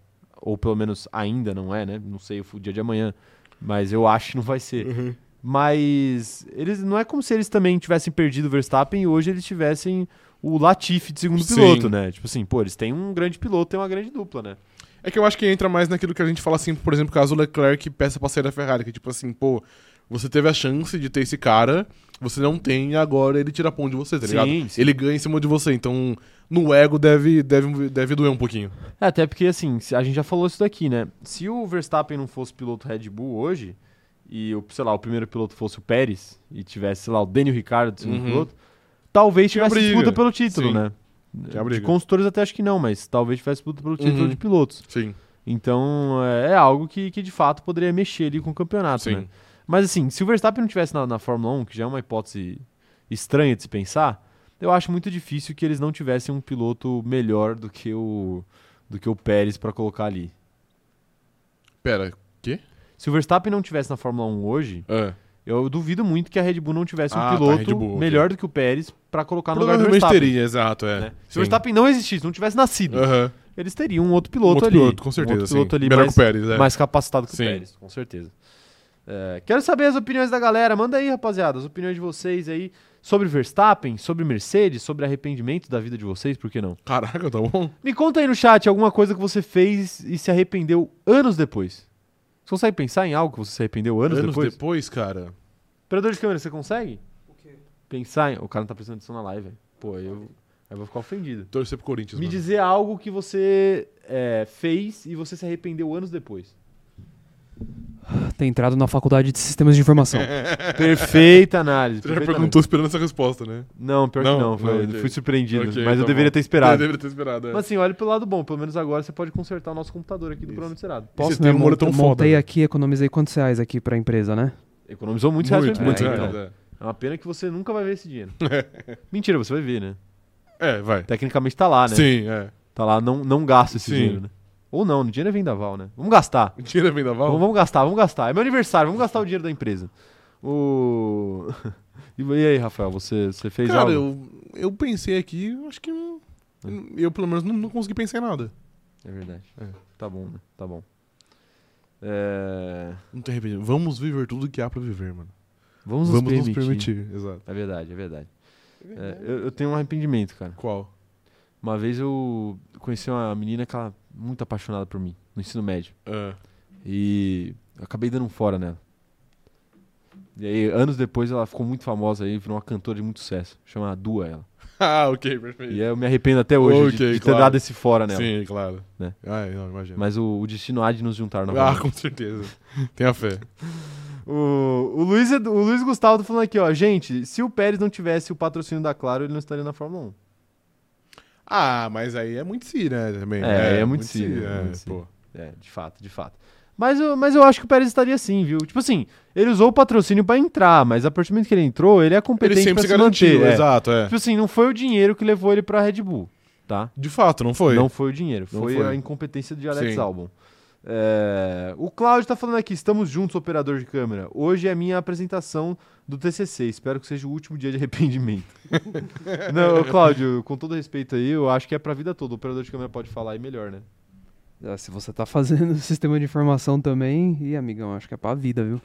[SPEAKER 1] ou pelo menos ainda não é, né? Não sei o dia de amanhã, mas eu acho que não vai ser.
[SPEAKER 2] Uhum.
[SPEAKER 1] Mas eles não é como se eles também tivessem perdido o Verstappen e hoje eles tivessem o Latifi de segundo
[SPEAKER 2] Sim.
[SPEAKER 1] piloto, né? Tipo assim, pô, eles têm um grande piloto, têm uma grande dupla, né?
[SPEAKER 2] É que eu acho que entra mais naquilo que a gente fala assim, por exemplo, caso o Leclerc peça pra sair da Ferrari, que tipo assim, pô, você teve a chance de ter esse cara, você não tem, e agora ele tira pão de você, tá
[SPEAKER 1] Sim,
[SPEAKER 2] ligado?
[SPEAKER 1] sim.
[SPEAKER 2] Ele ganha em cima de você, então no ego deve, deve, deve doer um pouquinho.
[SPEAKER 1] É, até porque, assim, se- a gente já falou isso daqui, né? Se o Verstappen não fosse piloto Red Bull hoje, e, o, sei lá, o primeiro piloto fosse o Pérez, e tivesse, sei lá, o Daniel Ricciardo de segundo
[SPEAKER 2] Uhum.
[SPEAKER 1] piloto, talvez
[SPEAKER 2] Tinha
[SPEAKER 1] tivesse
[SPEAKER 2] briga.
[SPEAKER 1] disputa pelo título,
[SPEAKER 2] Sim.
[SPEAKER 1] né? De
[SPEAKER 2] Tinha briga.
[SPEAKER 1] construtores até acho que não, mas talvez tivesse disputa pelo título
[SPEAKER 2] Uhum.
[SPEAKER 1] de pilotos.
[SPEAKER 2] Sim,
[SPEAKER 1] Então, é, é algo que, que, de fato poderia mexer ali com o campeonato,
[SPEAKER 2] sim.
[SPEAKER 1] né? Mas assim, se o Verstappen não tivesse na, na Fórmula 1, que já é uma hipótese estranha de se pensar, eu acho muito difícil que eles não tivessem um piloto melhor do que o do que o Pérez pra colocar ali.
[SPEAKER 2] Pera.
[SPEAKER 1] Se o Verstappen não tivesse na Fórmula 1 hoje,
[SPEAKER 2] Ah.
[SPEAKER 1] eu duvido muito que a Red Bull não tivesse um
[SPEAKER 2] Ah, tá,
[SPEAKER 1] piloto
[SPEAKER 2] Red Bull, ok.
[SPEAKER 1] melhor do que o Pérez pra colocar Tá no lugar do
[SPEAKER 2] Provavelmente
[SPEAKER 1] Verstappen.
[SPEAKER 2] teria, é exato, é.
[SPEAKER 1] né? Se
[SPEAKER 2] Sim.
[SPEAKER 1] o Verstappen não existisse, não tivesse nascido,
[SPEAKER 2] Aham.
[SPEAKER 1] eles teriam um outro
[SPEAKER 2] Um
[SPEAKER 1] piloto
[SPEAKER 2] outro
[SPEAKER 1] ali.
[SPEAKER 2] piloto, com certeza.
[SPEAKER 1] Um outro piloto
[SPEAKER 2] sim.
[SPEAKER 1] ali
[SPEAKER 2] Melhor
[SPEAKER 1] mais,
[SPEAKER 2] que o Pérez, é.
[SPEAKER 1] mais capacitado que
[SPEAKER 2] Sim.
[SPEAKER 1] o Pérez, com certeza. É, quero saber as opiniões da galera. Manda aí, rapaziada, as opiniões de vocês aí sobre Verstappen, sobre Mercedes, sobre arrependimento da vida de vocês, por que não?
[SPEAKER 2] Caraca, tá bom?
[SPEAKER 1] Me conta aí no chat alguma coisa que você fez e se arrependeu anos depois. Você consegue pensar em algo que você se arrependeu anos, depois?
[SPEAKER 2] cara.
[SPEAKER 1] Operador de câmera, você consegue? Pensar em. O cara não tá prestando atenção na live, velho. Pô, aí eu, aí eu vou ficar ofendido.
[SPEAKER 2] Torcer pro Corinthians,
[SPEAKER 1] Me
[SPEAKER 2] mano.
[SPEAKER 1] dizer algo que você é, fez e você se arrependeu anos depois.
[SPEAKER 3] Ter entrado na faculdade de sistemas
[SPEAKER 2] [laughs]
[SPEAKER 3] de informação.
[SPEAKER 2] É,
[SPEAKER 1] Perfeita análise.
[SPEAKER 2] Você já
[SPEAKER 1] perfeita
[SPEAKER 2] perguntou esperando essa resposta, né?
[SPEAKER 1] análise. Não, pior
[SPEAKER 2] Não,
[SPEAKER 1] que não.
[SPEAKER 2] não,
[SPEAKER 1] foi-
[SPEAKER 2] ok.
[SPEAKER 1] Fui surpreendido.
[SPEAKER 2] Ok,
[SPEAKER 1] mas eu
[SPEAKER 2] tá
[SPEAKER 1] deveria
[SPEAKER 2] bom.
[SPEAKER 1] ter esperado.
[SPEAKER 2] Deveria ter esperado, é.
[SPEAKER 1] Mas assim, olha pelo lado bom. Pelo menos agora você pode consertar o nosso computador aqui do Cronômetro Cerado.
[SPEAKER 2] Vocês têm um humor tão
[SPEAKER 3] Montei
[SPEAKER 2] foda,
[SPEAKER 3] montei
[SPEAKER 2] velho.
[SPEAKER 3] aqui, economizei quantos reais aqui pra empresa, né?
[SPEAKER 1] Economizou muitos reais
[SPEAKER 2] é muito,
[SPEAKER 1] pra
[SPEAKER 2] muito
[SPEAKER 1] empresa,
[SPEAKER 3] reais,
[SPEAKER 1] né? É
[SPEAKER 2] é.
[SPEAKER 1] uma pena que você nunca vai ver esse
[SPEAKER 2] [laughs]
[SPEAKER 1] dinheiro. Mentira, você vai ver, né?
[SPEAKER 2] É, vai.
[SPEAKER 1] Tecnicamente tá lá, né?
[SPEAKER 2] Sim, é. [laughs]
[SPEAKER 1] Tá lá, não, não gasta esse
[SPEAKER 2] Sim.
[SPEAKER 1] dinheiro, né? Ou não, no dinheiro é vendaval, né? Vamos gastar.
[SPEAKER 2] O dinheiro é vendaval?
[SPEAKER 1] Vamos, vamos gastar, vamos gastar. É meu aniversário, vamos gastar o dinheiro da empresa. O... [laughs] E aí, Rafael, você, você fez
[SPEAKER 2] Cara,
[SPEAKER 1] algo?
[SPEAKER 2] eu, eu pensei aqui, eu acho que. não- Eu, pelo menos, não, não consegui pensar em nada.
[SPEAKER 1] É verdade.
[SPEAKER 2] É.
[SPEAKER 1] Tá bom, né? Tá bom. É,
[SPEAKER 2] Não tem arrependido. Vamos viver tudo que há pra viver, mano.
[SPEAKER 1] Vamos,
[SPEAKER 2] Vamos
[SPEAKER 1] nos, permitir.
[SPEAKER 2] nos permitir. Exato.
[SPEAKER 1] É verdade, é verdade. É, eu, eu tenho um arrependimento, cara.
[SPEAKER 2] Qual?
[SPEAKER 1] Uma vez eu conheci uma menina que ela é muito apaixonada por mim, no ensino médio.
[SPEAKER 2] Ah, [laughs]
[SPEAKER 1] E eu acabei dando um fora nela. E aí, anos depois, ela ficou muito famosa aí, virou uma cantora de muito sucesso. Chama Dua ela.
[SPEAKER 2] ah ok, perfeito.
[SPEAKER 1] E aí eu me arrependo até hoje de-
[SPEAKER 2] Ok,
[SPEAKER 1] de, ter
[SPEAKER 2] claro.
[SPEAKER 1] dado esse fora nela.
[SPEAKER 2] Sim, claro.
[SPEAKER 1] Né?
[SPEAKER 2] Ah, não, imagina.
[SPEAKER 1] Mas o, o destino há de nos juntar
[SPEAKER 2] ah,
[SPEAKER 1] novamente.
[SPEAKER 2] com certeza. Tenha fé. Ah,
[SPEAKER 1] O, o, Luiz, Edu- o Luiz Gustavo tá falando aqui, ó. Gente, se o Pérez não tivesse o patrocínio da Claro, ele não estaria na Fórmula 1.
[SPEAKER 2] Ah, mas aí é muito si, né? Também.
[SPEAKER 1] É, é muito si, é
[SPEAKER 2] É,
[SPEAKER 1] muito si.
[SPEAKER 2] pô.
[SPEAKER 1] É, de fato, de fato. Mas eu, mas eu acho que o Pérez estaria sim, viu? Tipo assim, ele usou o patrocínio pra entrar, mas a partir do momento que ele entrou, ele é
[SPEAKER 2] Ele
[SPEAKER 1] competente pra
[SPEAKER 2] sempre
[SPEAKER 1] se,
[SPEAKER 2] se garantiu,
[SPEAKER 1] manter. é.
[SPEAKER 2] exato, é.
[SPEAKER 1] Tipo assim, não foi o dinheiro que levou ele pra Red Bull, tá?
[SPEAKER 2] De fato, não foi?
[SPEAKER 1] Não foi o dinheiro,
[SPEAKER 2] Não
[SPEAKER 1] foi,
[SPEAKER 2] foi.
[SPEAKER 1] a incompetência de Alex
[SPEAKER 2] Sim.
[SPEAKER 1] Albon. É, o Cláudio tá falando aqui, estamos juntos, operador de câmera. Hoje é a minha apresentação do TCC, espero que seja o último dia de [laughs] arrependimento. Não, ô, Cláudio, com todo respeito aí, eu acho que é pra vida toda. O operador de câmera pode falar aí melhor, né?
[SPEAKER 3] Ah, se você tá [laughs] fazendo sistema de informação também, e amigão, acho que é pra vida, viu?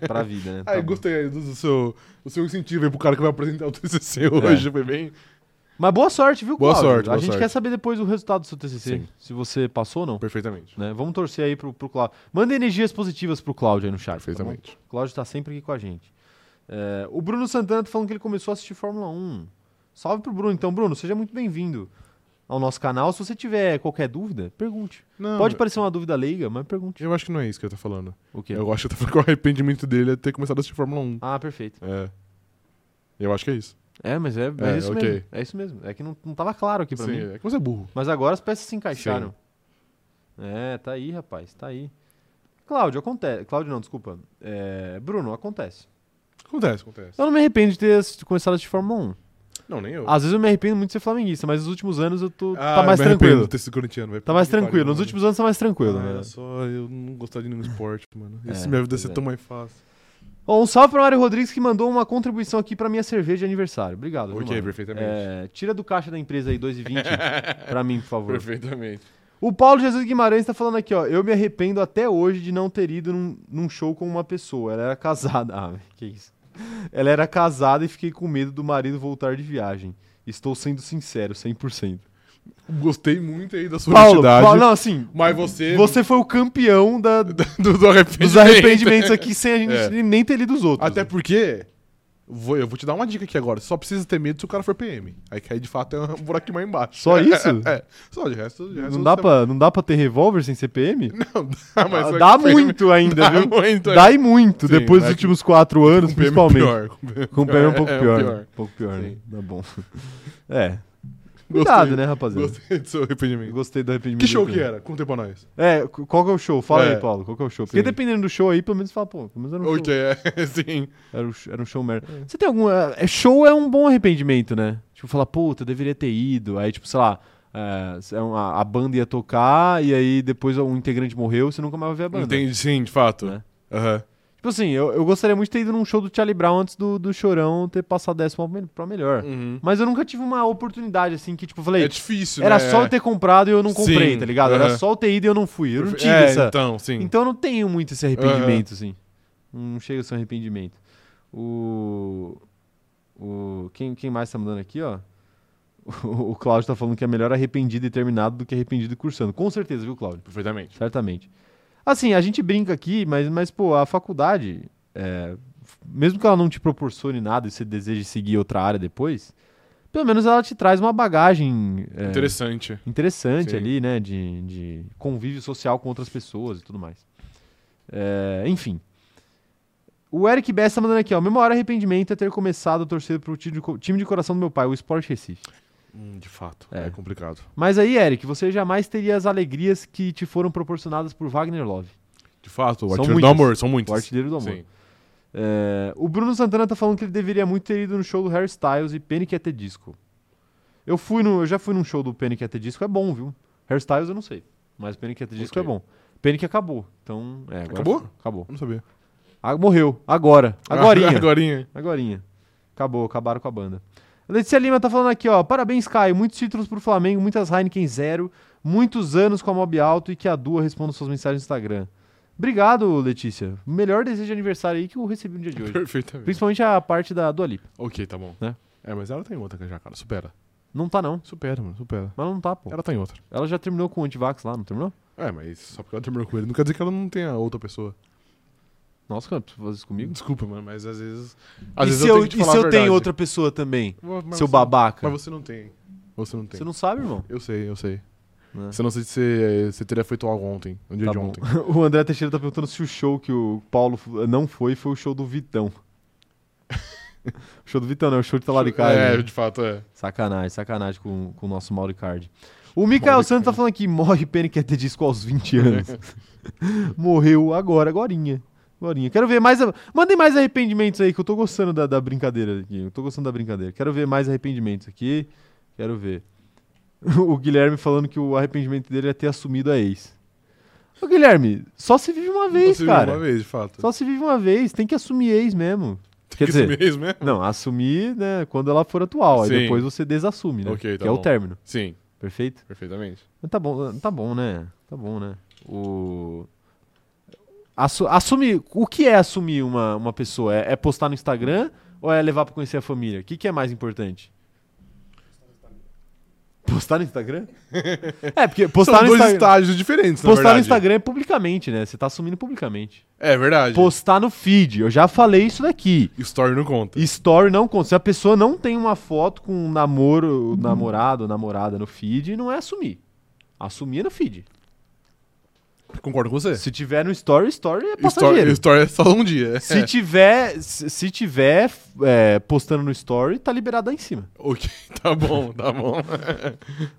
[SPEAKER 1] Pra vida, né?
[SPEAKER 2] Ah, eu
[SPEAKER 1] bom.
[SPEAKER 2] gostei aí do, do seu, do seu incentivo aí pro cara que vai apresentar o
[SPEAKER 1] É.
[SPEAKER 2] TCC hoje, foi bem?
[SPEAKER 1] Mas boa sorte, viu,
[SPEAKER 2] Boa
[SPEAKER 1] Cláudio?
[SPEAKER 2] sorte,
[SPEAKER 1] A
[SPEAKER 2] boa
[SPEAKER 1] gente
[SPEAKER 2] sorte.
[SPEAKER 1] quer saber depois o resultado do seu TCC,
[SPEAKER 2] Sim.
[SPEAKER 1] se você passou ou não.
[SPEAKER 2] Perfeitamente.
[SPEAKER 1] né? Vamos torcer aí pro, pro Cláudio. Manda energias positivas pro Cláudio aí no chat. tá bom?
[SPEAKER 2] Perfeitamente.
[SPEAKER 1] O Cláudio tá sempre aqui com a gente. É, o Bruno Santana tá falando que ele começou a assistir Fórmula 1. Salve pro Bruno. Então, Bruno, seja muito bem-vindo ao nosso canal. Se você tiver qualquer dúvida, pergunte.
[SPEAKER 2] Não,
[SPEAKER 1] Pode parecer uma dúvida leiga, mas pergunte.
[SPEAKER 2] eu acho que não é isso que eu tô falando.
[SPEAKER 1] O quê?
[SPEAKER 2] Eu acho que eu tô falando que o arrependimento dele é ter começado a assistir Fórmula 1.
[SPEAKER 1] Ah, perfeito.
[SPEAKER 2] É. Eu acho que é isso.
[SPEAKER 1] É, mas é, é
[SPEAKER 2] É,
[SPEAKER 1] isso
[SPEAKER 2] ok.
[SPEAKER 1] mesmo. É isso mesmo. É que não, não tava claro aqui pra
[SPEAKER 2] Sim,
[SPEAKER 1] mim.
[SPEAKER 2] é que você é burro.
[SPEAKER 1] Mas agora as peças se encaixaram. É, tá aí, rapaz, tá aí. Cláudio, acontece. Cláudio, não, desculpa. É, Bruno, acontece.
[SPEAKER 2] Acontece, acontece.
[SPEAKER 1] Eu não me arrependo de ter assi- começado a assistir Fórmula 1.
[SPEAKER 2] Não, nem eu.
[SPEAKER 1] Às vezes eu me arrependo muito de ser flamenguista, mas nos últimos anos eu tô.
[SPEAKER 2] Ah,
[SPEAKER 1] Ah, tá mais
[SPEAKER 2] me arrependo
[SPEAKER 1] tranquilo.
[SPEAKER 2] de ter sido corintiano, velho.
[SPEAKER 1] Tá mais
[SPEAKER 2] Puta que
[SPEAKER 1] tranquilo.
[SPEAKER 2] pariu,
[SPEAKER 1] Nos
[SPEAKER 2] mano.
[SPEAKER 1] últimos anos tá mais tranquilo,
[SPEAKER 2] Ah,
[SPEAKER 1] né?
[SPEAKER 2] era só eu não gostar de nenhum esporte, mano.
[SPEAKER 1] É,
[SPEAKER 2] Isso minha vida ia
[SPEAKER 1] pois
[SPEAKER 2] ser
[SPEAKER 1] é.
[SPEAKER 2] tão mais fácil.
[SPEAKER 1] Ó, um salve pra Mário Rodrigues que mandou uma contribuição aqui pra minha cerveja de aniversário. Obrigado. viu,
[SPEAKER 2] Ok,
[SPEAKER 1] mano?
[SPEAKER 2] perfeitamente.
[SPEAKER 1] É, tira do caixa da empresa aí
[SPEAKER 2] [laughs]
[SPEAKER 1] 2,20 pra mim, por favor.
[SPEAKER 2] Perfeitamente.
[SPEAKER 1] O Paulo Jesus Guimarães tá falando aqui, ó. Eu me arrependo até hoje de não ter ido num, num show com uma pessoa. Ela era casada. [laughs] Ah, que isso. Ela era casada e fiquei com medo do marido voltar de viagem. Estou sendo sincero, 100%.
[SPEAKER 2] Gostei muito aí da sua
[SPEAKER 1] Paulo,
[SPEAKER 2] honestidade,
[SPEAKER 1] Paulo, não, assim,
[SPEAKER 2] Mas você.
[SPEAKER 1] você foi o campeão da-
[SPEAKER 2] [laughs] do, do arrependimento.
[SPEAKER 1] dos arrependimentos aqui sem a gente
[SPEAKER 2] É.
[SPEAKER 1] nem ter lido os outros.
[SPEAKER 2] Até porque. vou- eu vou te dar uma dica aqui agora. Só precisa ter medo se o cara for PM. Aí que aí de fato é um [laughs] buraquinho mais embaixo.
[SPEAKER 1] Só isso?
[SPEAKER 2] [laughs] é. Só de resto. De resto
[SPEAKER 1] Não dá,
[SPEAKER 2] você-
[SPEAKER 1] pra, não dá pra ter revólver sem CPM?
[SPEAKER 2] Não, dá, [laughs] mas. só
[SPEAKER 1] Ah, dá
[SPEAKER 2] que PM
[SPEAKER 1] muito ainda,
[SPEAKER 2] Dá
[SPEAKER 1] viu?
[SPEAKER 2] muito
[SPEAKER 1] Dá e muito,
[SPEAKER 2] Sim,
[SPEAKER 1] depois
[SPEAKER 2] mas
[SPEAKER 1] dos
[SPEAKER 2] que- um
[SPEAKER 1] últimos quatro anos,
[SPEAKER 2] PM
[SPEAKER 1] principalmente.
[SPEAKER 2] pior, com PM
[SPEAKER 1] Com o PM é um pouco
[SPEAKER 2] é, é
[SPEAKER 1] pior.
[SPEAKER 2] pior.
[SPEAKER 1] Um pouco pior, né?
[SPEAKER 2] Sim.
[SPEAKER 1] Tá
[SPEAKER 2] [laughs]
[SPEAKER 1] bom. É.
[SPEAKER 2] Gostei.
[SPEAKER 1] Cuidado, né, rapaziada? Gostei,
[SPEAKER 2] Gostei do seu arrependimento.
[SPEAKER 1] do arrependimento.
[SPEAKER 2] Que show
[SPEAKER 1] do
[SPEAKER 2] que era? Conta aí pra nós.
[SPEAKER 1] É, qu- qual que é o show? Fala
[SPEAKER 2] É.
[SPEAKER 1] aí, Paulo, qual que é o show? Porque
[SPEAKER 2] Sim.
[SPEAKER 1] dependendo do show aí, pelo menos fala, pô, pelo menos era um show.
[SPEAKER 2] Ok, é, sim.
[SPEAKER 1] Era um, sh- era um show merda. Você tem algum. É, é- show é um bom arrependimento, né? Tipo, falar, puta, eu deveria ter ido. Aí, tipo, sei lá, é, se é uma- a banda ia tocar e aí depois um integrante morreu, você nunca mais vai ver a banda.
[SPEAKER 2] Entendi, sim, de fato.
[SPEAKER 1] Né?
[SPEAKER 2] Aham.
[SPEAKER 1] Tipo assim, eu, eu gostaria muito de ter ido num show do Charlie Brown antes do, do Chorão ter passado décimo pra me- pra melhor.
[SPEAKER 2] Uhum.
[SPEAKER 1] Mas eu nunca tive uma oportunidade assim que, tipo, eu falei,
[SPEAKER 2] É difícil,
[SPEAKER 1] era
[SPEAKER 2] né?
[SPEAKER 1] só eu ter comprado e eu não comprei,
[SPEAKER 2] Sim,
[SPEAKER 1] tá ligado? Era
[SPEAKER 2] aham.
[SPEAKER 1] só eu ter ido e eu não fui. Eu não tive
[SPEAKER 2] é,
[SPEAKER 1] essa.
[SPEAKER 2] então, sim.
[SPEAKER 1] Então eu não tenho muito esse arrependimento, assim. Não chega a ser um arrependimento. O. O. Quem, quem mais tá mandando aqui, ó? [laughs] O, o Cláudio tá falando que é melhor arrependido e terminado do que arrependido e cursando. Com certeza, viu, Cláudio?
[SPEAKER 2] Perfeitamente.
[SPEAKER 1] Certamente. Assim, a gente brinca aqui, mas, mas pô, a faculdade, é, f- mesmo que ela não te proporcione nada e você deseje seguir outra área depois, pelo menos ela te traz uma bagagem é,
[SPEAKER 2] Interessante.
[SPEAKER 1] interessante
[SPEAKER 2] Sim.
[SPEAKER 1] ali, né? De, de convívio social com outras pessoas e tudo mais. É, enfim. O Eric Bess tá mandando aqui, ó. Meu maior arrependimento é ter começado a torcer pro time de, co- time de coração do meu pai, o Sport Recife.
[SPEAKER 2] Hum, de fato.
[SPEAKER 1] É.
[SPEAKER 2] É, complicado.
[SPEAKER 1] Mas aí, Eric, você jamais teria as alegrias que te foram proporcionadas por Wagner Love,
[SPEAKER 2] De fato,
[SPEAKER 1] São
[SPEAKER 2] o artilheiro do
[SPEAKER 1] muitas.
[SPEAKER 2] amor, são muitos.
[SPEAKER 1] o artilheiro do amor.
[SPEAKER 2] Sim.
[SPEAKER 1] É, o Bruno Santana tá falando que ele deveria muito ter ido no show do Harry Styles e Panic at the Disco. Eu fui no, eu já fui num show do Panic at the Disco, é bom, viu? Harry Styles eu não sei, mas Panic at the Disco
[SPEAKER 2] Ok.
[SPEAKER 1] é bom. Panic acabou, então... é, agora-
[SPEAKER 2] Acabou?
[SPEAKER 1] Acabou.
[SPEAKER 2] Eu não sabia.
[SPEAKER 1] Ah, morreu, agora, agorinha,
[SPEAKER 2] [laughs] Agorinha.
[SPEAKER 1] agorinha. Acabou, acabaram com a banda. A Letícia Lima tá falando aqui, ó, parabéns, Caio, muitos títulos pro Flamengo, muitas Heineken zero, muitos anos com a Mob Alto e que a Dua responda suas mensagens no Instagram. Obrigado, Letícia. Melhor desejo de aniversário aí que eu recebi no dia de hoje.
[SPEAKER 2] Perfeitamente.
[SPEAKER 1] Principalmente a parte da Dua Lipa.
[SPEAKER 2] Ok, tá bom.
[SPEAKER 1] Né?
[SPEAKER 2] É, mas ela tá em outra já, cara. Supera.
[SPEAKER 1] Não tá, não.
[SPEAKER 2] Supera, mano. Supera.
[SPEAKER 1] Mas não tá, pô.
[SPEAKER 2] Ela tá em outra.
[SPEAKER 1] Ela já terminou com o antivax lá, não terminou?
[SPEAKER 2] É, mas só porque ela terminou com ele. Não quer dizer que ela não tenha outra pessoa.
[SPEAKER 1] Nossa, cara, precisa fazer isso comigo?
[SPEAKER 2] Desculpa, mano, mas às vezes. Às
[SPEAKER 1] e
[SPEAKER 2] vezes
[SPEAKER 1] se eu,
[SPEAKER 2] tenho que te
[SPEAKER 1] e
[SPEAKER 2] falar
[SPEAKER 1] se
[SPEAKER 2] a
[SPEAKER 1] eu tenho
[SPEAKER 2] verdade.
[SPEAKER 1] outra pessoa também?
[SPEAKER 2] Mas- mas
[SPEAKER 1] seu
[SPEAKER 2] você-
[SPEAKER 1] babaca.
[SPEAKER 2] Mas você não tem. Você não tem.
[SPEAKER 1] Você não sabe, irmão.
[SPEAKER 2] Eu sei, eu sei.
[SPEAKER 1] Né?
[SPEAKER 2] Você não sei se você, você teria feito algo ontem, no dia
[SPEAKER 1] Tá
[SPEAKER 2] de
[SPEAKER 1] bom.
[SPEAKER 2] ontem.
[SPEAKER 1] [laughs] o André Teixeira tá perguntando se o show que o Paulo f- não foi foi o show do Vitão. [laughs] o show do Vitão, não, é o show de Talaricagem.
[SPEAKER 2] É,
[SPEAKER 1] né?
[SPEAKER 2] de fato, é.
[SPEAKER 1] Sacanagem, sacanagem com, com o nosso Mauricard. O Mikael Santos tá falando aqui, morre Panic at the Disco aos 20 anos. [laughs] Morreu agora, agorinha. Agorinha. Quero ver mais... a- Mandem mais arrependimentos aí, que eu tô gostando da, da brincadeira aqui. Eu tô gostando da brincadeira. Quero ver mais arrependimentos aqui. Quero ver. [laughs] O Guilherme falando que o arrependimento dele é ter assumido a ex. Ô, Guilherme, só se vive uma vez,
[SPEAKER 2] Você viu
[SPEAKER 1] cara.
[SPEAKER 2] Uma vez, de fato.
[SPEAKER 1] Só se vive uma vez. Tem que assumir ex mesmo. Quer
[SPEAKER 2] Isso
[SPEAKER 1] dizer,
[SPEAKER 2] mesmo, é?
[SPEAKER 1] não, assumir, né, quando ela for atual.
[SPEAKER 2] Sim.
[SPEAKER 1] Aí depois você desassume, né?
[SPEAKER 2] Ok, tá
[SPEAKER 1] que é o
[SPEAKER 2] bom.
[SPEAKER 1] término,
[SPEAKER 2] Sim,
[SPEAKER 1] perfeito?
[SPEAKER 2] perfeitamente.
[SPEAKER 1] Mas tá bom, tá bom, né? Tá bom, né? O. Assu- assumir. O que é assumir uma, uma pessoa? É, é postar no Instagram ou é levar pra conhecer a família? O que, que é mais importante? Postar no
[SPEAKER 2] [laughs]
[SPEAKER 1] Instagram? é, porque postar
[SPEAKER 2] São
[SPEAKER 1] no
[SPEAKER 2] dois
[SPEAKER 1] Instagram.
[SPEAKER 2] estágios diferentes, na
[SPEAKER 1] Postar no
[SPEAKER 2] verdade.
[SPEAKER 1] Instagram é publicamente, né? Você tá assumindo publicamente.
[SPEAKER 2] É verdade.
[SPEAKER 1] Postar no feed, eu já falei isso daqui.
[SPEAKER 2] Story não conta.
[SPEAKER 1] Story não conta. Se a pessoa não tem uma foto com um namoro, namorado ou namorada no feed, não é assumir. Assumir é no feed.
[SPEAKER 2] Concordo com você.
[SPEAKER 1] Se tiver no story, story é
[SPEAKER 2] É. Story,
[SPEAKER 1] passageiro.
[SPEAKER 2] story é só um dia. É.
[SPEAKER 1] Se tiver, se se tiver f- é, postando no story, tá liberado lá em cima.
[SPEAKER 2] [laughs] Ok, tá bom, tá bom.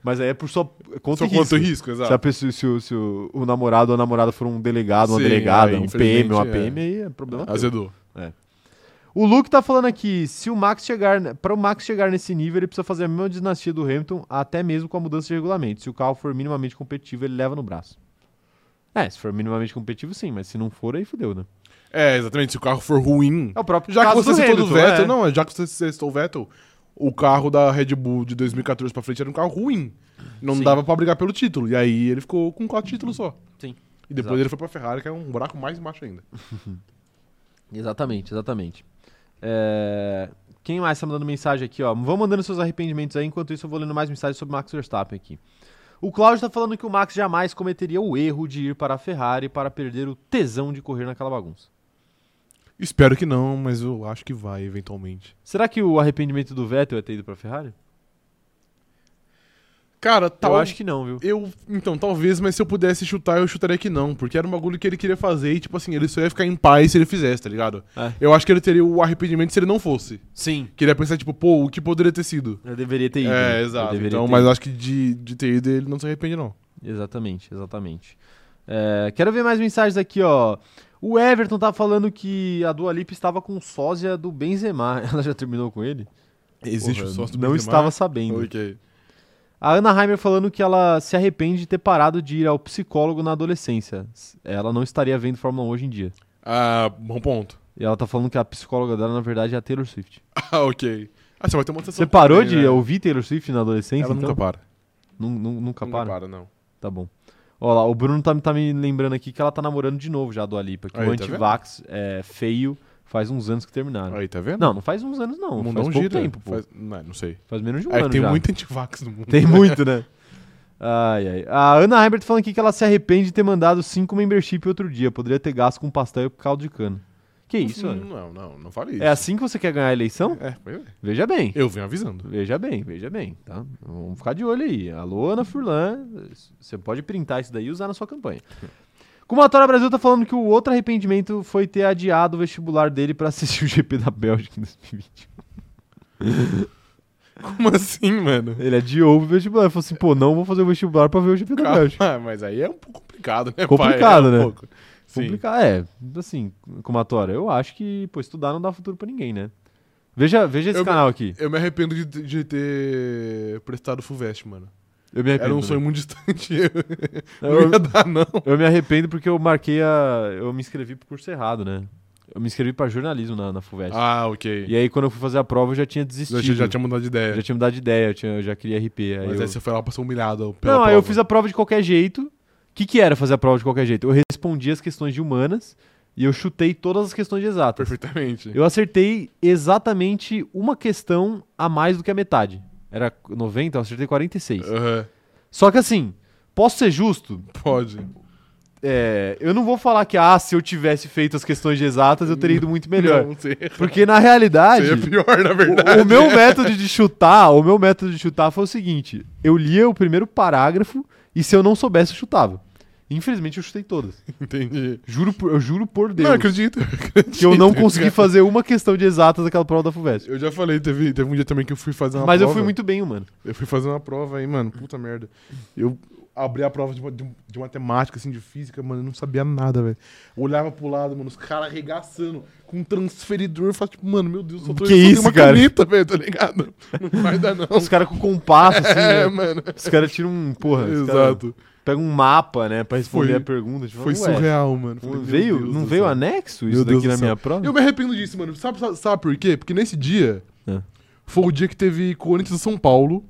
[SPEAKER 1] Mas aí é por sua conta
[SPEAKER 2] Só
[SPEAKER 1] e risco.
[SPEAKER 2] quanto risco,
[SPEAKER 1] Se, a
[SPEAKER 2] exato.
[SPEAKER 1] pessoa, se, o, se o- o namorado ou a namorada for um delegado, uma
[SPEAKER 2] Sim,
[SPEAKER 1] delegada,
[SPEAKER 2] aí,
[SPEAKER 1] um PM, uma
[SPEAKER 2] infelizmente, é.
[SPEAKER 1] PM, aí é problema teu.
[SPEAKER 2] Azedou.
[SPEAKER 1] O Luke tá falando aqui, se o Max chegar, para o Max chegar nesse nível, ele precisa fazer a mesma dinastia do Hamilton, até mesmo com a mudança de regulamento. Se o carro for minimamente competitivo, ele leva no braço. É, se for minimamente competitivo, sim, mas se não for, aí fudeu, né?
[SPEAKER 2] É, exatamente. Se o carro for ruim.
[SPEAKER 1] É o próprio
[SPEAKER 2] Já que
[SPEAKER 1] caso
[SPEAKER 2] você
[SPEAKER 1] do
[SPEAKER 2] citou do
[SPEAKER 1] Hamilton,
[SPEAKER 2] Vettel,
[SPEAKER 1] é.
[SPEAKER 2] não, já que você citou o Vettel, o carro da Red Bull de 2014 pra frente era um carro ruim. Não
[SPEAKER 1] Sim.
[SPEAKER 2] dava pra brigar pelo título. E aí ele ficou com quatro títulos só.
[SPEAKER 1] Sim.
[SPEAKER 2] E depois
[SPEAKER 1] Exato.
[SPEAKER 2] ele foi pra Ferrari, que é um buraco mais embaixo ainda.
[SPEAKER 1] Exatamente, exatamente. É, Quem mais tá mandando mensagem aqui, ó? Vão mandando seus arrependimentos aí, enquanto isso eu vou lendo mais mensagens sobre Max Verstappen aqui. O Cláudio tá falando que o Max jamais cometeria o erro de ir para a Ferrari para perder o tesão de correr naquela bagunça.
[SPEAKER 2] Espero que não, mas eu acho que vai, eventualmente.
[SPEAKER 1] Será que o arrependimento do Vettel é ter ido para a Ferrari?
[SPEAKER 2] Cara,
[SPEAKER 1] Eu
[SPEAKER 2] talvez.
[SPEAKER 1] acho que não, viu?
[SPEAKER 2] Eu, então, talvez, mas se eu pudesse chutar, eu chutaria que não, porque era um bagulho que ele queria fazer e, tipo assim, ele só ia ficar em paz se ele fizesse, tá ligado?
[SPEAKER 1] É.
[SPEAKER 2] Eu acho que ele teria o arrependimento se ele não fosse.
[SPEAKER 1] Sim.
[SPEAKER 2] Que ele ia pensar, tipo, pô, o que poderia ter sido?
[SPEAKER 1] Eu deveria ter ido. né?
[SPEAKER 2] É,
[SPEAKER 1] Eu
[SPEAKER 2] exato.
[SPEAKER 1] deveria
[SPEAKER 2] Então,
[SPEAKER 1] ter
[SPEAKER 2] mas
[SPEAKER 1] ido.
[SPEAKER 2] acho que de, de ter ido ele não se arrepende, não.
[SPEAKER 1] Exatamente, exatamente. É, quero ver mais mensagens aqui, ó. O Everton tá falando que a Dua Lipa estava com sósia do Benzema. [laughs] Ela já terminou com ele?
[SPEAKER 2] Existe
[SPEAKER 1] Porra,
[SPEAKER 2] o sócio do
[SPEAKER 1] Não
[SPEAKER 2] Benzema?
[SPEAKER 1] estava sabendo.
[SPEAKER 2] Ok.
[SPEAKER 1] A Ana Heimer falando que ela se arrepende de ter parado de ir ao psicólogo na adolescência. Ela não estaria vendo Fórmula 1 hoje em dia.
[SPEAKER 2] Ah, bom ponto. [laughs]
[SPEAKER 1] E ela tá falando que a psicóloga dela, na verdade, é a Taylor Swift.
[SPEAKER 2] Ah, ok. Ah, você vai ter uma sessão.
[SPEAKER 1] Você parou
[SPEAKER 2] também,
[SPEAKER 1] de
[SPEAKER 2] né?
[SPEAKER 1] ouvir Taylor Swift na adolescência?
[SPEAKER 2] Ela
[SPEAKER 1] então?
[SPEAKER 2] nunca para.
[SPEAKER 1] Nun- nun- nunca
[SPEAKER 2] Nunca
[SPEAKER 1] para?
[SPEAKER 2] para, não.
[SPEAKER 1] Tá bom. Ó lá, o Bruno tá, me- tá me lembrando aqui que ela tá namorando de novo já do Alipa. Que
[SPEAKER 2] Aí,
[SPEAKER 1] o
[SPEAKER 2] tá
[SPEAKER 1] antivax é feio, faz uns anos que terminaram.
[SPEAKER 2] Aí, tá vendo?
[SPEAKER 1] Não, não faz uns anos não.
[SPEAKER 2] o
[SPEAKER 1] Faz
[SPEAKER 2] mundão
[SPEAKER 1] pouco
[SPEAKER 2] gira.
[SPEAKER 1] tempo, pô. Faz...
[SPEAKER 2] Faz- Não, não sei.
[SPEAKER 1] menos de um
[SPEAKER 2] É que
[SPEAKER 1] ano
[SPEAKER 2] tem
[SPEAKER 1] já.
[SPEAKER 2] muito antivax no mundo.
[SPEAKER 1] [laughs] Tem
[SPEAKER 2] [laughs]
[SPEAKER 1] muito, né? Ai, ai. A Ana Herbert falando aqui que ela se arrepende de ter mandado cinco membership outro dia. Poderia ter gasto com pastel e caldo de cana. Que isso,
[SPEAKER 2] Não,
[SPEAKER 1] Ana?
[SPEAKER 2] não, não, não fale isso.
[SPEAKER 1] É assim que você quer ganhar a eleição?
[SPEAKER 2] É, pois é.
[SPEAKER 1] Veja bem.
[SPEAKER 2] Eu
[SPEAKER 1] [laughs]
[SPEAKER 2] venho avisando.
[SPEAKER 1] Veja bem, veja bem, tá? Vamos ficar de olho aí. Alô, Ana Furlan, você pode printar isso daí e usar na sua campanha. [laughs] Kumatora Brasil tá falando que o outro arrependimento foi ter adiado o vestibular dele pra assistir o GP da Bélgica em 2020.
[SPEAKER 2] Como assim, mano?
[SPEAKER 1] Ele adiou o vestibular, falou assim, pô, não vou fazer o vestibular pra ver o GP da
[SPEAKER 2] Calma,
[SPEAKER 1] Bélgica.
[SPEAKER 2] mas aí é um pouco complicado, né,
[SPEAKER 1] Complicado,
[SPEAKER 2] pai? É um
[SPEAKER 1] né?
[SPEAKER 2] pouco. Sim.
[SPEAKER 1] Complicado, é, assim, Kumatora, eu acho que, pô, estudar não dá futuro pra ninguém, né? Veja, veja esse
[SPEAKER 2] Eu me-
[SPEAKER 1] canal aqui.
[SPEAKER 2] Eu me arrependo de, de ter prestado Fulvestre, mano.
[SPEAKER 1] Eu me
[SPEAKER 2] Era
[SPEAKER 1] arrependo.
[SPEAKER 2] um sonho
[SPEAKER 1] né? Então
[SPEAKER 2] muito distante. [laughs] Eu
[SPEAKER 1] Eu-
[SPEAKER 2] não ia dar, não.
[SPEAKER 1] Eu me arrependo porque eu marquei a. Eu me inscrevi pro curso errado, né? Eu me inscrevi pra jornalismo na, na FUVEST.
[SPEAKER 2] Ah, ok.
[SPEAKER 1] É. E aí, quando eu fui fazer a prova, eu já tinha desistido.
[SPEAKER 2] Já, tinha- já tinha mudado de ideia.
[SPEAKER 1] Eu já tinha mudado de ideia, eu, tinha- eu já queria RP. Aí
[SPEAKER 2] Mas
[SPEAKER 1] eu...
[SPEAKER 2] aí você foi lá pra ser humilhado
[SPEAKER 1] Não,
[SPEAKER 2] pela
[SPEAKER 1] aí eu
[SPEAKER 2] prova.
[SPEAKER 1] fiz a prova de qualquer jeito. O que, que era fazer a prova de qualquer jeito? Eu respondi as questões de humanas e eu chutei todas as questões de exatas.
[SPEAKER 2] Perfeitamente.
[SPEAKER 1] Eu acertei exatamente uma questão a mais do que a metade. Era 90, eu acertei 46.
[SPEAKER 2] Aham,
[SPEAKER 1] Só que assim, posso ser justo?
[SPEAKER 2] Pode.
[SPEAKER 1] É, eu não vou falar que, ah, se eu tivesse feito as questões de exatas, eu teria ido muito melhor.
[SPEAKER 2] Não, você erra.
[SPEAKER 1] Porque na
[SPEAKER 2] Você é
[SPEAKER 1] realidade,
[SPEAKER 2] pior, na verdade.
[SPEAKER 1] o, o meu método de chutar, o meu método de chutar foi o seguinte: eu lia o primeiro parágrafo e se eu não soubesse, eu chutava. Infelizmente, eu chutei todas.
[SPEAKER 2] Entendi.
[SPEAKER 1] Juro por, eu juro por Deus
[SPEAKER 2] Não, acredito.
[SPEAKER 1] que eu não consegui fazer uma questão de exatas daquela prova da FUVEST.
[SPEAKER 2] Eu já falei, teve, teve um dia também que eu fui fazer uma
[SPEAKER 1] Mas
[SPEAKER 2] prova.
[SPEAKER 1] eu fui muito bem, mano.
[SPEAKER 2] Eu fui fazer uma prova aí, mano. Puta merda. Eu abri a prova de, ma- de, de matemática, assim, de física, mano. Eu não sabia nada, velho. Eu Olhava pro lado, mano. Os caras arregaçando com um transferidor. Eu falava, tipo, mano, meu Deus, eu só tô
[SPEAKER 1] Que
[SPEAKER 2] só tenho
[SPEAKER 1] isso,
[SPEAKER 2] uma
[SPEAKER 1] cara?
[SPEAKER 2] caneta, velho, tá ligado? Não vai dar, não.
[SPEAKER 1] Os caras com compasso, assim,
[SPEAKER 2] É,
[SPEAKER 1] né?
[SPEAKER 2] [laughs] mano.
[SPEAKER 1] Os caras tiram um. Porra, os caras
[SPEAKER 2] Exato.
[SPEAKER 1] pegam um mapa, né, pra responder
[SPEAKER 2] Foi-
[SPEAKER 1] a pergunta. Tipo,
[SPEAKER 2] Foi
[SPEAKER 1] ué,
[SPEAKER 2] surreal, mano. Falei, meu
[SPEAKER 1] Veio,
[SPEAKER 2] Deus
[SPEAKER 1] não
[SPEAKER 2] do
[SPEAKER 1] veio
[SPEAKER 2] céu.
[SPEAKER 1] anexo
[SPEAKER 2] Meu
[SPEAKER 1] isso
[SPEAKER 2] Deus
[SPEAKER 1] daqui
[SPEAKER 2] do
[SPEAKER 1] na
[SPEAKER 2] céu.
[SPEAKER 1] minha prova?
[SPEAKER 2] Eu me arrependo disso, mano. Sabe, sabe, sabe por quê? Porque nesse dia
[SPEAKER 1] É.
[SPEAKER 2] foi o dia que teve Corinthians e São Paulo,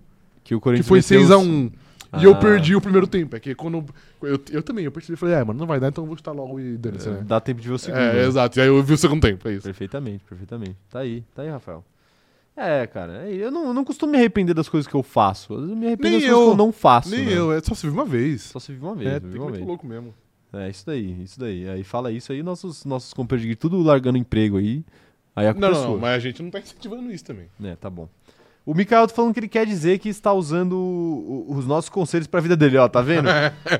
[SPEAKER 1] Que o
[SPEAKER 2] que
[SPEAKER 1] Corinthians
[SPEAKER 2] foi
[SPEAKER 1] meteu os-
[SPEAKER 2] 6x1. E eu
[SPEAKER 1] Ah.
[SPEAKER 2] perdi o primeiro tempo. É que quando. Eu, eu também, eu percebi falei, é, mano, não vai dar, então eu vou chutar logo e dane-se, né?
[SPEAKER 1] Dá tempo de ver o segundo.
[SPEAKER 2] É,
[SPEAKER 1] né?
[SPEAKER 2] exato. E aí eu vi o segundo tempo, é isso.
[SPEAKER 1] Perfeitamente, perfeitamente. Tá aí, tá aí, Rafael. É, cara, é- eu não, eu não costumo me arrepender das coisas que eu faço. Às vezes Eu me arrependo
[SPEAKER 2] Nem
[SPEAKER 1] das coisas que eu
[SPEAKER 2] eu,
[SPEAKER 1] não faço.
[SPEAKER 2] Nem
[SPEAKER 1] né?
[SPEAKER 2] eu, é só se vive uma vez.
[SPEAKER 1] Só se vive uma vez,
[SPEAKER 2] É,
[SPEAKER 1] vive
[SPEAKER 2] tem que
[SPEAKER 1] uma
[SPEAKER 2] muito
[SPEAKER 1] vez.
[SPEAKER 2] louco mesmo.
[SPEAKER 1] É, isso daí, isso daí. Aí fala isso aí, nossos, nossos companheiros de tudo largando emprego aí. Aí a
[SPEAKER 2] Não,
[SPEAKER 1] culpa é
[SPEAKER 2] não, não,
[SPEAKER 1] sua.
[SPEAKER 2] mas a gente não tá incentivando isso também.
[SPEAKER 1] É, tá bom. O Mikael tá falando que ele quer dizer que está usando o- o- os nossos conselhos pra vida dele, ó, tá
[SPEAKER 2] [laughs]
[SPEAKER 1] vendo?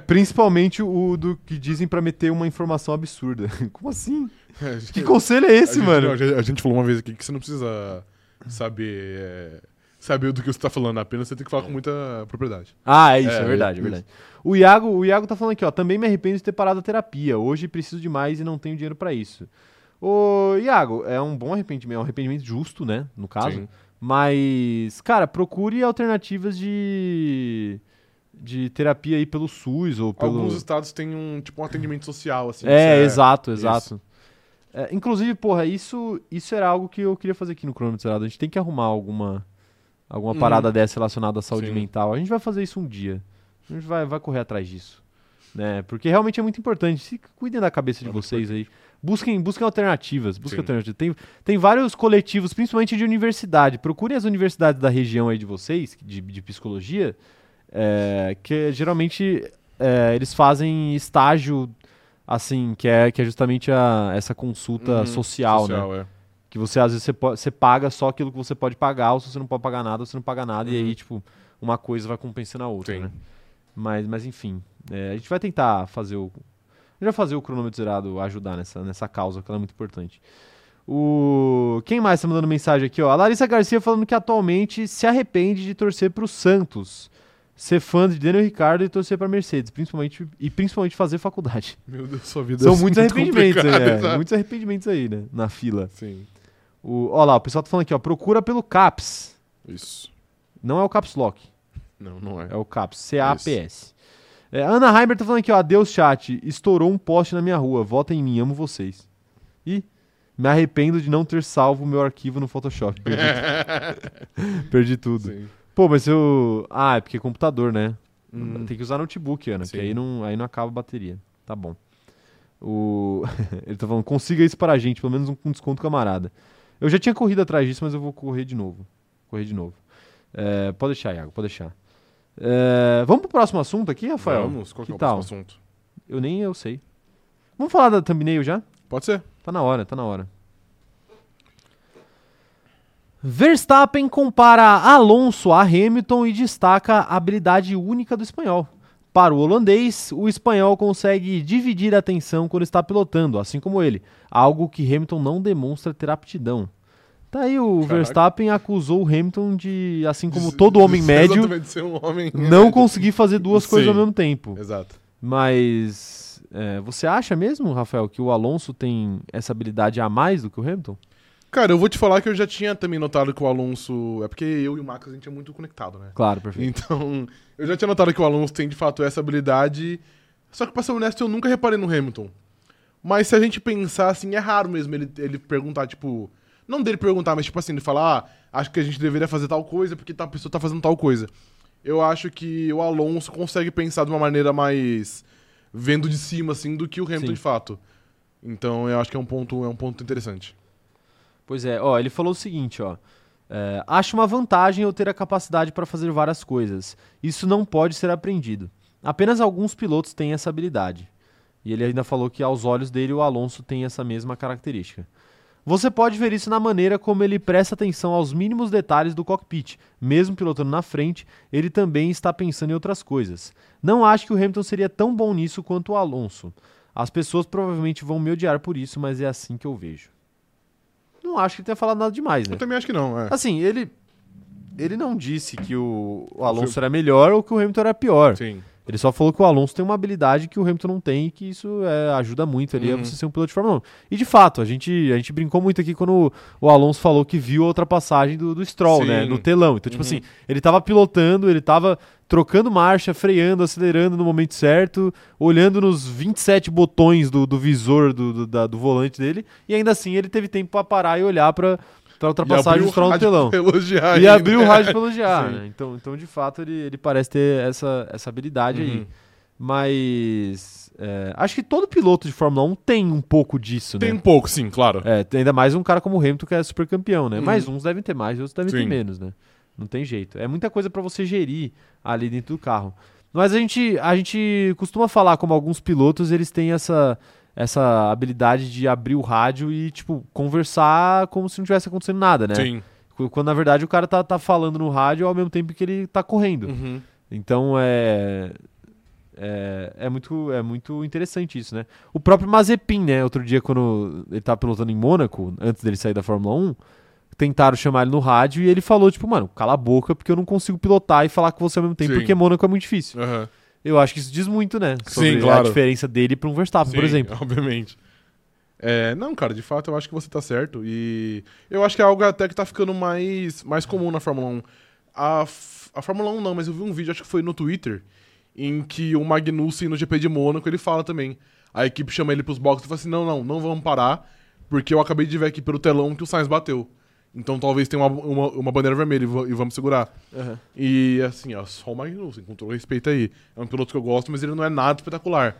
[SPEAKER 1] Principalmente o do que dizem pra meter uma informação absurda. [laughs] Como assim? [laughs] Que conselho é esse,
[SPEAKER 2] a gente-
[SPEAKER 1] mano?
[SPEAKER 2] não, a gente- a gente falou uma vez aqui que você não precisa saber. é, saber do que você tá falando, apenas você tem que falar
[SPEAKER 1] É.
[SPEAKER 2] com muita propriedade.
[SPEAKER 1] Ah, é isso, é,
[SPEAKER 2] É,
[SPEAKER 1] verdade, é
[SPEAKER 2] isso.
[SPEAKER 1] verdade. O Iago, o Iago tá falando aqui, ó. Também me arrependo de ter parado a terapia. Hoje preciso de mais e não tenho dinheiro pra isso. Ô, Iago, é um bom arrependimento, é um arrependimento justo, né? No caso.
[SPEAKER 2] Sim.
[SPEAKER 1] Mas, cara, procure alternativas de, de terapia aí pelo SUS ou pelo.
[SPEAKER 2] Alguns estados têm um, tipo, um atendimento social, assim.
[SPEAKER 1] é,
[SPEAKER 2] você
[SPEAKER 1] exato,
[SPEAKER 2] isso.
[SPEAKER 1] exato. É, inclusive, porra, isso, isso era algo que eu queria fazer aqui no Cronômetro Zerado. A gente tem que arrumar alguma, alguma
[SPEAKER 2] Uhum.
[SPEAKER 1] parada dessa relacionada à saúde
[SPEAKER 2] Sim.
[SPEAKER 1] mental. A gente vai fazer isso um dia. A gente vai, vai correr atrás disso. Né? Porque realmente é muito importante. Se cuidem da cabeça de
[SPEAKER 2] É muito
[SPEAKER 1] vocês aí. Busquem, busquem alternativas. Busquem
[SPEAKER 2] Sim.
[SPEAKER 1] alternativas. Tem, tem vários coletivos, principalmente de universidade. Procurem as universidades da região aí de vocês, de, de psicologia, é, que geralmente é, eles fazem estágio, assim, que é, que é justamente a, essa consulta
[SPEAKER 2] Uhum,
[SPEAKER 1] social, né?
[SPEAKER 2] social, é.
[SPEAKER 1] Que você, às vezes, você, po- você paga só aquilo que você pode pagar, ou se você não pode pagar nada, você não paga nada, e
[SPEAKER 2] Uhum.
[SPEAKER 1] aí, tipo, uma coisa vai compensando a outra,
[SPEAKER 2] Sim.
[SPEAKER 1] né? Mas, mas enfim, é, a gente vai tentar fazer o. A gente vai fazer o cronômetro zerado ajudar nessa, nessa causa, que ela é muito importante. O... Quem mais tá mandando mensagem aqui, ó? A Larissa Garcia falando que atualmente se arrepende de torcer pro Santos, ser fã de Daniel Ricardo e torcer pra Mercedes, principalmente, e principalmente fazer faculdade.
[SPEAKER 2] Meu Deus, sua vida
[SPEAKER 1] São
[SPEAKER 2] é
[SPEAKER 1] muitos
[SPEAKER 2] muito
[SPEAKER 1] arrependimentos, aí,
[SPEAKER 2] [laughs] complicada,
[SPEAKER 1] né?
[SPEAKER 2] exato.
[SPEAKER 1] Muitos arrependimentos aí, né? Na fila.
[SPEAKER 2] Sim,
[SPEAKER 1] O, ó lá, o pessoal tá falando aqui, ó. Procura pelo CAPS.
[SPEAKER 2] isso.
[SPEAKER 1] Não é o Caps Lock,
[SPEAKER 2] Não, não é.
[SPEAKER 1] é o CAPS. C-A-P-S. É, Ana Heimer tá falando aqui, ó. Adeus, chat. Estourou um poste na minha rua. Vota em mim, amo vocês. E me arrependo de não ter salvo o meu arquivo no Photoshop.
[SPEAKER 2] [laughs]
[SPEAKER 1] Perdi, perdi tudo.
[SPEAKER 2] [laughs] É. Sim.
[SPEAKER 1] Pô, mas eu. Ah, é porque é computador, né?
[SPEAKER 2] Hum.
[SPEAKER 1] Tem que usar notebook, Ana,
[SPEAKER 2] Sim.
[SPEAKER 1] que aí não, aí não acaba a bateria. Tá bom. O... [laughs] Ele tá falando, consiga isso para a gente, pelo menos um, um desconto camarada. Eu já tinha corrido atrás disso, mas eu vou correr de novo. Correr de novo. É, pode deixar, Iago, pode deixar. É, vamos pro próximo assunto aqui, Rafael?
[SPEAKER 2] Vamos, qual que,
[SPEAKER 1] que
[SPEAKER 2] é o
[SPEAKER 1] tal?
[SPEAKER 2] próximo assunto?
[SPEAKER 1] Eu nem eu sei. Vamos falar da thumbnail já?
[SPEAKER 2] Pode ser.
[SPEAKER 1] Tá na hora, tá na hora. Verstappen compara Alonso a Hamilton e destaca a habilidade única do espanhol. Para o holandês, o espanhol consegue dividir a atenção quando está pilotando, assim como ele, algo que Hamilton não demonstra ter aptidão. Tá aí o
[SPEAKER 2] Caraca.
[SPEAKER 1] Verstappen acusou o Hamilton de, assim como
[SPEAKER 2] De-
[SPEAKER 1] todo homem
[SPEAKER 2] de-
[SPEAKER 1] médio,
[SPEAKER 2] [laughs] Exatamente, ser um homem
[SPEAKER 1] não
[SPEAKER 2] médio.
[SPEAKER 1] conseguir fazer duas coisas ao
[SPEAKER 2] Sim.
[SPEAKER 1] mesmo tempo.
[SPEAKER 2] Exato.
[SPEAKER 1] Mas é, você acha mesmo, Rafael, que o Alonso tem essa habilidade a mais do que o Hamilton?
[SPEAKER 2] Cara, eu vou te falar que eu já tinha também notado que o Alonso... É porque eu e o Max, a gente é muito conectado, né?
[SPEAKER 1] Claro, perfeito.
[SPEAKER 2] [laughs] Então, eu já tinha notado que o Alonso tem de fato essa habilidade. Só que, pra ser honesto, eu nunca reparei no Hamilton. Mas se a gente pensar, assim, é raro mesmo ele, ele perguntar, tipo. Não dele perguntar, mas tipo assim, ele falar, ah, acho que a gente deveria fazer tal coisa porque tal pessoa tá fazendo tal coisa. Eu acho que o Alonso consegue pensar de uma maneira mais. vendo de cima, assim, do que o Hamilton
[SPEAKER 1] Sim.
[SPEAKER 2] de fato. Então, eu acho que é um ponto, é um ponto interessante.
[SPEAKER 1] Pois é, ó, ele falou o seguinte, ó. é, acho uma vantagem eu ter a capacidade para fazer várias coisas. Isso não pode ser aprendido. Apenas alguns pilotos têm essa habilidade. E ele ainda falou que, aos olhos dele, o Alonso tem essa mesma característica. Você pode ver isso na maneira como ele presta atenção aos mínimos detalhes do cockpit. Mesmo pilotando na frente, ele também está pensando em outras coisas. Não acho que o Hamilton seria tão bom nisso quanto o Alonso. As pessoas provavelmente vão me odiar por isso, mas é assim que eu vejo. Não acho que ele tenha falado nada demais, né?
[SPEAKER 2] Eu também acho que não, é.
[SPEAKER 1] Assim, ele. Ele não disse que o, o Alonso era melhor ou que o Hamilton era pior.
[SPEAKER 2] Sim.
[SPEAKER 1] Ele só falou que o Alonso tem uma habilidade que o Hamilton não tem e que isso é, ajuda muito ali
[SPEAKER 2] Uhum.
[SPEAKER 1] a você ser um piloto de Fórmula 1. E de fato, a gente, a gente brincou muito aqui quando o, o Alonso falou que viu a ultrapassagem do, do Stroll,
[SPEAKER 2] Sim.
[SPEAKER 1] né? No telão. Então, tipo
[SPEAKER 2] Uhum.
[SPEAKER 1] assim, ele tava pilotando, ele tava trocando marcha, freando, acelerando no momento certo, olhando nos 27 botões do, do visor do, do, da- do volante dele, e ainda assim ele teve tempo para parar e olhar para a ultrapassagem
[SPEAKER 2] abriu
[SPEAKER 1] do
[SPEAKER 2] o
[SPEAKER 1] Stroll no
[SPEAKER 2] rádio
[SPEAKER 1] telão.
[SPEAKER 2] pra [laughs] Elogiar
[SPEAKER 1] E
[SPEAKER 2] ainda.
[SPEAKER 1] abriu o rádio pelo GA,
[SPEAKER 2] Sim.
[SPEAKER 1] né? Então, então, de fato, ele, ele parece ter essa, essa habilidade aí.
[SPEAKER 2] Uhum.
[SPEAKER 1] Mas. é, acho que todo piloto de Fórmula 1 tem um pouco disso,
[SPEAKER 2] Tem
[SPEAKER 1] né?
[SPEAKER 2] um pouco, sim, claro.
[SPEAKER 1] É, tem ainda mais um cara como o Hamilton que é super campeão, né?
[SPEAKER 2] Uhum.
[SPEAKER 1] Mas uns devem ter mais, outros devem ter
[SPEAKER 2] Sim.
[SPEAKER 1] menos, né? Não tem jeito. É muita coisa pra você gerir ali dentro do carro. Mas a gente, a gente costuma falar como alguns pilotos, eles têm essa, essa habilidade de abrir o rádio e, tipo, conversar como se não tivesse acontecendo nada, né?
[SPEAKER 2] Sim.
[SPEAKER 1] Qu- Quando na verdade o cara tá, tá falando no rádio ao mesmo tempo que ele tá correndo.
[SPEAKER 2] Uhum.
[SPEAKER 1] Então é. É, é muito, é muito interessante isso, né? O próprio Mazepin, né? Outro dia, quando ele tava pilotando em Mônaco, antes dele sair da Fórmula 1, tentaram chamar ele no rádio e ele falou, tipo, mano, cala a boca porque eu não consigo pilotar e falar com você ao mesmo tempo,
[SPEAKER 2] Sim.
[SPEAKER 1] porque Mônaco é muito difícil.
[SPEAKER 2] Aham.
[SPEAKER 1] Eu acho que isso diz muito, né?
[SPEAKER 2] Sim,
[SPEAKER 1] Sobre a
[SPEAKER 2] claro.
[SPEAKER 1] diferença dele pra um Verstappen, por
[SPEAKER 2] Sim,
[SPEAKER 1] exemplo.
[SPEAKER 2] Obviamente. É, não, cara, de fato eu acho que você tá certo. E eu acho que é algo até que tá ficando mais, mais comum na Fórmula 1. A, F- a Fórmula 1 não, mas eu vi um vídeo, acho que foi no Twitter, em que o Magnussen no GP de Mônaco ele fala também. A equipe chama ele pros boxes e fala assim: não, não, não vamos parar, porque eu acabei de ver aqui pelo telão que o Sainz bateu. Então talvez tenha uma, uma, uma bandeira vermelha e, va- e vamos segurar. E assim, ó, só o Magnussen, com todo respeito aí. É um piloto que eu gosto, mas ele não é nada espetacular.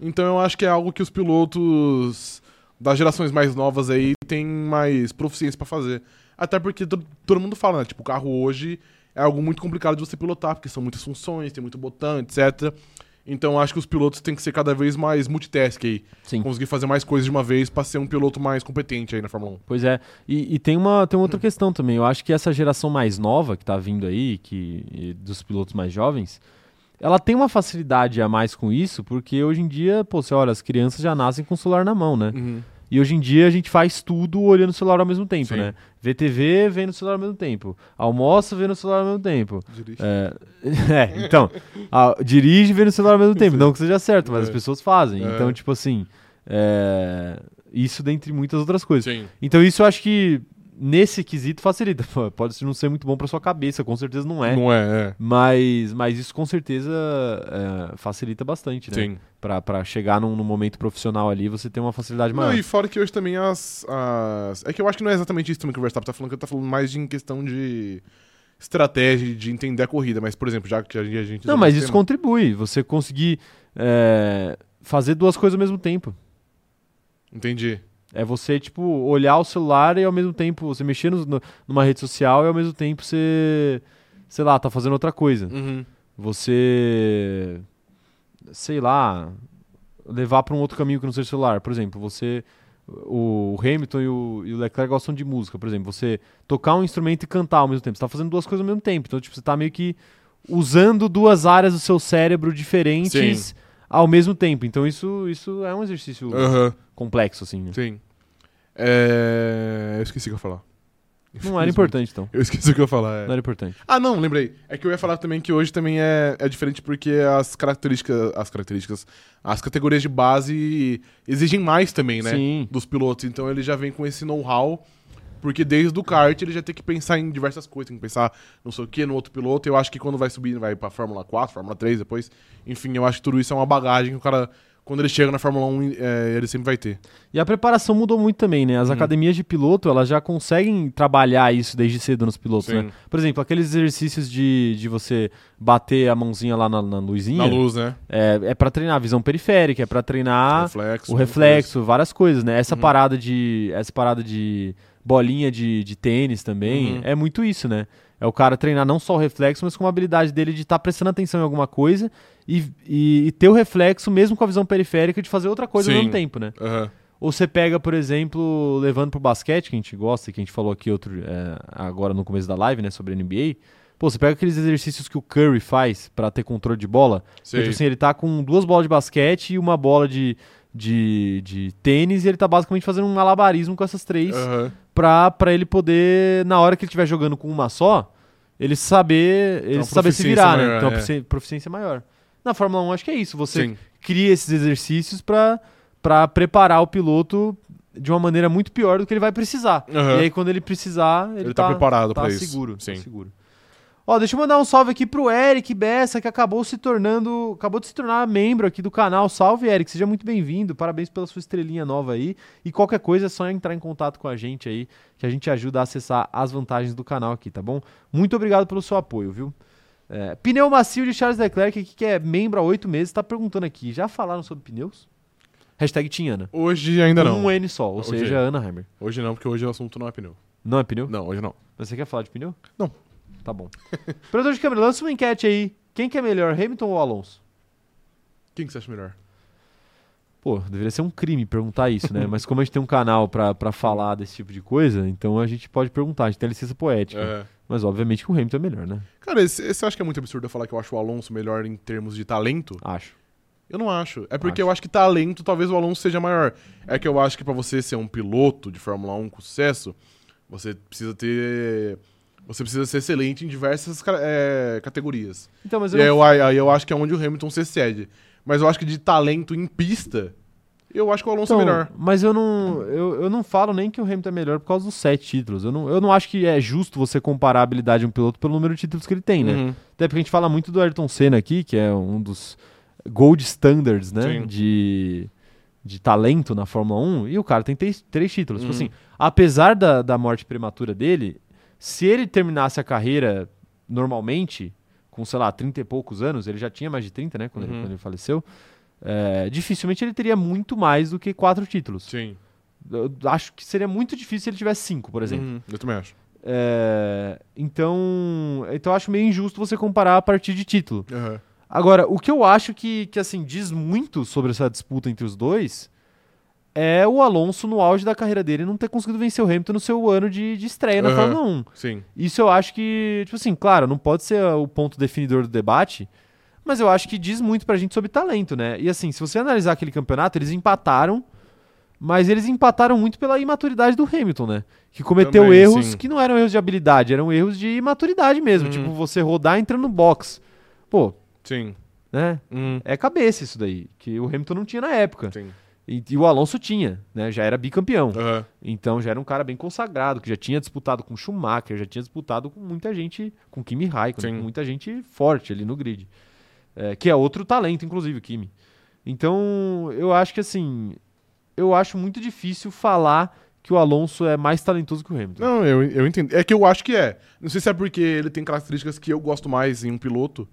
[SPEAKER 2] Então eu acho que é algo que os pilotos das gerações mais novas aí têm mais proficiência pra fazer. Até porque to- todo mundo fala, né? Tipo, o carro hoje é algo muito complicado de você pilotar, porque são muitas funções, tem muito botão, etc. Então eu acho que os pilotos têm que ser cada vez mais multitask aí.
[SPEAKER 1] Sim.
[SPEAKER 2] Conseguir fazer mais coisas de uma vez pra ser um piloto mais competente aí na Fórmula 1.
[SPEAKER 1] Pois é, e, e tem, uma, tem uma
[SPEAKER 2] Hum.
[SPEAKER 1] outra questão também. Eu acho que essa geração mais nova que tá vindo aí, que, e dos pilotos mais jovens, ela tem uma facilidade a mais com isso, porque hoje em dia, pô, você olha, as crianças já nascem com o celular na mão, né?
[SPEAKER 2] um.
[SPEAKER 1] E hoje em dia a gente faz tudo olhando o celular ao mesmo tempo,
[SPEAKER 2] Sim.
[SPEAKER 1] né? Vê TV, vendo o celular ao mesmo tempo. Almoça, vendo o celular ao mesmo tempo.
[SPEAKER 2] Dirige.
[SPEAKER 1] É, [laughs] é, então, a- dirige e vê no celular ao mesmo tempo. Não que seja certo, mas
[SPEAKER 2] É.
[SPEAKER 1] as pessoas fazem.
[SPEAKER 2] É.
[SPEAKER 1] Então, tipo assim, é, isso dentre muitas outras coisas.
[SPEAKER 2] Sim.
[SPEAKER 1] Então, isso eu acho que nesse quesito facilita. [laughs] Pô, Pode não ser muito bom pra sua cabeça, com certeza não é.
[SPEAKER 2] Não é, é.
[SPEAKER 1] Mas, mas isso com certeza é, facilita bastante, né?
[SPEAKER 2] Sim.
[SPEAKER 1] Pra, pra chegar num, num momento profissional ali, você tem uma facilidade
[SPEAKER 2] Não,
[SPEAKER 1] maior.
[SPEAKER 2] e fora que hoje também as, as- É que eu acho que não é exatamente isso também que o Verstappen tá falando, que ele tá falando mais de em questão de estratégia, de entender a corrida. Mas, por exemplo, já que a gente. a gente
[SPEAKER 1] Não, mas
[SPEAKER 2] esse
[SPEAKER 1] isso
[SPEAKER 2] tema-
[SPEAKER 1] contribui. Você conseguir é, fazer duas coisas ao mesmo tempo.
[SPEAKER 2] Entendi.
[SPEAKER 1] É você, tipo, olhar o celular e ao mesmo tempo você mexer no- no- numa rede social e ao mesmo tempo você, sei lá, tá fazendo outra coisa. Você, sei lá, levar pra um outro caminho que não seja o celular. Por exemplo, você, o Hamilton e o, e o Leclerc gostam de música. Por exemplo, você tocar um instrumento e cantar ao mesmo tempo. Você tá fazendo duas coisas ao mesmo tempo. Então, tipo, você tá meio que usando duas áreas do seu cérebro diferentes
[SPEAKER 2] Sim.
[SPEAKER 1] ao mesmo tempo. Então, isso, isso é um exercício
[SPEAKER 2] Aham,
[SPEAKER 1] complexo, assim, né?
[SPEAKER 2] sim. É... Eu esqueci o que eu ia falar.
[SPEAKER 1] Não era importante, então.
[SPEAKER 2] Eu esqueci o que eu ia falar. é.
[SPEAKER 1] Não era importante.
[SPEAKER 2] Ah, não, lembrei. É que eu ia falar também que hoje também é, é diferente porque as características. As características. As categorias de base exigem mais também, né?
[SPEAKER 1] Sim.
[SPEAKER 2] Dos pilotos. Então ele já vem com esse know-how. Porque desde o kart ele já tem que pensar em diversas coisas, tem que pensar não sei o que, no outro piloto. Eu acho que quando vai subir, vai pra Fórmula 4, Fórmula 3 depois. Enfim, eu acho que tudo isso é uma bagagem que o cara, quando ele chega na Fórmula 1, é, ele sempre vai ter.
[SPEAKER 1] E a preparação mudou muito também, né? As
[SPEAKER 2] Uhum.
[SPEAKER 1] academias de piloto, elas já conseguem trabalhar isso desde cedo nos pilotos,
[SPEAKER 2] Sim.
[SPEAKER 1] né? Por exemplo, aqueles exercícios de, de você bater a mãozinha lá na, na luzinha,
[SPEAKER 2] Na luz, né?
[SPEAKER 1] é, é para treinar a visão periférica, é pra treinar
[SPEAKER 2] reflexo.
[SPEAKER 1] o reflexo, várias coisas, né?
[SPEAKER 2] Uhum.
[SPEAKER 1] Essa parada de essa parada de bolinha de, de tênis também,
[SPEAKER 2] Uhum.
[SPEAKER 1] é muito isso, né? É o cara treinar não só o reflexo, mas com a habilidade dele de estar prestando atenção em alguma coisa e, e, e ter o reflexo, mesmo com a visão periférica, de fazer outra coisa ao
[SPEAKER 2] Sim.
[SPEAKER 1] mesmo tempo, né?
[SPEAKER 2] assim. Aham.
[SPEAKER 1] Ou você pega, por exemplo, levando pro basquete, que a gente gosta, que a gente falou aqui outro, é, agora no começo da live, né, sobre NBA. Pô, você pega aqueles exercícios que o Curry faz pra ter controle de bola.
[SPEAKER 2] Sei.
[SPEAKER 1] Tipo assim, ele tá com duas bolas de basquete e uma bola de, de, de tênis e ele tá basicamente fazendo um malabarismo com essas três
[SPEAKER 2] Aham.
[SPEAKER 1] pra, pra ele poder, na hora que ele estiver jogando com uma só, ele saber, ele
[SPEAKER 2] uma
[SPEAKER 1] saber se
[SPEAKER 2] proficiência
[SPEAKER 1] virar, né?
[SPEAKER 2] maior,
[SPEAKER 1] Então,
[SPEAKER 2] é.
[SPEAKER 1] uma profici- proficiência maior. Na Fórmula 1, acho que é isso. Você
[SPEAKER 2] Sim.
[SPEAKER 1] cria esses exercícios pra pra preparar o piloto de uma maneira muito pior do que ele vai precisar.
[SPEAKER 2] Aham.
[SPEAKER 1] E aí, quando ele precisar, ele,
[SPEAKER 2] Ele tá preparado
[SPEAKER 1] tá
[SPEAKER 2] pra isso.
[SPEAKER 1] seguro,
[SPEAKER 2] Sim.
[SPEAKER 1] Tá seguro. Ó, deixa eu mandar um salve aqui pro Eric Bessa, que acabou se tornando, acabou de se tornar membro aqui do canal. Salve, Eric, seja muito bem-vindo. Parabéns pela sua estrelinha nova aí. E qualquer coisa é só entrar em contato com a gente aí, que a gente ajuda a acessar as vantagens do canal aqui, tá bom? Muito obrigado pelo seu apoio, viu? É, pneu macio de Charles Leclerc, aqui, que é membro há oito meses, tá perguntando aqui, já falaram sobre pneus? Hashtag Tinhana.
[SPEAKER 2] Hoje ainda não.
[SPEAKER 1] Um N só, ou
[SPEAKER 2] Hoje. é.
[SPEAKER 1] seja, Anaheim.
[SPEAKER 2] Hoje não, porque hoje o assunto não é pneu.
[SPEAKER 1] Não é pneu?
[SPEAKER 2] Não, hoje não.
[SPEAKER 1] Mas Você quer falar de pneu?
[SPEAKER 2] Não.
[SPEAKER 1] Tá bom. [laughs] Produtor de câmera, lança uma enquete aí. Quem que é melhor, Hamilton ou Alonso?
[SPEAKER 2] Quem que você acha melhor?
[SPEAKER 1] Pô, deveria ser um crime perguntar isso, [laughs] né? Mas como a gente tem um canal pra, pra falar desse tipo de coisa, então a gente pode perguntar, a gente tem licença poética.
[SPEAKER 2] É.
[SPEAKER 1] Mas obviamente que o Hamilton é melhor, né?
[SPEAKER 2] Cara, esse- você acha que é muito absurdo eu falar que eu acho o Alonso melhor em termos de talento?
[SPEAKER 1] Acho.
[SPEAKER 2] Eu não acho. É porque
[SPEAKER 1] Acho.
[SPEAKER 2] eu acho que talento talvez o Alonso seja maior. É que eu acho que pra você ser um piloto de Fórmula 1 com sucesso, você precisa ter. Você precisa ser excelente em diversas ca- é, categorias.
[SPEAKER 1] Então, mas
[SPEAKER 2] E
[SPEAKER 1] eu
[SPEAKER 2] aí
[SPEAKER 1] não-
[SPEAKER 2] é eu, aí eu acho que é onde o Hamilton se excede. Mas eu acho que de talento em pista, Eu acho que o Alonso é
[SPEAKER 1] Então,
[SPEAKER 2] melhor.
[SPEAKER 1] Mas eu não, eu, eu não falo nem que o Hamilton é melhor por causa dos sete títulos. Eu não, eu não acho que é justo você comparar a habilidade de um piloto pelo número de títulos que ele tem, né?
[SPEAKER 2] Uhum.
[SPEAKER 1] Até porque a gente fala muito do Ayrton Senna aqui, que é um dos gold standards, né?
[SPEAKER 2] Sim.
[SPEAKER 1] De, de talento na Fórmula 1. E o cara tem três, três títulos. Tipo
[SPEAKER 2] Uhum.
[SPEAKER 1] assim, apesar da, da morte prematura dele, se ele terminasse a carreira normalmente, com, sei lá, 30 e poucos anos, ele já tinha mais de 30, né? Quando, ele,
[SPEAKER 2] Uhum.
[SPEAKER 1] quando ele faleceu. é, dificilmente ele teria muito mais do que quatro títulos.
[SPEAKER 2] Sim.
[SPEAKER 1] Eu acho que seria muito difícil se ele tivesse cinco, por exemplo.
[SPEAKER 2] Uhum. Eu também acho.
[SPEAKER 1] É, então, então eu acho meio injusto você comparar a partir de título.
[SPEAKER 2] Aham.
[SPEAKER 1] Agora, o que eu acho que, que assim diz muito sobre essa disputa entre os dois é o Alonso no auge da carreira dele não ter conseguido vencer o Hamilton no seu ano de, de estreia na
[SPEAKER 2] Aham.
[SPEAKER 1] Fórmula 1.
[SPEAKER 2] Sim.
[SPEAKER 1] Isso eu acho que, tipo assim, claro, não pode ser ah, o ponto definidor do debate, mas eu acho que diz muito pra gente sobre talento, né? E assim, se você analisar aquele campeonato, eles empataram, mas eles empataram muito pela imaturidade do Hamilton, né? Que cometeu
[SPEAKER 2] Também,
[SPEAKER 1] erros
[SPEAKER 2] sim.
[SPEAKER 1] que não eram erros de habilidade, eram erros de imaturidade mesmo.
[SPEAKER 2] Uhum.
[SPEAKER 1] Tipo, você rodar entrando no box. Pô,
[SPEAKER 2] Sim.
[SPEAKER 1] né?
[SPEAKER 2] Uhum.
[SPEAKER 1] É cabeça isso daí, que o Hamilton não tinha na época.
[SPEAKER 2] Sim.
[SPEAKER 1] E, e o Alonso tinha, né? Já era bicampeão.
[SPEAKER 2] Aham.
[SPEAKER 1] Então já era um cara bem consagrado, que já tinha disputado com Schumacher, já tinha disputado com muita gente, com Kimi Raikkonen,
[SPEAKER 2] Sim.
[SPEAKER 1] com muita gente forte ali no grid. É, que é outro talento, inclusive, o Kimi. Então, eu acho que assim, eu acho muito difícil falar que o Alonso é mais talentoso que o Hamilton.
[SPEAKER 2] Não, eu, eu entendo. É que eu acho que é. Não sei se é porque ele tem características que eu gosto mais em um piloto,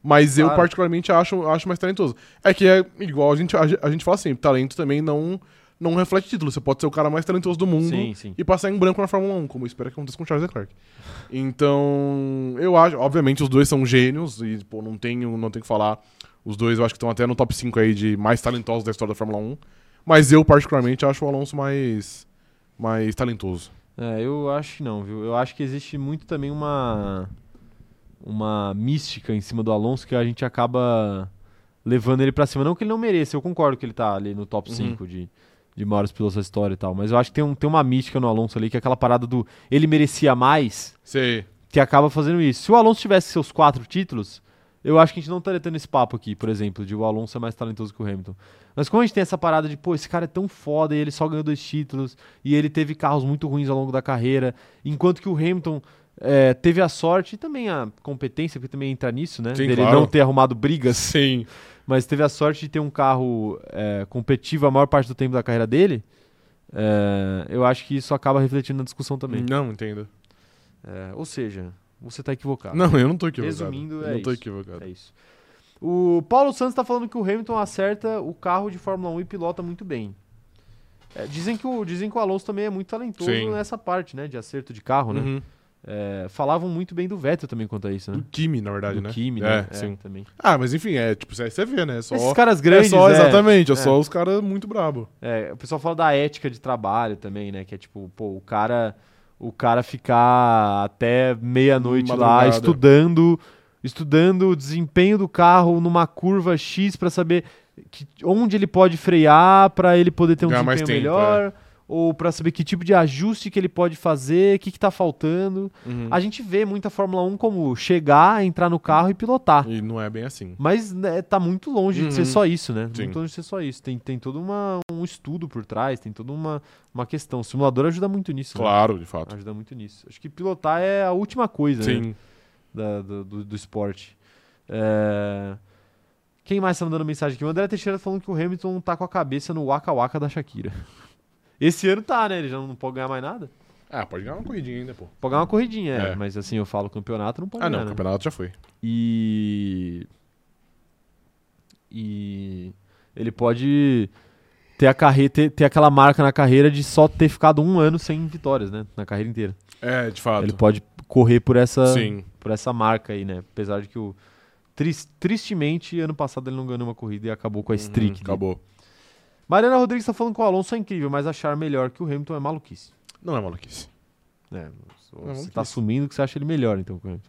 [SPEAKER 2] mas eu
[SPEAKER 1] Claro.
[SPEAKER 2] particularmente acho, acho mais talentoso. É que é igual a gente, a, ge- a gente fala sempre, talento também não, não reflete título. Você pode ser o cara mais talentoso do mundo
[SPEAKER 1] Sim, sim.
[SPEAKER 2] e passar em branco na Fórmula 1, como eu espero que aconteça com o Charles Leclerc. Então, eu acho, obviamente os dois são gênios e pô, não tenho, não tenho que falar. Os dois eu acho que estão até no top 5 aí de mais talentosos da história da Fórmula 1, mas eu particularmente acho o Alonso mais mais talentoso.
[SPEAKER 1] É, eu acho que não, viu? Eu acho que existe muito também uma uma mística em cima do Alonso que a gente acaba levando ele pra cima. Não que ele não mereça, eu concordo que ele tá ali no top
[SPEAKER 2] Uhum.
[SPEAKER 1] 5 de, de maiores pilotos da história e tal, mas eu acho que tem, um, tem uma mística no Alonso ali, que é aquela parada do ele merecia mais,
[SPEAKER 2] Sei.
[SPEAKER 1] que acaba fazendo isso. Se o Alonso tivesse seus quatro títulos, eu acho que a gente não estaria tendo esse papo aqui, por exemplo, de o Alonso é mais talentoso que o Hamilton. Mas como a gente tem essa parada de, pô, esse cara é tão foda e ele só ganhou dois títulos e ele teve carros muito ruins ao longo da carreira, enquanto que o Hamilton é, teve a sorte e também a competência, porque também entra nisso, né?
[SPEAKER 2] Sim,
[SPEAKER 1] Dele
[SPEAKER 2] claro.
[SPEAKER 1] não ter arrumado brigas
[SPEAKER 2] Sim.
[SPEAKER 1] mas teve a sorte de ter um carro é, competitivo a maior parte do tempo da carreira dele. é, eu acho que isso acaba refletindo na discussão também.
[SPEAKER 2] Não, entendo.
[SPEAKER 1] É, ou seja, você tá equivocado.
[SPEAKER 2] Não, eu não tô equivocado.
[SPEAKER 1] Resumindo,
[SPEAKER 2] Eu
[SPEAKER 1] é
[SPEAKER 2] Não tô
[SPEAKER 1] isso.
[SPEAKER 2] equivocado.
[SPEAKER 1] É isso. O Paulo Santos tá falando que o Hamilton acerta o carro de Fórmula 1 e pilota muito bem. É, dizem, que o, dizem que o Alonso também é muito talentoso
[SPEAKER 2] Sim.
[SPEAKER 1] nessa parte, né? De acerto de carro, né?
[SPEAKER 2] Uhum.
[SPEAKER 1] É, falavam muito bem do Vettel também quanto a isso, né?
[SPEAKER 2] Do Kimi, na verdade,
[SPEAKER 1] Do
[SPEAKER 2] né?
[SPEAKER 1] Kimi,
[SPEAKER 2] É,
[SPEAKER 1] né? É,
[SPEAKER 2] sim.
[SPEAKER 1] também.
[SPEAKER 2] Ah, mas enfim, é tipo CSV, né? É Só...
[SPEAKER 1] Esses caras grandes,
[SPEAKER 2] é só,
[SPEAKER 1] né?
[SPEAKER 2] exatamente, é,
[SPEAKER 1] É.
[SPEAKER 2] só os caras muito brabo.
[SPEAKER 1] É, o pessoal fala da ética de trabalho também, né? Que é tipo, pô, o cara, o cara ficar até meia-noite lá
[SPEAKER 2] Madrugada.
[SPEAKER 1] estudando, estudando o desempenho do carro numa curva X pra saber que- onde ele pode frear pra ele poder ter um
[SPEAKER 2] Ganhar mais
[SPEAKER 1] desempenho
[SPEAKER 2] tempo, é.
[SPEAKER 1] melhor. Ou pra saber que tipo de ajuste que ele pode fazer, o que, que tá faltando.
[SPEAKER 2] Ah,
[SPEAKER 1] A gente vê muita Fórmula 1 como chegar, entrar no carro e pilotar.
[SPEAKER 2] E não é bem assim.
[SPEAKER 1] Mas né, tá muito longe de ser
[SPEAKER 2] Uhum.
[SPEAKER 1] só isso, né?
[SPEAKER 2] Sim.
[SPEAKER 1] Muito longe de ser só isso. Tem, tem todo uma, um estudo por trás, tem toda uma, uma questão. O simulador ajuda muito nisso. né?
[SPEAKER 2] Claro, de fato.
[SPEAKER 1] Ajuda muito nisso. Acho que pilotar é a última coisa né,
[SPEAKER 2] Sim.
[SPEAKER 1] da- do, do, do esporte. É, Quem mais tá mandando mensagem aqui? O André Teixeira falando que o Hamilton tá com a cabeça no Waka Waka da Shakira. [laughs] Esse ano tá, né? Ele já não pode ganhar mais nada.
[SPEAKER 2] Ah, pode ganhar uma corridinha ainda, pô.
[SPEAKER 1] Pode ganhar uma corridinha, é,
[SPEAKER 2] É.
[SPEAKER 1] mas assim, eu falo campeonato, não pode
[SPEAKER 2] Ah,
[SPEAKER 1] ganhar.
[SPEAKER 2] não, o
[SPEAKER 1] né?
[SPEAKER 2] campeonato já foi.
[SPEAKER 1] E. E. Ele pode ter, a carre... ter, ter aquela marca na carreira de só ter ficado um ano sem vitórias, né? Na carreira inteira.
[SPEAKER 2] É, de fato.
[SPEAKER 1] Ele pode correr por essa,
[SPEAKER 2] Sim.
[SPEAKER 1] por essa marca aí, né? Apesar de que o. tris- tristemente, ano passado ele não ganhou uma corrida e acabou com a streak.
[SPEAKER 2] Uhum,
[SPEAKER 1] dele.
[SPEAKER 2] acabou.
[SPEAKER 1] Mariana Rodrigues tá falando que o Alonso é incrível, mas achar melhor que o Hamilton é maluquice.
[SPEAKER 2] Não é maluquice.
[SPEAKER 1] É, você
[SPEAKER 2] maluquice.
[SPEAKER 1] tá assumindo que você acha ele melhor, então, que o Hamilton.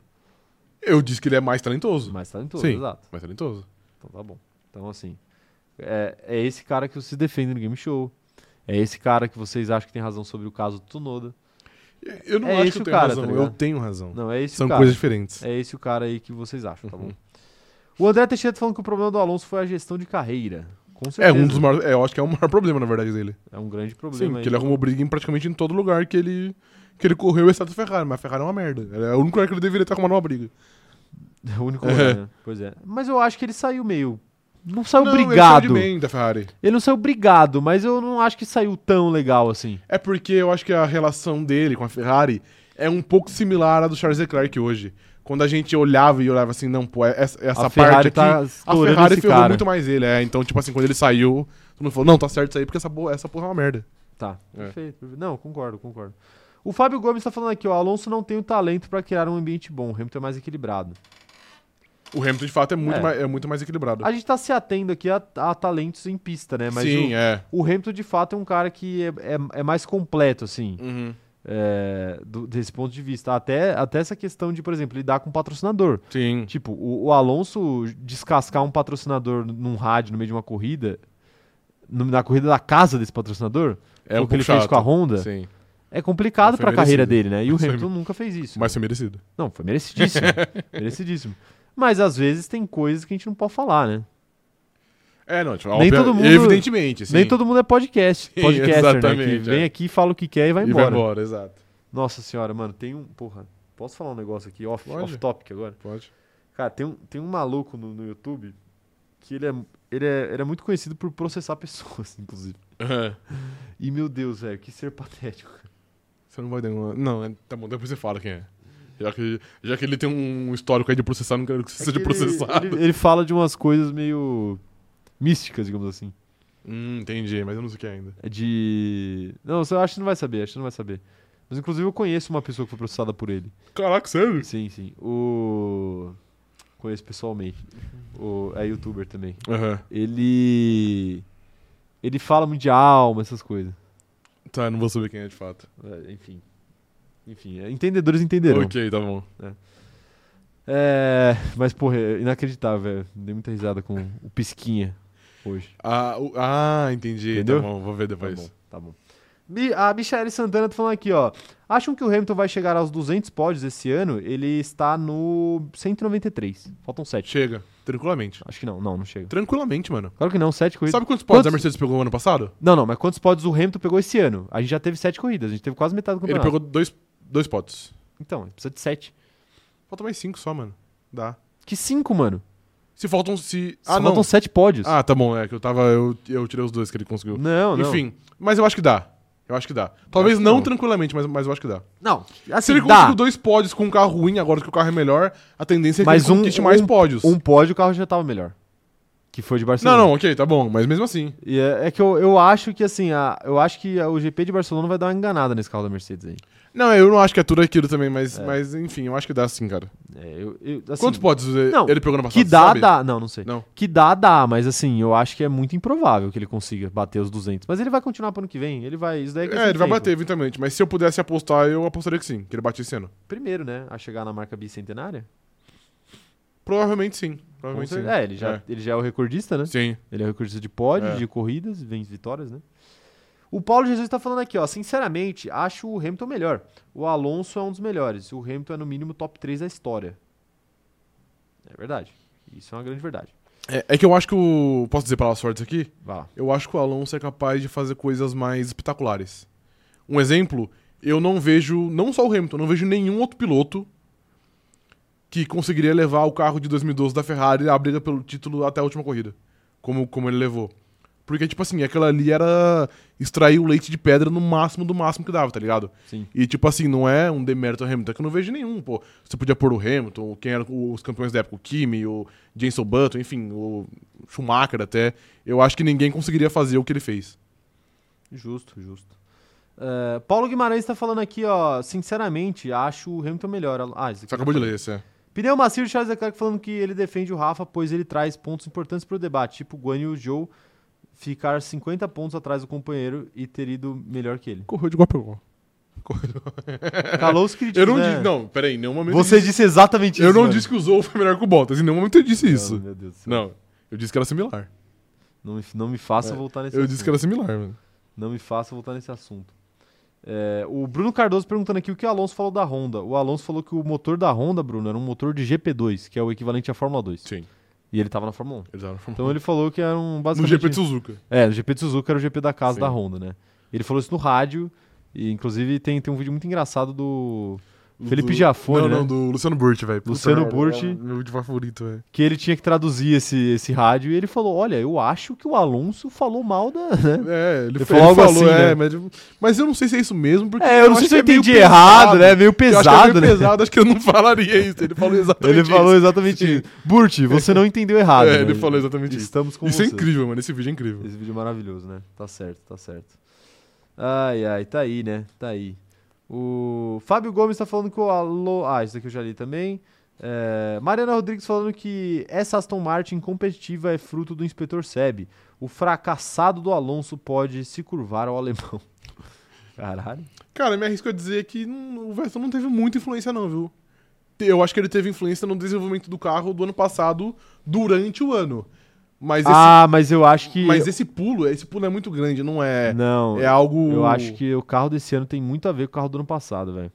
[SPEAKER 2] Eu disse que ele é mais talentoso.
[SPEAKER 1] Mais talentoso,
[SPEAKER 2] Sim.
[SPEAKER 1] exato.
[SPEAKER 2] Mais talentoso.
[SPEAKER 1] Então tá bom. Então, assim, é, é esse cara que se defende no game show. É esse cara que vocês acham que tem razão sobre o caso do Tsunoda.
[SPEAKER 2] Eu não
[SPEAKER 1] É
[SPEAKER 2] acho
[SPEAKER 1] esse
[SPEAKER 2] que
[SPEAKER 1] o
[SPEAKER 2] eu tenho
[SPEAKER 1] cara,
[SPEAKER 2] razão.
[SPEAKER 1] tá
[SPEAKER 2] eu
[SPEAKER 1] ligado?
[SPEAKER 2] tenho razão.
[SPEAKER 1] Não, é esse
[SPEAKER 2] São
[SPEAKER 1] o cara.
[SPEAKER 2] coisas Uhum. diferentes.
[SPEAKER 1] É esse o cara aí que vocês acham, tá bom? O André Teixeira tá falando que o problema do Alonso foi a gestão de carreira. Com
[SPEAKER 2] É,
[SPEAKER 1] certeza.
[SPEAKER 2] um dos maiores. É, eu acho que é o maior problema, na verdade, dele.
[SPEAKER 1] É um grande
[SPEAKER 2] Sim,
[SPEAKER 1] problema. aí.
[SPEAKER 2] porque ele arrumou briga em praticamente em todo lugar que ele, que ele correu, exceto a Ferrari. Mas a Ferrari é uma merda. Ela é o único lugar que ele deveria estar arrumando uma briga.
[SPEAKER 1] É [laughs] o único
[SPEAKER 2] É.
[SPEAKER 1] lugar, né? Pois é. Mas eu acho que ele saiu meio. Não saiu
[SPEAKER 2] Não, ele saiu de
[SPEAKER 1] brigado. Ele,
[SPEAKER 2] bem da Ferrari.
[SPEAKER 1] não saiu brigado, mas eu não acho que saiu tão legal assim.
[SPEAKER 2] É porque eu acho que a relação dele com a Ferrari é um pouco similar à do Charles Leclerc hoje. Quando a gente olhava e olhava assim, não, pô, é- essa, essa
[SPEAKER 1] a Ferrari
[SPEAKER 2] parte aqui.
[SPEAKER 1] tá
[SPEAKER 2] A
[SPEAKER 1] estourando
[SPEAKER 2] Ferrari
[SPEAKER 1] esse
[SPEAKER 2] ferrou
[SPEAKER 1] cara.
[SPEAKER 2] muito mais ele, é. Então, tipo assim, quando ele saiu, todo mundo falou, não, tá certo isso aí, porque essa, bo- essa porra é uma merda.
[SPEAKER 1] Tá,
[SPEAKER 2] É.
[SPEAKER 1] perfeito. perfeito. Não, concordo, concordo. O Fábio Gomes tá falando aqui, ó. Alonso não tem o talento pra criar um ambiente bom. O Hamilton é mais equilibrado.
[SPEAKER 2] O Hamilton, de fato, é muito,
[SPEAKER 1] É.
[SPEAKER 2] Mais, é muito mais equilibrado.
[SPEAKER 1] A gente tá se atendo aqui a, a talentos em pista, né? Mas
[SPEAKER 2] Sim,
[SPEAKER 1] o,
[SPEAKER 2] é.
[SPEAKER 1] o Hamilton, de fato, é um cara que é, é, é mais completo, assim.
[SPEAKER 2] Uhum.
[SPEAKER 1] é, do- desse ponto de vista. Até, até essa questão de, por exemplo, lidar com um patrocinador.
[SPEAKER 2] Sim.
[SPEAKER 1] Tipo, o, o Alonso descascar um patrocinador num rádio no meio de uma corrida, no- na corrida da casa desse patrocinador,
[SPEAKER 2] É
[SPEAKER 1] o
[SPEAKER 2] um
[SPEAKER 1] que ele
[SPEAKER 2] pouco
[SPEAKER 1] fez com a
[SPEAKER 2] chato.
[SPEAKER 1] Honda,
[SPEAKER 2] Sim.
[SPEAKER 1] é complicado
[SPEAKER 2] Mas foi
[SPEAKER 1] pra carreira
[SPEAKER 2] merecido.
[SPEAKER 1] dele, né? E o
[SPEAKER 2] Mas foi-
[SPEAKER 1] Hamilton nunca fez isso.
[SPEAKER 2] Mas foi merecido.
[SPEAKER 1] Não, foi
[SPEAKER 2] [laughs]
[SPEAKER 1] merecidíssimo. merecidíssimo. Mas às vezes tem coisas que a gente não pode falar, né?
[SPEAKER 2] É, não, tipo,
[SPEAKER 1] Nem todo mundo-
[SPEAKER 2] Evidentemente, assim.
[SPEAKER 1] Nem todo mundo é podcast,
[SPEAKER 2] Sim,
[SPEAKER 1] podcaster, né? Que
[SPEAKER 2] exatamente,
[SPEAKER 1] vem
[SPEAKER 2] é.
[SPEAKER 1] aqui, fala o que quer e vai
[SPEAKER 2] E
[SPEAKER 1] embora.
[SPEAKER 2] vai embora, exato.
[SPEAKER 1] Nossa senhora, mano, tem um. Porra, posso falar um negócio aqui off,
[SPEAKER 2] Pode.
[SPEAKER 1] off topic agora?
[SPEAKER 2] Pode.
[SPEAKER 1] Cara, tem um, tem um maluco no, no YouTube que ele é, ele, é, ele é muito conhecido por processar pessoas, [laughs] inclusive.
[SPEAKER 2] É.
[SPEAKER 1] E meu Deus, velho, que ser patético.
[SPEAKER 2] Você não vai dar uma... Não, é- tá bom, depois você fala quem é. Já que, já que ele tem um histórico aí de processar, não quero que você
[SPEAKER 1] É
[SPEAKER 2] seja
[SPEAKER 1] que ele-
[SPEAKER 2] processado.
[SPEAKER 1] Ele, ele fala de umas coisas meio místicas, digamos assim.
[SPEAKER 2] Hum, entendi, mas eu não sei o que é ainda.
[SPEAKER 1] É De. Não, você acha que não vai saber, acho que não vai saber. Mas inclusive eu conheço uma pessoa que foi processada por ele.
[SPEAKER 2] Caraca, sério?
[SPEAKER 1] Sim, sim. O. Conheço pessoalmente. O... É youtuber também.
[SPEAKER 2] Aham.
[SPEAKER 1] Ele. Ele fala muito de alma, essas coisas.
[SPEAKER 2] Tá, eu não vou saber quem é de fato.
[SPEAKER 1] É, Enfim. Enfim, é, entendedores entenderão.
[SPEAKER 2] Ok, tá bom.
[SPEAKER 1] É, mas, porra, é inacreditável, velho. Dei muita risada com o Pisquinha hoje.
[SPEAKER 2] Ah, o- ah entendi.
[SPEAKER 1] Entendeu?
[SPEAKER 2] Tá bom, vou ver
[SPEAKER 1] Tá
[SPEAKER 2] depois.
[SPEAKER 1] bom, tá bom. Mi- A Michaele Santana tá falando aqui, ó. Acham que o Hamilton vai chegar aos 200 pódios esse ano? Ele está no 193. Faltam 7.
[SPEAKER 2] Chega, tranquilamente.
[SPEAKER 1] Acho que não, não, não chega.
[SPEAKER 2] Tranquilamente, mano.
[SPEAKER 1] Claro que não, 7 corridas.
[SPEAKER 2] Sabe quantos pontos
[SPEAKER 1] Quantos-
[SPEAKER 2] a Mercedes pegou ano passado?
[SPEAKER 1] Não, não, mas quantos pódios o Hamilton pegou esse ano? A gente já teve 7 corridas, a gente teve quase metade do
[SPEAKER 2] Ele
[SPEAKER 1] campeonato.
[SPEAKER 2] pegou dois, dois potes.
[SPEAKER 1] Então, ele precisa de 7.
[SPEAKER 2] Falta mais cinco só, mano. Dá.
[SPEAKER 1] Que 5, mano?
[SPEAKER 2] Se faltam se.
[SPEAKER 1] Só faltam 7 pódios.
[SPEAKER 2] Ah, tá bom, é que eu tava. Eu, eu tirei os dois que ele conseguiu.
[SPEAKER 1] não, não.
[SPEAKER 2] Enfim, mas eu acho que dá. Eu acho que dá. Talvez
[SPEAKER 1] acho que
[SPEAKER 2] não,
[SPEAKER 1] não.
[SPEAKER 2] tranquilamente, mas, mas eu acho que dá.
[SPEAKER 1] Não,
[SPEAKER 2] Se
[SPEAKER 1] assim,
[SPEAKER 2] ele
[SPEAKER 1] dá.
[SPEAKER 2] conseguiu dois pódios com um carro ruim, agora que o carro é melhor, a tendência é que
[SPEAKER 1] Mas
[SPEAKER 2] ele
[SPEAKER 1] um-
[SPEAKER 2] conquiste mais
[SPEAKER 1] um-
[SPEAKER 2] pódios.
[SPEAKER 1] Um pódio o carro já tava melhor. Que foi de
[SPEAKER 2] Não,
[SPEAKER 1] Barcelona.
[SPEAKER 2] não, ok, tá bom, mas mesmo assim.
[SPEAKER 1] E é, é que eu, eu acho que assim, a- eu acho que a- o GP de Barcelona vai dar uma enganada nesse carro da Mercedes aí.
[SPEAKER 2] Não, eu não acho que é tudo aquilo também, mas, mas enfim, eu acho que dá sim, cara.
[SPEAKER 1] É, eu- eu, assim,
[SPEAKER 2] Quantos pódios eh,
[SPEAKER 1] não,
[SPEAKER 2] ele pegou no
[SPEAKER 1] Que
[SPEAKER 2] passado?
[SPEAKER 1] dá,
[SPEAKER 2] sabe?
[SPEAKER 1] dá. Não, não sei.
[SPEAKER 2] Não.
[SPEAKER 1] Que dá, dá, mas assim, eu acho que é muito improvável que ele consiga bater os 200. Mas ele vai continuar pro ano que vem. Ele vai. Isso daí é questão de
[SPEAKER 2] É, ele vai
[SPEAKER 1] tempo.
[SPEAKER 2] bater, eventualmente. Mas se eu pudesse apostar, eu apostaria que sim, que ele bate esse ano.
[SPEAKER 1] Primeiro, né? A chegar na marca bicentenária.
[SPEAKER 2] Provavelmente sim.
[SPEAKER 1] Com
[SPEAKER 2] Provavelmente sim.
[SPEAKER 1] certeza. É, ele já,
[SPEAKER 2] É.
[SPEAKER 1] ele já é o recordista, né?
[SPEAKER 2] Sim.
[SPEAKER 1] Ele é recordista de pódio,
[SPEAKER 2] É.
[SPEAKER 1] de corridas, vem vitórias, né? O Paulo Jesus tá falando aqui, ó. Sinceramente, acho o Hamilton melhor. O Alonso é um dos melhores. O Hamilton é, no mínimo, top 3 da história. É verdade. Isso é uma grande verdade.
[SPEAKER 2] É, é que eu acho que o. Posso dizer palavras fortes aqui?
[SPEAKER 1] Vai lá.
[SPEAKER 2] Eu acho que o Alonso é capaz de fazer coisas mais espetaculares. Um exemplo, eu não vejo, não só o Hamilton, eu não vejo nenhum outro piloto que conseguiria levar o carro de 2012 da Ferrari à briga pelo título até a última corrida, como, como ele levou. Porque, tipo assim, aquela ali era extrair o leite de pedra no máximo do máximo que dava, tá ligado?
[SPEAKER 1] Sim.
[SPEAKER 2] E, tipo assim, não é um demérito ao Hamilton, é que eu não vejo nenhum, pô. Você podia pôr o Hamilton, quem eram os campeões da época, o Kimi, o Jenson Button, enfim, o Schumacher até. Eu acho que ninguém conseguiria fazer o que ele fez.
[SPEAKER 1] Justo, justo. É, Paulo Guimarães tá falando aqui, ó. Sinceramente, acho o Hamilton melhor. Ah, isso aqui
[SPEAKER 2] Você
[SPEAKER 1] eu
[SPEAKER 2] acabou de
[SPEAKER 1] falei.
[SPEAKER 2] ler esse, é.
[SPEAKER 1] Pneu macio de Charles Leclerc falando que ele defende o Rafa, pois ele traz pontos importantes para o debate, tipo o Guan e o Joe ficar 50 pontos atrás do companheiro e ter ido melhor que ele.
[SPEAKER 2] Correu de igual igual.
[SPEAKER 1] Calou os críticos,
[SPEAKER 2] É. Eu não
[SPEAKER 1] né?
[SPEAKER 2] disse. Não, peraí, em nenhum momento. eu
[SPEAKER 1] Você disse exatamente isso.
[SPEAKER 2] Eu não
[SPEAKER 1] mano.
[SPEAKER 2] disse que o Zou foi melhor que o Bottas, em nenhum momento eu disse
[SPEAKER 1] Não,
[SPEAKER 2] isso.
[SPEAKER 1] meu Deus do céu.
[SPEAKER 2] Não, eu disse que era similar.
[SPEAKER 1] Não, me- não me faça
[SPEAKER 2] É,
[SPEAKER 1] voltar nesse
[SPEAKER 2] Eu
[SPEAKER 1] assunto.
[SPEAKER 2] disse que era similar, mano.
[SPEAKER 1] Não me faça voltar nesse assunto. É, o Bruno Cardoso perguntando aqui o que o Alonso falou da Honda. O Alonso falou que o motor da Honda, Bruno, era um motor de GP2, que é o equivalente à Fórmula 2.
[SPEAKER 2] Sim.
[SPEAKER 1] E ele tava na Fórmula 1.
[SPEAKER 2] Eles eram formados.
[SPEAKER 1] Então ele falou que era um
[SPEAKER 2] no
[SPEAKER 1] basicamente...
[SPEAKER 2] GP de Suzuka.
[SPEAKER 1] É, o GP de Suzuka era o GP da casa
[SPEAKER 2] Sim.
[SPEAKER 1] da Honda, né? Ele falou isso no rádio, e inclusive tem, tem um vídeo muito engraçado do. Felipe
[SPEAKER 2] do...
[SPEAKER 1] Giafone,
[SPEAKER 2] Não,
[SPEAKER 1] né?
[SPEAKER 2] não, do Luciano Burt, velho. Puta
[SPEAKER 1] Luciano
[SPEAKER 2] merda,
[SPEAKER 1] Burti.
[SPEAKER 2] é o Meu vídeo favorito, velho.
[SPEAKER 1] Que ele tinha que traduzir esse, esse rádio, e ele falou: Olha, eu acho que o Alonso falou mal da. né?"
[SPEAKER 2] É, ele,
[SPEAKER 1] Ele falou
[SPEAKER 2] falou,
[SPEAKER 1] algo
[SPEAKER 2] ele falou,
[SPEAKER 1] assim, né?
[SPEAKER 2] é, mas, mas eu não sei se é isso mesmo, porque.
[SPEAKER 1] É, eu não sei
[SPEAKER 2] acho
[SPEAKER 1] se eu
[SPEAKER 2] que é meio
[SPEAKER 1] entendi
[SPEAKER 2] pesado.
[SPEAKER 1] errado, né? Meio
[SPEAKER 2] Eu acho que é
[SPEAKER 1] pesado,
[SPEAKER 2] meio
[SPEAKER 1] né?
[SPEAKER 2] pesado, acho que eu não [laughs] falaria isso. Ele falou exatamente
[SPEAKER 1] Ele falou
[SPEAKER 2] isso.
[SPEAKER 1] exatamente isso. Burti, você não entendeu errado.
[SPEAKER 2] [laughs] É,
[SPEAKER 1] né?
[SPEAKER 2] ele falou exatamente isso.
[SPEAKER 1] Estamos com
[SPEAKER 2] Isso
[SPEAKER 1] você.
[SPEAKER 2] é incrível, mano. Esse vídeo é incrível.
[SPEAKER 1] Esse vídeo é maravilhoso, né? Tá certo, tá certo. Ai, ai, tá aí, né? Tá aí. O Fábio Gomes tá falando que o Alô. Ah, isso daqui eu já li também. É, Mariana Rodrigues falando que essa Aston Martin competitiva é fruto do inspetor Seb. O fracassado do Alonso pode se curvar ao alemão. [laughs] Caralho.
[SPEAKER 2] Cara, me arrisco a dizer que não- o Verstappen não teve muita influência, não, viu? Eu acho que ele teve influência no desenvolvimento do carro do ano passado durante o ano. Mas esse,
[SPEAKER 1] ah, mas eu acho que.
[SPEAKER 2] mas esse pulo, esse pulo é muito grande, não é.
[SPEAKER 1] Não,
[SPEAKER 2] é algo.
[SPEAKER 1] eu acho que o carro desse ano tem muito a ver com o carro do ano passado, velho.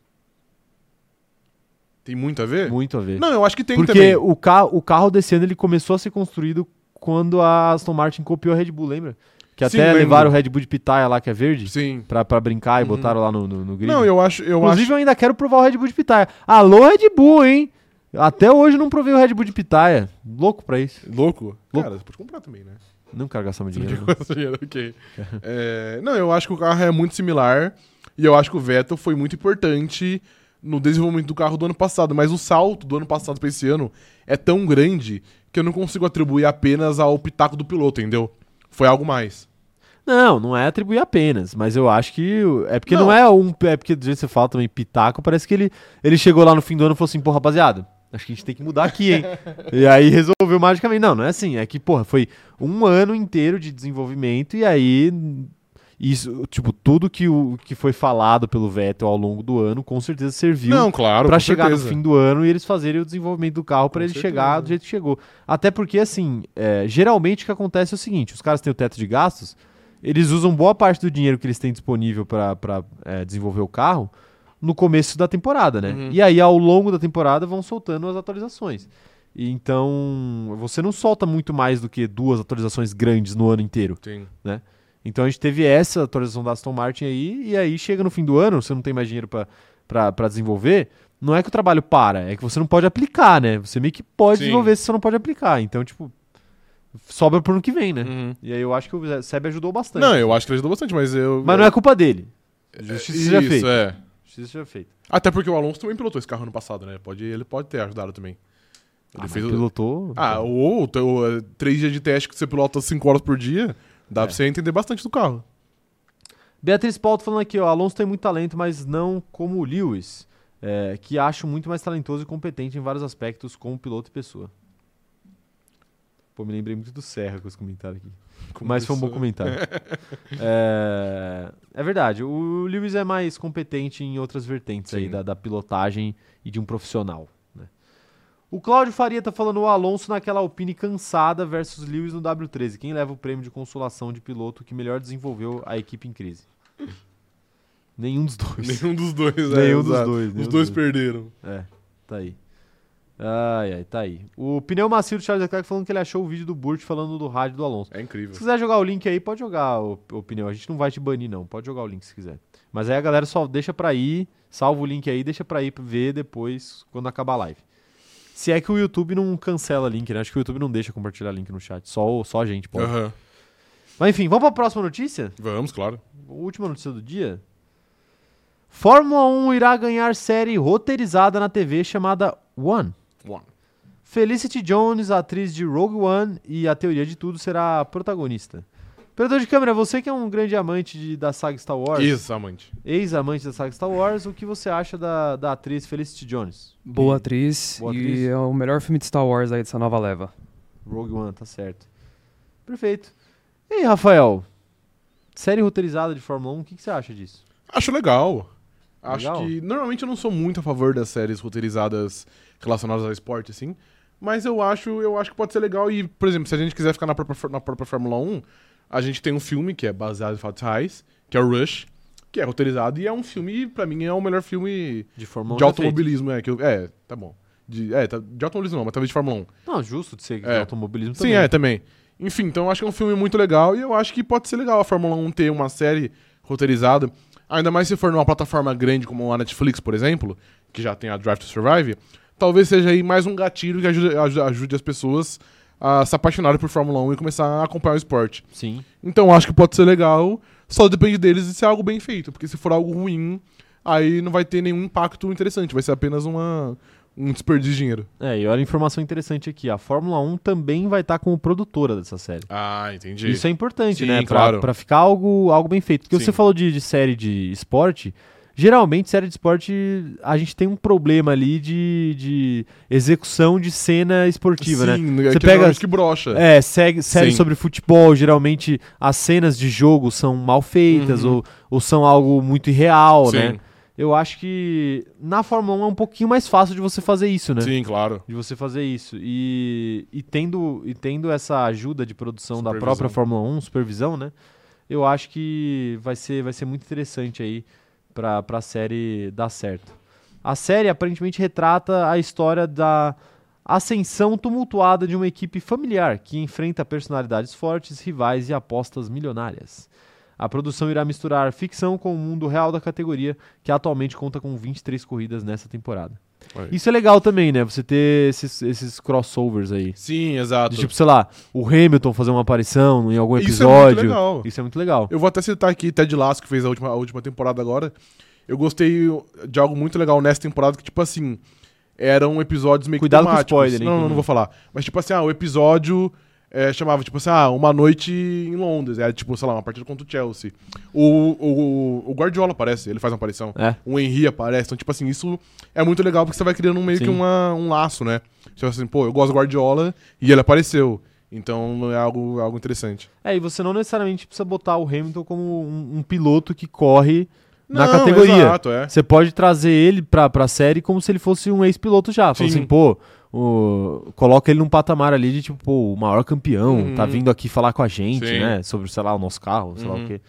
[SPEAKER 2] Tem muito a ver?
[SPEAKER 1] Muito a ver.
[SPEAKER 2] É. Não, eu acho que tem
[SPEAKER 1] Porque
[SPEAKER 2] também.
[SPEAKER 1] o, ca o carro desse ano ele começou a ser construído quando a Aston Martin copiou a Red Bull, lembra? Que
[SPEAKER 2] Sim,
[SPEAKER 1] até
[SPEAKER 2] lembro.
[SPEAKER 1] levaram o Red Bull de pitaia lá, que é verde,
[SPEAKER 2] Sim.
[SPEAKER 1] pra, pra brincar e
[SPEAKER 2] Uhum.
[SPEAKER 1] botaram lá no, no, no grid.
[SPEAKER 2] Não, eu acho. Eu
[SPEAKER 1] Inclusive,
[SPEAKER 2] acho...
[SPEAKER 1] eu ainda quero provar o Red Bull de pitaia. Alô, Red Bull, hein? Até hoje eu não provei o Red Bull de pitaia. Louco pra isso.
[SPEAKER 2] Louco?
[SPEAKER 1] Louco.
[SPEAKER 2] Cara, você pode comprar também, né?
[SPEAKER 1] Não quero gastar meu
[SPEAKER 2] Você não [laughs]
[SPEAKER 1] dinheiro.
[SPEAKER 2] quer gastar dinheiro, ok. É, não, eu acho que o carro é muito similar. E eu acho que o Vettel foi muito importante no desenvolvimento do carro do ano passado. Mas o salto do ano passado pra esse ano é tão grande que eu não consigo atribuir apenas ao pitaco do piloto, entendeu? Foi algo mais.
[SPEAKER 1] Não, não é atribuir apenas, mas eu acho que. o- É porque não,
[SPEAKER 2] Não.
[SPEAKER 1] é um. É porque do jeito que você fala também, pitaco, parece que ele, ele chegou lá no fim do ano e falou assim, pô, rapaziada, acho que a gente tem que mudar aqui, hein? e aí resolveu magicamente. Não, não é assim. É que, porra, foi um ano inteiro de desenvolvimento e aí. Isso, tipo, tudo que, o, que foi falado pelo Vettel ao longo do ano, com certeza serviu
[SPEAKER 2] não, claro.
[SPEAKER 1] pra
[SPEAKER 2] com
[SPEAKER 1] chegar
[SPEAKER 2] certeza.
[SPEAKER 1] no fim do ano e eles fazerem o desenvolvimento do carro pra
[SPEAKER 2] Com
[SPEAKER 1] ele
[SPEAKER 2] certeza. né?
[SPEAKER 1] chegar do jeito que chegou. Até porque, assim, é, geralmente o que acontece é o seguinte: os caras têm o teto de gastos, eles usam boa parte do dinheiro que eles têm disponível pra- pra é, desenvolver o carro no começo da temporada, né?
[SPEAKER 2] Uhum.
[SPEAKER 1] E aí, ao longo da temporada, vão soltando as atualizações. E Então, você não solta muito mais do que duas atualizações grandes no ano inteiro.
[SPEAKER 2] Sim.
[SPEAKER 1] Então a gente teve essa atualização da Aston Martin aí, e aí chega no fim do ano, você não tem mais dinheiro pra- pra pra desenvolver. Não é que o trabalho para, é que você não pode aplicar, né? Você meio que pode
[SPEAKER 2] Sim.
[SPEAKER 1] desenvolver se você não pode aplicar. Então, tipo, sobra pro ano que vem, né?
[SPEAKER 2] Uhum.
[SPEAKER 1] E aí eu acho que o Seb ajudou bastante.
[SPEAKER 2] Não, eu acho que ele ajudou bastante, mas eu.
[SPEAKER 1] Mas não é culpa dele. Justiça
[SPEAKER 2] Isso,
[SPEAKER 1] seja feita.
[SPEAKER 2] é.
[SPEAKER 1] Justiça seja feita.
[SPEAKER 2] Até porque o Alonso também pilotou esse carro ano passado, né? Pode, ele pode ter ajudado também. Ele
[SPEAKER 1] Ah,
[SPEAKER 2] fez
[SPEAKER 1] mas
[SPEAKER 2] o-
[SPEAKER 1] pilotou.
[SPEAKER 2] Ah, ou ou, eh, três dias de teste que você pilota cinco horas por dia, dá
[SPEAKER 1] É.
[SPEAKER 2] pra você entender bastante do carro.
[SPEAKER 1] Beatriz Paulo falando aqui, ó, Alonso tem muito talento, mas não como o Lewis, é, que acho muito mais talentoso e competente em vários aspectos como piloto e pessoa. Pô, me lembrei muito do Serra com esse comentário aqui. mas foi um bom
[SPEAKER 2] Começou-
[SPEAKER 1] comentário. é, é verdade, o Lewis é mais competente em outras vertentes aí
[SPEAKER 2] Sim.
[SPEAKER 1] da, da pilotagem e de um profissional. né? O Cláudio Faria tá falando o Alonso naquela Alpine cansada versus Lewis no W13. Quem leva o prêmio de consolação de piloto que melhor desenvolveu a equipe em crise? Nenhum dos dois.
[SPEAKER 2] Nenhum
[SPEAKER 1] [laughs]
[SPEAKER 2] dos dois, é,
[SPEAKER 1] Nenhum dos
[SPEAKER 2] exato.
[SPEAKER 1] dois,
[SPEAKER 2] Os
[SPEAKER 1] nenhum dos dois.
[SPEAKER 2] dois, perderam.
[SPEAKER 1] É, tá aí. Ai, ai, tá aí. O pneu macio do Charles Leclerc falando que ele achou o vídeo do Burt falando do rádio do Alonso.
[SPEAKER 2] É
[SPEAKER 1] Se
[SPEAKER 2] incrível.
[SPEAKER 1] quiser jogar o link aí, pode jogar o, o pneu. A gente não vai te banir, não. Pode jogar o link se quiser. Mas aí a galera só deixa pra ir, salva o link aí, deixa pra ir pra ver depois quando acabar a live. Se é que o YouTube não cancela link, né? Acho que o YouTube não deixa compartilhar link no chat. Só, o- só a gente pode.
[SPEAKER 2] Aham.
[SPEAKER 1] Mas enfim, vamos pra próxima notícia?
[SPEAKER 2] Vamos, claro.
[SPEAKER 1] Última notícia do dia. Fórmula 1 irá ganhar série roteirizada na TV chamada One.
[SPEAKER 2] One.
[SPEAKER 1] Felicity Jones, atriz de Rogue One e a teoria de tudo, será a protagonista. Operador de câmera, você que é um grande amante de- da saga Star Wars,
[SPEAKER 2] Isso, amante.
[SPEAKER 1] ex-amante da saga Star Wars, o que você acha da, da atriz Felicity Jones?
[SPEAKER 3] Boa atriz.
[SPEAKER 1] Boa
[SPEAKER 3] e
[SPEAKER 1] atriz.
[SPEAKER 3] é o melhor filme de Star Wars aí dessa nova leva.
[SPEAKER 1] Rogue One, tá certo. Perfeito. E aí, Rafael? Série roteirizada de Fórmula 1, o que, que você acha disso?
[SPEAKER 2] Acho legal. Acho
[SPEAKER 1] Legal?
[SPEAKER 2] que. Normalmente eu não sou muito a favor das séries roteirizadas relacionadas ao esporte, assim. Mas eu acho, eu acho que pode ser legal. E, por exemplo, se a gente quiser ficar na própria, fór- na própria Fórmula 1, a gente tem um filme que é baseado em fatos reais, que é o Rush, que é roteirizado, e é um filme, pra mim, é o melhor filme
[SPEAKER 1] De Fórmula 1
[SPEAKER 2] de automobilismo, é, que eu- é, tá bom. De, é, tá- de automobilismo não, mas talvez de Fórmula 1.
[SPEAKER 1] Não, justo de ser
[SPEAKER 2] É.
[SPEAKER 1] automobilismo
[SPEAKER 2] Sim,
[SPEAKER 1] também.
[SPEAKER 2] é, também. Enfim, então eu acho que é um filme muito legal e eu acho que pode ser legal a Fórmula 1 ter uma série roteirizada. Ainda mais se for numa plataforma grande como a Netflix, por exemplo, que já tem a Drive to Survive, talvez seja aí mais um gatilho que ajude, ajude, ajude as pessoas a se apaixonarem por Fórmula 1 e começar a acompanhar o esporte.
[SPEAKER 1] Sim.
[SPEAKER 2] Então eu acho que pode ser legal, só depende deles de ser algo bem feito, porque se for algo ruim, aí não vai ter nenhum impacto interessante, vai ser apenas uma, um desperdício de dinheiro.
[SPEAKER 1] É, e olha a informação interessante aqui. A Fórmula 1 também vai estar como produtora dessa série.
[SPEAKER 2] Ah, entendi.
[SPEAKER 1] Isso é importante,
[SPEAKER 2] Sim,
[SPEAKER 1] né? Pra,
[SPEAKER 2] claro.
[SPEAKER 1] pra ficar algo, algo bem feito. Porque
[SPEAKER 2] Sim.
[SPEAKER 1] você falou de, de série de esporte. Geralmente, série de esporte, a gente tem um problema ali de, de execução de cena esportiva, né? Você
[SPEAKER 2] Você
[SPEAKER 1] pega-
[SPEAKER 2] pega é que brocha.
[SPEAKER 1] É, segue, série
[SPEAKER 2] Sim.
[SPEAKER 1] sobre futebol, geralmente as cenas de jogo são mal feitas
[SPEAKER 2] Uhum.
[SPEAKER 1] ou, ou são algo muito irreal,
[SPEAKER 2] Sim,
[SPEAKER 1] né? Eu acho que na Fórmula 1 é um pouquinho mais fácil de você fazer isso, né?
[SPEAKER 2] sim, claro.
[SPEAKER 1] De você fazer isso. E, e, tendo, e tendo essa ajuda de produção da
[SPEAKER 2] Supervisão.
[SPEAKER 1] própria Fórmula 1, supervisão, né? Eu acho que vai ser, vai ser muito interessante aí pra, pra série dar certo. A série aparentemente retrata a história da ascensão tumultuada de uma equipe familiar que enfrenta personalidades fortes, rivais e apostas milionárias. A produção irá misturar ficção com o mundo real da categoria, que atualmente conta com 23 corridas nessa temporada.
[SPEAKER 2] Olha aí.
[SPEAKER 1] Isso é legal também, né? Você ter esses, esses crossovers aí.
[SPEAKER 2] Sim, exato.
[SPEAKER 1] De, tipo, sei lá, o Hamilton fazer uma aparição em algum
[SPEAKER 2] Isso é muito
[SPEAKER 1] episódio.
[SPEAKER 2] legal.
[SPEAKER 1] Isso é muito legal.
[SPEAKER 2] Eu vou até citar aqui Ted Lasso, que fez a última, a última temporada agora. Eu gostei de algo muito legal nessa temporada, que, tipo assim, eram episódios meio que
[SPEAKER 1] Cuidado com o
[SPEAKER 2] temáticos.
[SPEAKER 1] spoiler, hein,
[SPEAKER 2] Não,
[SPEAKER 1] que
[SPEAKER 2] não,
[SPEAKER 1] não-
[SPEAKER 2] não vou falar. Mas, tipo assim, ah, o episódio é, chamava, tipo assim, ah, uma noite em Londres. Era, tipo, sei lá, uma partida contra o Chelsea. O, o, o Guardiola aparece, ele faz uma aparição.
[SPEAKER 1] É.
[SPEAKER 2] O Henry aparece. Então, tipo assim, isso é muito legal, porque você vai criando um meio
[SPEAKER 1] Sim.
[SPEAKER 2] que uma- um laço, né? Tipo assim, pô, eu gosto do Guardiola e ele apareceu. Então, é algo, algo interessante.
[SPEAKER 1] É, e você não necessariamente precisa botar o Hamilton como um, um piloto que corre na
[SPEAKER 2] Não,
[SPEAKER 1] categoria.
[SPEAKER 2] Exato, é.
[SPEAKER 1] Você pode trazer ele pra, pra série como se ele fosse um ex-piloto já. Fala
[SPEAKER 2] Sim.
[SPEAKER 1] assim, pô, o- coloca ele num patamar ali de tipo, pô, o maior campeão,
[SPEAKER 2] Uhum.
[SPEAKER 1] tá vindo aqui falar com a gente,
[SPEAKER 2] Sim.
[SPEAKER 1] né? Sobre, sei lá, o nosso carro, sei lá o
[SPEAKER 2] Uhum.
[SPEAKER 1] quê.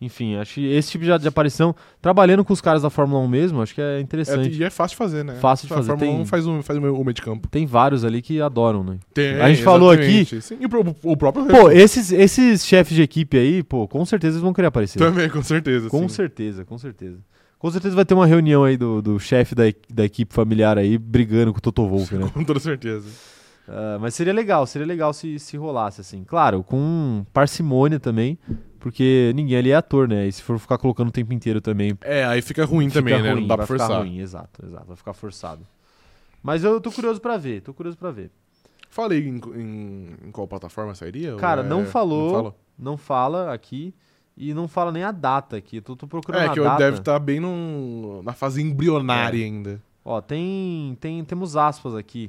[SPEAKER 1] Enfim, acho que esse tipo de, de aparição, trabalhando com os caras da Fórmula 1 mesmo, acho que é
[SPEAKER 2] É,
[SPEAKER 1] interessante.
[SPEAKER 2] e é fácil de fazer, né?
[SPEAKER 1] Fácil de
[SPEAKER 2] A
[SPEAKER 1] fazer,
[SPEAKER 2] Fórmula
[SPEAKER 1] tem-
[SPEAKER 2] 1 faz um, faz um meio- um meio de campo.
[SPEAKER 1] Tem vários ali que adoram, né?
[SPEAKER 2] Tem,
[SPEAKER 1] A gente falou
[SPEAKER 2] exatamente. Sim, e o, pro- o próprio
[SPEAKER 1] Pô, esses, esses chefes de equipe aí, pô, com certeza eles vão querer aparecer.
[SPEAKER 2] também, com certeza.
[SPEAKER 1] Com
[SPEAKER 2] sim.
[SPEAKER 1] certeza, com certeza. Com certeza vai ter uma reunião aí do, do chefe da, equi- da equipe familiar aí brigando com o Toto Wolff, né?
[SPEAKER 2] [laughs] Com toda certeza.
[SPEAKER 1] Ah, mas seria legal, seria legal se, se rolasse, assim. Claro, com parcimônia também, porque ninguém ali é ator, né? E se for ficar colocando o tempo inteiro também,
[SPEAKER 2] É, aí fica ruim
[SPEAKER 1] fica
[SPEAKER 2] também, né?
[SPEAKER 1] ruim,
[SPEAKER 2] Não dá
[SPEAKER 1] vai
[SPEAKER 2] pra
[SPEAKER 1] ficar
[SPEAKER 2] forçar.
[SPEAKER 1] ruim, exato, exato, vai ficar forçado. Mas eu tô curioso pra ver, tô curioso pra ver.
[SPEAKER 2] Falei em, em- em qual plataforma sairia?
[SPEAKER 1] Cara,
[SPEAKER 2] Ou é-
[SPEAKER 1] não falou.
[SPEAKER 2] fala?
[SPEAKER 1] Não fala aqui e não fala nem a data aqui. Eu tô, tô procurando
[SPEAKER 2] É,
[SPEAKER 1] a
[SPEAKER 2] que
[SPEAKER 1] data. É.
[SPEAKER 2] eu deve estar bem num- na fase embrionária ainda.
[SPEAKER 1] Ó, tem, tem temos aspas aqui.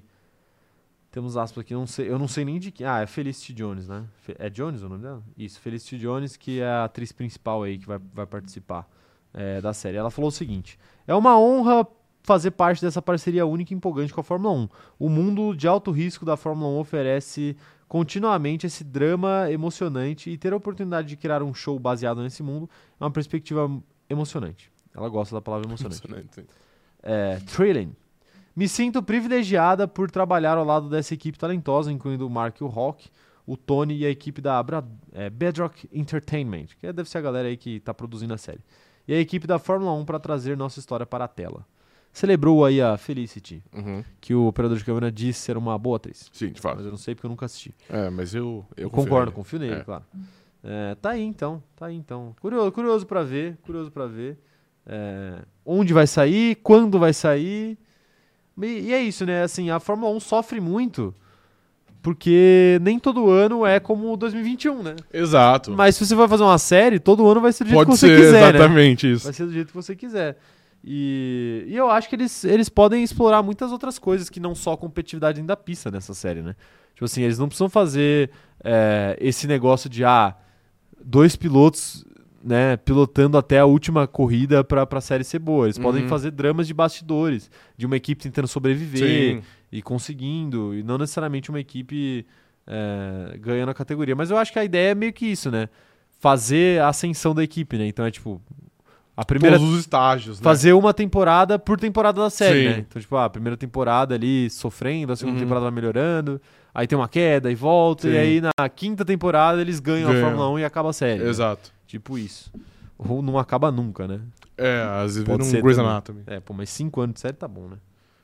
[SPEAKER 1] Temos aspas aqui, não sei, eu não sei nem de quem. Ah, é Felicity Jones, né? Fe- É Jones o nome dela? Isso, Felicity Jones, que é a atriz principal aí que vai, vai participar é, da série. Ela falou o seguinte: É uma honra fazer parte dessa parceria única e empolgante com a Fórmula 1. O mundo de alto risco da Fórmula 1 oferece continuamente esse drama emocionante e ter a oportunidade de criar um show baseado nesse mundo é uma perspectiva emocionante. Ela gosta da palavra emocionante
[SPEAKER 2] Impressionante.
[SPEAKER 1] é, Thrilling. Me sinto privilegiada por trabalhar ao lado dessa equipe talentosa, incluindo o Mark e o Rock, o Tony e a equipe da Abra, é, Bedrock Entertainment, que deve ser a galera aí que tá produzindo a série. E a equipe da Fórmula 1 para trazer nossa história para a tela. Celebrou aí a Felicity,
[SPEAKER 2] Uhum.
[SPEAKER 1] que o operador de câmera disse ser uma boa atriz.
[SPEAKER 2] Sim,
[SPEAKER 1] Mas
[SPEAKER 2] de fato.
[SPEAKER 1] eu não sei porque eu nunca assisti.
[SPEAKER 2] É, mas eu, eu confio
[SPEAKER 1] concordo,
[SPEAKER 2] nele.
[SPEAKER 1] confio nele,
[SPEAKER 2] É.
[SPEAKER 1] claro. É, tá aí então, tá aí então. Curioso, curioso para ver, curioso para ver é, onde vai sair, quando vai sair. E, e é isso, né? Assim, a Fórmula 1 sofre muito porque nem todo ano é como o 2021, né?
[SPEAKER 2] Exato.
[SPEAKER 1] Mas se você vai fazer uma série, todo ano vai ser do jeito
[SPEAKER 2] Pode
[SPEAKER 1] que você
[SPEAKER 2] ser
[SPEAKER 1] quiser, né?
[SPEAKER 2] exatamente isso.
[SPEAKER 1] Vai ser do jeito que você quiser. E, e eu acho que eles, eles podem explorar muitas outras coisas que não só a competitividade ainda pista nessa série, né? Tipo assim, eles não precisam fazer é, esse negócio de, ah, dois pilotos, né, pilotando até a última corrida pra, pra série ser boa. Eles podem
[SPEAKER 2] Uhum.
[SPEAKER 1] fazer dramas de bastidores, de uma equipe tentando sobreviver e conseguindo, e não necessariamente uma equipe é, ganhando a categoria. Mas eu acho que a ideia é meio que isso, né? Fazer a ascensão da equipe, né? Então é tipo, A primeira
[SPEAKER 2] Todos os estágios, né?
[SPEAKER 1] fazer uma temporada por temporada da série,
[SPEAKER 2] Sim.
[SPEAKER 1] né? Então, tipo, ah, a primeira temporada ali sofrendo, a segunda
[SPEAKER 2] Uhum.
[SPEAKER 1] temporada vai melhorando, aí tem uma queda e volta, e
[SPEAKER 2] Sim.
[SPEAKER 1] aí na quinta temporada eles ganham, a
[SPEAKER 2] Ganham.
[SPEAKER 1] Fórmula 1 e acaba a série. né?
[SPEAKER 2] Exato.
[SPEAKER 1] Tipo isso. Ou não acaba nunca, né?
[SPEAKER 2] É, às vezes
[SPEAKER 1] Pode
[SPEAKER 2] vira um
[SPEAKER 1] ser
[SPEAKER 2] Grey's
[SPEAKER 1] também.
[SPEAKER 2] Anatomy.
[SPEAKER 1] É, pô, mas cinco anos de série tá bom, né?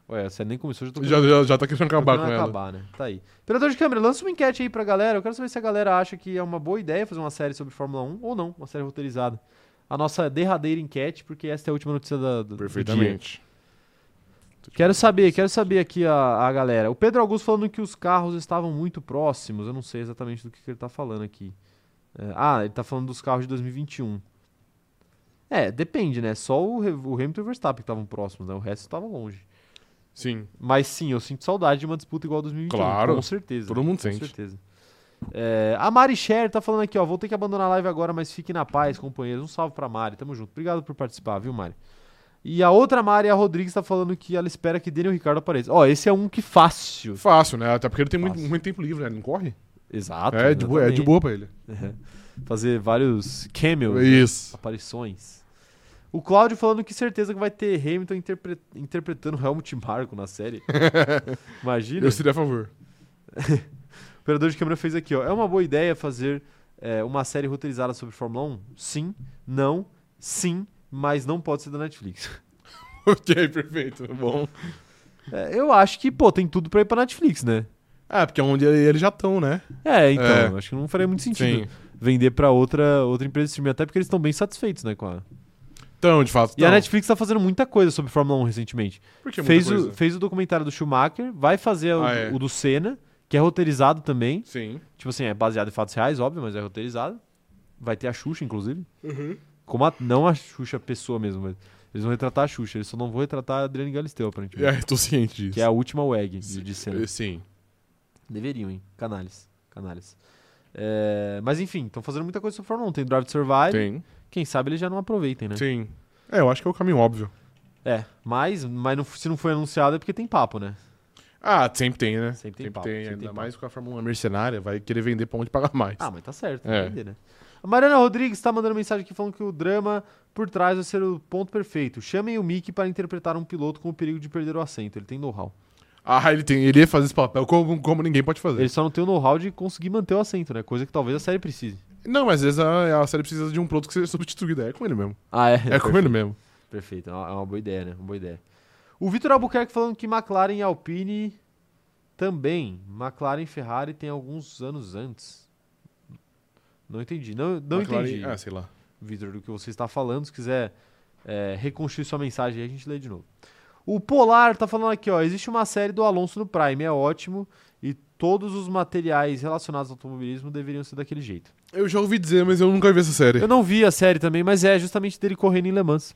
[SPEAKER 1] Ué, a série nem começou, já tô
[SPEAKER 2] Já, já, já tá querendo
[SPEAKER 1] Tô
[SPEAKER 2] acabar
[SPEAKER 1] querendo
[SPEAKER 2] com ela.
[SPEAKER 1] acabar, né? Tá aí. Operador de câmera, lança uma enquete aí pra galera. Eu quero saber se a galera acha que é uma boa ideia fazer uma série sobre Fórmula 1 ou não, uma série roteirizada. A nossa derradeira enquete, porque essa é a última notícia da, do, do dia.
[SPEAKER 2] Perfeitamente. Tipo,
[SPEAKER 1] Quero saber, quero saber aqui a, a galera. O Pedro Augusto falando que os carros estavam muito próximos. Eu não sei exatamente do que, que ele tá falando aqui. É, ah, ele tá falando dos carros de 2021. É, depende, né? Só o, Re- o Hamilton e o Verstappen que estavam próximos, né? O resto estava longe.
[SPEAKER 2] Sim.
[SPEAKER 1] Mas sim, eu sinto saudade de uma disputa igual a 2021.
[SPEAKER 2] Claro,
[SPEAKER 1] Com certeza.
[SPEAKER 2] todo mundo
[SPEAKER 1] com
[SPEAKER 2] sente.
[SPEAKER 1] certeza. É, a Mari Sher tá falando aqui, ó. Vou ter que abandonar a live agora, mas fique na paz, companheiros. Um salve pra Mari, tamo junto. Obrigado por participar, viu, Mari? E a outra Mari, a Rodrigues, tá falando que ela espera que Daniel Ricardo apareça. Ó, esse é um que fácil.
[SPEAKER 2] Fácil, né? Até porque ele tem muito,
[SPEAKER 1] Fácil.
[SPEAKER 2] muito tempo livre, né? Ele não corre.
[SPEAKER 1] Exato.
[SPEAKER 2] é, de boa, é de
[SPEAKER 1] exatamente.
[SPEAKER 2] boa pra ele. É
[SPEAKER 1] Fazer vários cameos,
[SPEAKER 2] Isso.
[SPEAKER 1] aparições. O Cláudio falando que certeza que vai ter Hamilton interpre- interpretando Helmut Marko na
[SPEAKER 2] [laughs]
[SPEAKER 1] série. Imagina.
[SPEAKER 2] Eu seria a favor.
[SPEAKER 1] O operador de câmera fez aqui, ó. É uma boa ideia fazer é, uma série roteirizada sobre Fórmula 1? Sim, não, sim, mas não pode ser da Netflix.
[SPEAKER 2] [laughs]
[SPEAKER 1] [laughs]
[SPEAKER 2] ok, perfeito. Bom.
[SPEAKER 1] É, eu acho que, pô, tem tudo pra ir pra Netflix, né?
[SPEAKER 2] Ah, porque é onde eles já estão, né?
[SPEAKER 1] É, então,
[SPEAKER 2] É.
[SPEAKER 1] eu acho que não faria muito sentido vender pra outra, outra empresa de streaming, até porque eles estão bem satisfeitos, né, com a...
[SPEAKER 2] Então, de fato.
[SPEAKER 1] E a
[SPEAKER 2] tão.
[SPEAKER 1] Netflix tá fazendo muita coisa sobre Fórmula 1 recentemente.
[SPEAKER 2] Por que muita
[SPEAKER 1] fez,
[SPEAKER 2] coisa?
[SPEAKER 1] o, fez o documentário do Schumacher, vai fazer o,
[SPEAKER 2] Ah, é.
[SPEAKER 1] o do Senna, que é roteirizado também.
[SPEAKER 2] Sim.
[SPEAKER 1] Tipo assim, é baseado em fatos reais, óbvio, mas é roteirizado. Vai ter a Xuxa, inclusive.
[SPEAKER 2] Uhum.
[SPEAKER 1] Como a- não a Xuxa pessoa mesmo, mas eles vão retratar a Xuxa, eles só não vão retratar a Adriane Galisteu, aparentemente.
[SPEAKER 2] É, tô ciente disso.
[SPEAKER 1] Que é a última WEG de, de cena.
[SPEAKER 2] [laughs] Eh, Sim.
[SPEAKER 1] Deveriam, hein? Canales. Canales. É, mas enfim, estão fazendo muita coisa sobre Fórmula 1. Tem Drive to Survive.
[SPEAKER 2] Tem.
[SPEAKER 1] Quem sabe eles já não aproveitem, né?
[SPEAKER 2] Sim. É, eu acho que é o caminho óbvio.
[SPEAKER 1] É, mas, mas não- se não foi anunciado é porque tem papo, né?
[SPEAKER 2] Ah, sempre tem, né?
[SPEAKER 1] Sempre tem papo, sempre
[SPEAKER 2] ainda
[SPEAKER 1] tem
[SPEAKER 2] mais com a Fórmula 1 mercenária, vai querer vender pra onde pagar mais.
[SPEAKER 1] Ah, mas tá certo.
[SPEAKER 2] É.
[SPEAKER 1] entender, né? A Mariana Rodrigues tá mandando mensagem aqui falando que o drama por trás vai ser o ponto perfeito. Chamem o Mickey para interpretar um piloto com o perigo de perder o assento. Ele tem know-how.
[SPEAKER 2] Ah, ele, tem, ele ia fazer esse papel como, como ninguém pode fazer.
[SPEAKER 1] Ele só não tem o know-how de conseguir manter o assento, né? Coisa que talvez a série precise.
[SPEAKER 2] Não, mas às vezes a, a série precisa de um piloto que seja substituído. É com ele mesmo.
[SPEAKER 1] Ah,
[SPEAKER 2] É, com ele mesmo.
[SPEAKER 1] Perfeito. É uma é uma boa ideia, né? Uma boa ideia. O Vitor Albuquerque falando que McLaren e Alpine também. McLaren e Ferrari tem alguns anos antes. Não entendi. Não, não
[SPEAKER 2] McLaren-
[SPEAKER 1] entendi.
[SPEAKER 2] Ah, sei lá.
[SPEAKER 1] Vitor, do que você está falando. Se quiser é, reconstruir sua mensagem aí, a gente lê de novo. O Polar tá falando aqui, ó. Existe uma série do Alonso no Prime, é ótimo. E todos os materiais relacionados ao automobilismo deveriam ser daquele jeito.
[SPEAKER 2] Eu já ouvi dizer, mas eu nunca vi essa série.
[SPEAKER 1] Eu não vi a série também, mas é justamente dele correndo em Le Mans.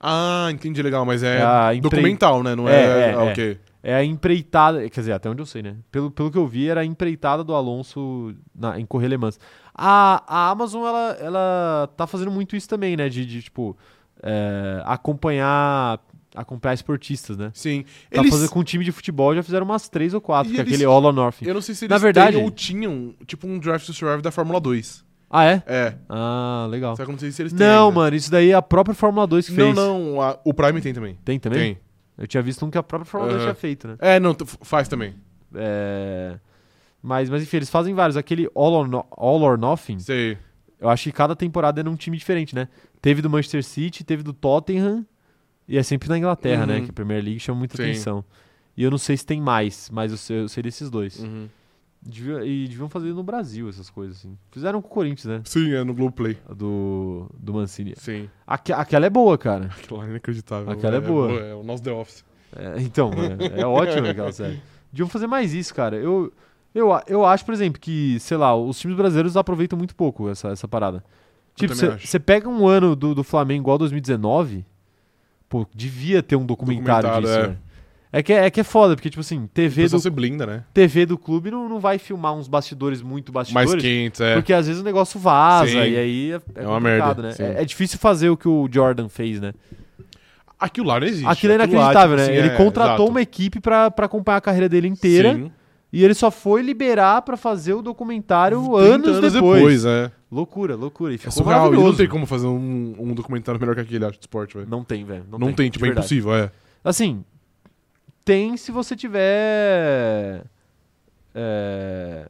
[SPEAKER 2] Ah, entendi legal, mas é
[SPEAKER 1] Ah, empre-
[SPEAKER 2] documental, né? Não é.
[SPEAKER 1] É, é,
[SPEAKER 2] ah,
[SPEAKER 1] é.
[SPEAKER 2] ok.
[SPEAKER 1] É a empreitada, quer dizer, até onde eu sei, né? Pelo, pelo que eu vi, era a empreitada do Alonso na- em correr Le Mans. A, a Amazon, ela, ela tá fazendo muito isso também, né? De, de, tipo, é, acompanhar, acompanhar esportistas, né?
[SPEAKER 2] Sim.
[SPEAKER 1] Tá
[SPEAKER 2] Eles-
[SPEAKER 1] fazendo com o time de futebol, já fizeram umas três ou quatro,
[SPEAKER 2] E
[SPEAKER 1] que é
[SPEAKER 2] eles-
[SPEAKER 1] aquele All or Nothing.
[SPEAKER 2] Eu não sei se eles
[SPEAKER 1] Na verdade-
[SPEAKER 2] têm ou tinham, tipo, um Drive to Survive da Fórmula 2.
[SPEAKER 1] Ah, é?
[SPEAKER 2] É.
[SPEAKER 1] Ah, legal.
[SPEAKER 2] Só que eu não sei se eles têm.
[SPEAKER 1] Não,
[SPEAKER 2] ainda.
[SPEAKER 1] mano, isso daí é a própria Fórmula 2 que
[SPEAKER 2] Não,
[SPEAKER 1] fez.
[SPEAKER 2] não. a- o Prime tem também.
[SPEAKER 1] Tem também?
[SPEAKER 2] Tem.
[SPEAKER 1] Eu tinha visto um que a própria Fórmula 2
[SPEAKER 2] Aham.
[SPEAKER 1] tinha feito, né?
[SPEAKER 2] É, não, t- faz também.
[SPEAKER 1] É... Mas, mas enfim, eles fazem vários. Aquele All or, No- All or Nothing,
[SPEAKER 2] Sei.
[SPEAKER 1] eu acho que cada temporada é num time diferente, né? Teve do Manchester City, teve do Tottenham, e é sempre na Inglaterra, né?
[SPEAKER 2] Uhum.
[SPEAKER 1] Que a Premier League chama muita
[SPEAKER 2] Sim.
[SPEAKER 1] atenção. E eu não sei se tem mais, mas eu sei, eu sei desses dois.
[SPEAKER 2] Uhum.
[SPEAKER 1] Devia- e deviam fazer no Brasil essas coisas, assim. Fizeram com o Corinthians, né?
[SPEAKER 2] Sim, é no Globoplay.
[SPEAKER 1] A do, do Mancini.
[SPEAKER 2] Sim.
[SPEAKER 1] Aque- aquela é boa, cara.
[SPEAKER 2] Aquilo lá é inacreditável.
[SPEAKER 1] Aquela é boa.
[SPEAKER 2] É o nosso The Office.
[SPEAKER 1] É, então, é, é ótimo
[SPEAKER 2] [laughs]
[SPEAKER 1] aquela série. Deviam fazer mais isso, cara. Eu, eu, a- eu acho, por exemplo, que, sei lá, os times brasileiros aproveitam muito pouco essa, essa parada. Tipo,
[SPEAKER 2] também acho.
[SPEAKER 1] você pega um ano do, do Flamengo igual 2019, pô, devia ter um documentário,
[SPEAKER 2] Documentário,
[SPEAKER 1] disso,
[SPEAKER 2] é.
[SPEAKER 1] né? É que, é que é foda, porque, tipo assim, TV
[SPEAKER 2] Pessoal
[SPEAKER 1] do,
[SPEAKER 2] se blinda, né?
[SPEAKER 1] TV do clube não, não vai filmar uns bastidores muito bastidores.
[SPEAKER 2] Mais quente, é.
[SPEAKER 1] Porque às vezes o negócio vaza
[SPEAKER 2] Sim.
[SPEAKER 1] e aí é, é
[SPEAKER 2] É uma
[SPEAKER 1] complicado,
[SPEAKER 2] merda,
[SPEAKER 1] né?
[SPEAKER 2] sim.
[SPEAKER 1] É, é difícil fazer o que o Jordan fez, né?
[SPEAKER 2] Aquilo lá não existe.
[SPEAKER 1] Aquilo é
[SPEAKER 2] lá,
[SPEAKER 1] inacreditável,
[SPEAKER 2] tipo
[SPEAKER 1] né?
[SPEAKER 2] assim,
[SPEAKER 1] Ele
[SPEAKER 2] é,
[SPEAKER 1] contratou
[SPEAKER 2] exato.
[SPEAKER 1] uma equipe pra pra acompanhar a carreira dele inteira
[SPEAKER 2] Sim.
[SPEAKER 1] E ele só foi liberar pra fazer o documentário
[SPEAKER 2] 30
[SPEAKER 1] anos, depois.
[SPEAKER 2] é.
[SPEAKER 1] Loucura, loucura. E
[SPEAKER 2] É
[SPEAKER 1] ficou
[SPEAKER 2] surreal. e Não
[SPEAKER 1] maravilhoso.
[SPEAKER 2] tem como fazer um, um documentário melhor que aquele, acho, de esporte, velho.
[SPEAKER 1] Não tem, velho. Não,
[SPEAKER 2] Não, tem, tipo,
[SPEAKER 1] de
[SPEAKER 2] é
[SPEAKER 1] verdade.
[SPEAKER 2] impossível, é.
[SPEAKER 1] Assim, tem se você tiver é,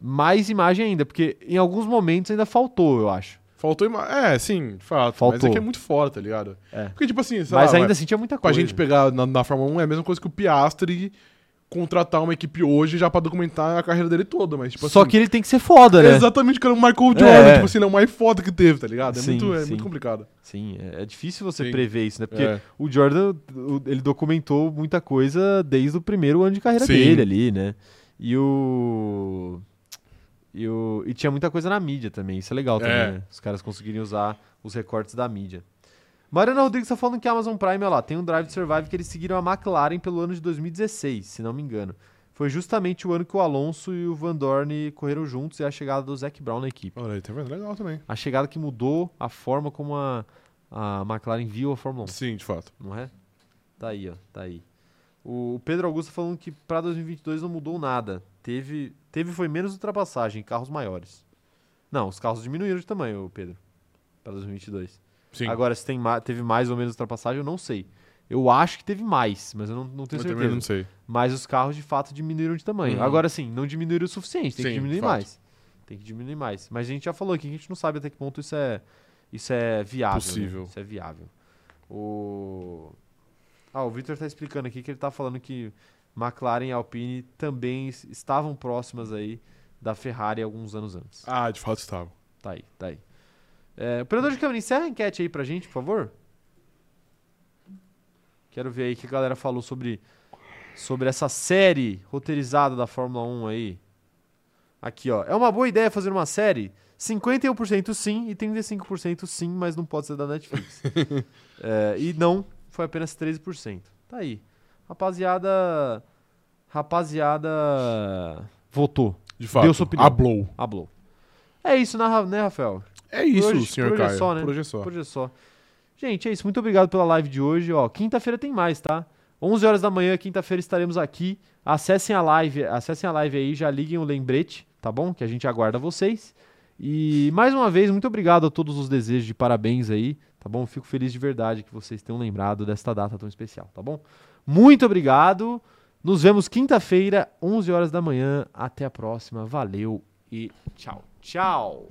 [SPEAKER 1] mais imagem ainda, porque em alguns momentos ainda faltou, eu acho.
[SPEAKER 2] Faltou ima... É, sim, de fato. Mas
[SPEAKER 1] Faltou.
[SPEAKER 2] é que é muito fora, tá ligado?
[SPEAKER 1] É.
[SPEAKER 2] Porque, tipo assim, sei
[SPEAKER 1] Mas
[SPEAKER 2] lá,
[SPEAKER 1] ainda
[SPEAKER 2] vai-
[SPEAKER 1] assim tinha muita
[SPEAKER 2] pra
[SPEAKER 1] coisa.
[SPEAKER 2] gente pegar na, na Fórmula 1 é a mesma coisa que o Piastri contratar uma equipe hoje já pra documentar a carreira dele toda, mas tipo
[SPEAKER 1] Só
[SPEAKER 2] assim...
[SPEAKER 1] que ele tem que ser foda, né?
[SPEAKER 2] Exatamente, cara, o Michael Jordan,
[SPEAKER 1] É.
[SPEAKER 2] tipo assim, ele é o mais foda que teve, tá ligado? É,
[SPEAKER 1] Sim,
[SPEAKER 2] muito, é
[SPEAKER 1] sim.
[SPEAKER 2] muito complicado.
[SPEAKER 1] Sim, é é difícil você
[SPEAKER 2] Sim.
[SPEAKER 1] prever isso, né? Porque
[SPEAKER 2] É.
[SPEAKER 1] o Jordan, o- ele documentou muita coisa desde o primeiro ano de carreira
[SPEAKER 2] Sim.
[SPEAKER 1] dele ali, né? E o... E, o... e tinha muita coisa na mídia também, isso é legal também,
[SPEAKER 2] É.
[SPEAKER 1] né? Os caras conseguirem usar os recortes da mídia. Mariana Rodrigues tá falando que a Amazon Prime, olha lá, tem um Drive to Survive que eles seguiram a McLaren pelo ano de 2016, se não me engano. Foi justamente o ano que o Alonso e o Van Dorn correram juntos e a chegada do Zac Brown na equipe.
[SPEAKER 2] Olha aí, tá vendo? Legal também.
[SPEAKER 1] A chegada que mudou a forma como a, a McLaren viu a Fórmula 1
[SPEAKER 2] Sim, de fato.
[SPEAKER 1] não é? Tá aí, ó, tá aí. O Pedro Augusto tá falando que pra 2022 não mudou nada. Teve, teve foi menos ultrapassagem, carros maiores. Não, os carros diminuíram de tamanho, Pedro, Pra 2022.
[SPEAKER 2] Sim.
[SPEAKER 1] Agora, se tem ma- teve mais ou menos ultrapassagem, eu não sei. Eu acho que teve mais, mas eu não, não tenho
[SPEAKER 2] Mas também
[SPEAKER 1] certeza.
[SPEAKER 2] não sei.
[SPEAKER 1] Mas os carros de fato diminuíram de tamanho.
[SPEAKER 2] Uhum.
[SPEAKER 1] Agora sim, não diminuíram o suficiente, tem que
[SPEAKER 2] Sim, de
[SPEAKER 1] diminuir
[SPEAKER 2] fato.
[SPEAKER 1] mais. Tem que diminuir mais. Mas a gente já falou aqui que a gente não sabe até que ponto isso é isso é viável. né?
[SPEAKER 2] Possível.
[SPEAKER 1] Isso é viável. O Ah, o Victor tá explicando aqui que ele tá falando que McLaren e Alpine também es- estavam próximas aí da Ferrari alguns anos antes.
[SPEAKER 2] Ah, de fato estava.
[SPEAKER 1] Tá aí, tá aí. É, operador de câmera, encerra a enquete aí pra gente, por favor. Quero ver aí o que a galera falou sobre, sobre essa série roteirizada da Fórmula 1 aí. Aqui, ó. É uma boa ideia fazer uma série? 51% sim e 35% sim, mas não pode ser da Netflix. É, e não, foi apenas 13%. Tá aí. Rapaziada. Rapaziada. Votou.
[SPEAKER 2] De fato.
[SPEAKER 1] Deu sua opinião.
[SPEAKER 2] A blow.
[SPEAKER 1] Ablou. É isso, né, Ra- né, Rafael?
[SPEAKER 2] É isso,
[SPEAKER 1] hoje-
[SPEAKER 2] senhor
[SPEAKER 1] por hoje é
[SPEAKER 2] Caio.
[SPEAKER 1] só, né?
[SPEAKER 2] Por hoje é só.
[SPEAKER 1] Por hoje é só. Gente, é isso. Muito obrigado pela live de hoje. Ó, quinta-feira tem mais, tá? 11 horas da manhã, quinta-feira estaremos aqui. Acessem a live, acessem a live aí, já liguem o lembrete, tá bom? Que a gente aguarda vocês. E mais uma vez, muito obrigado a todos os desejos de parabéns aí, tá bom? Fico feliz de verdade que vocês tenham lembrado desta data tão especial, tá bom? Muito obrigado. Nos vemos quinta-feira, 11 horas da manhã. Até a próxima. Valeu e tchau. Tchau.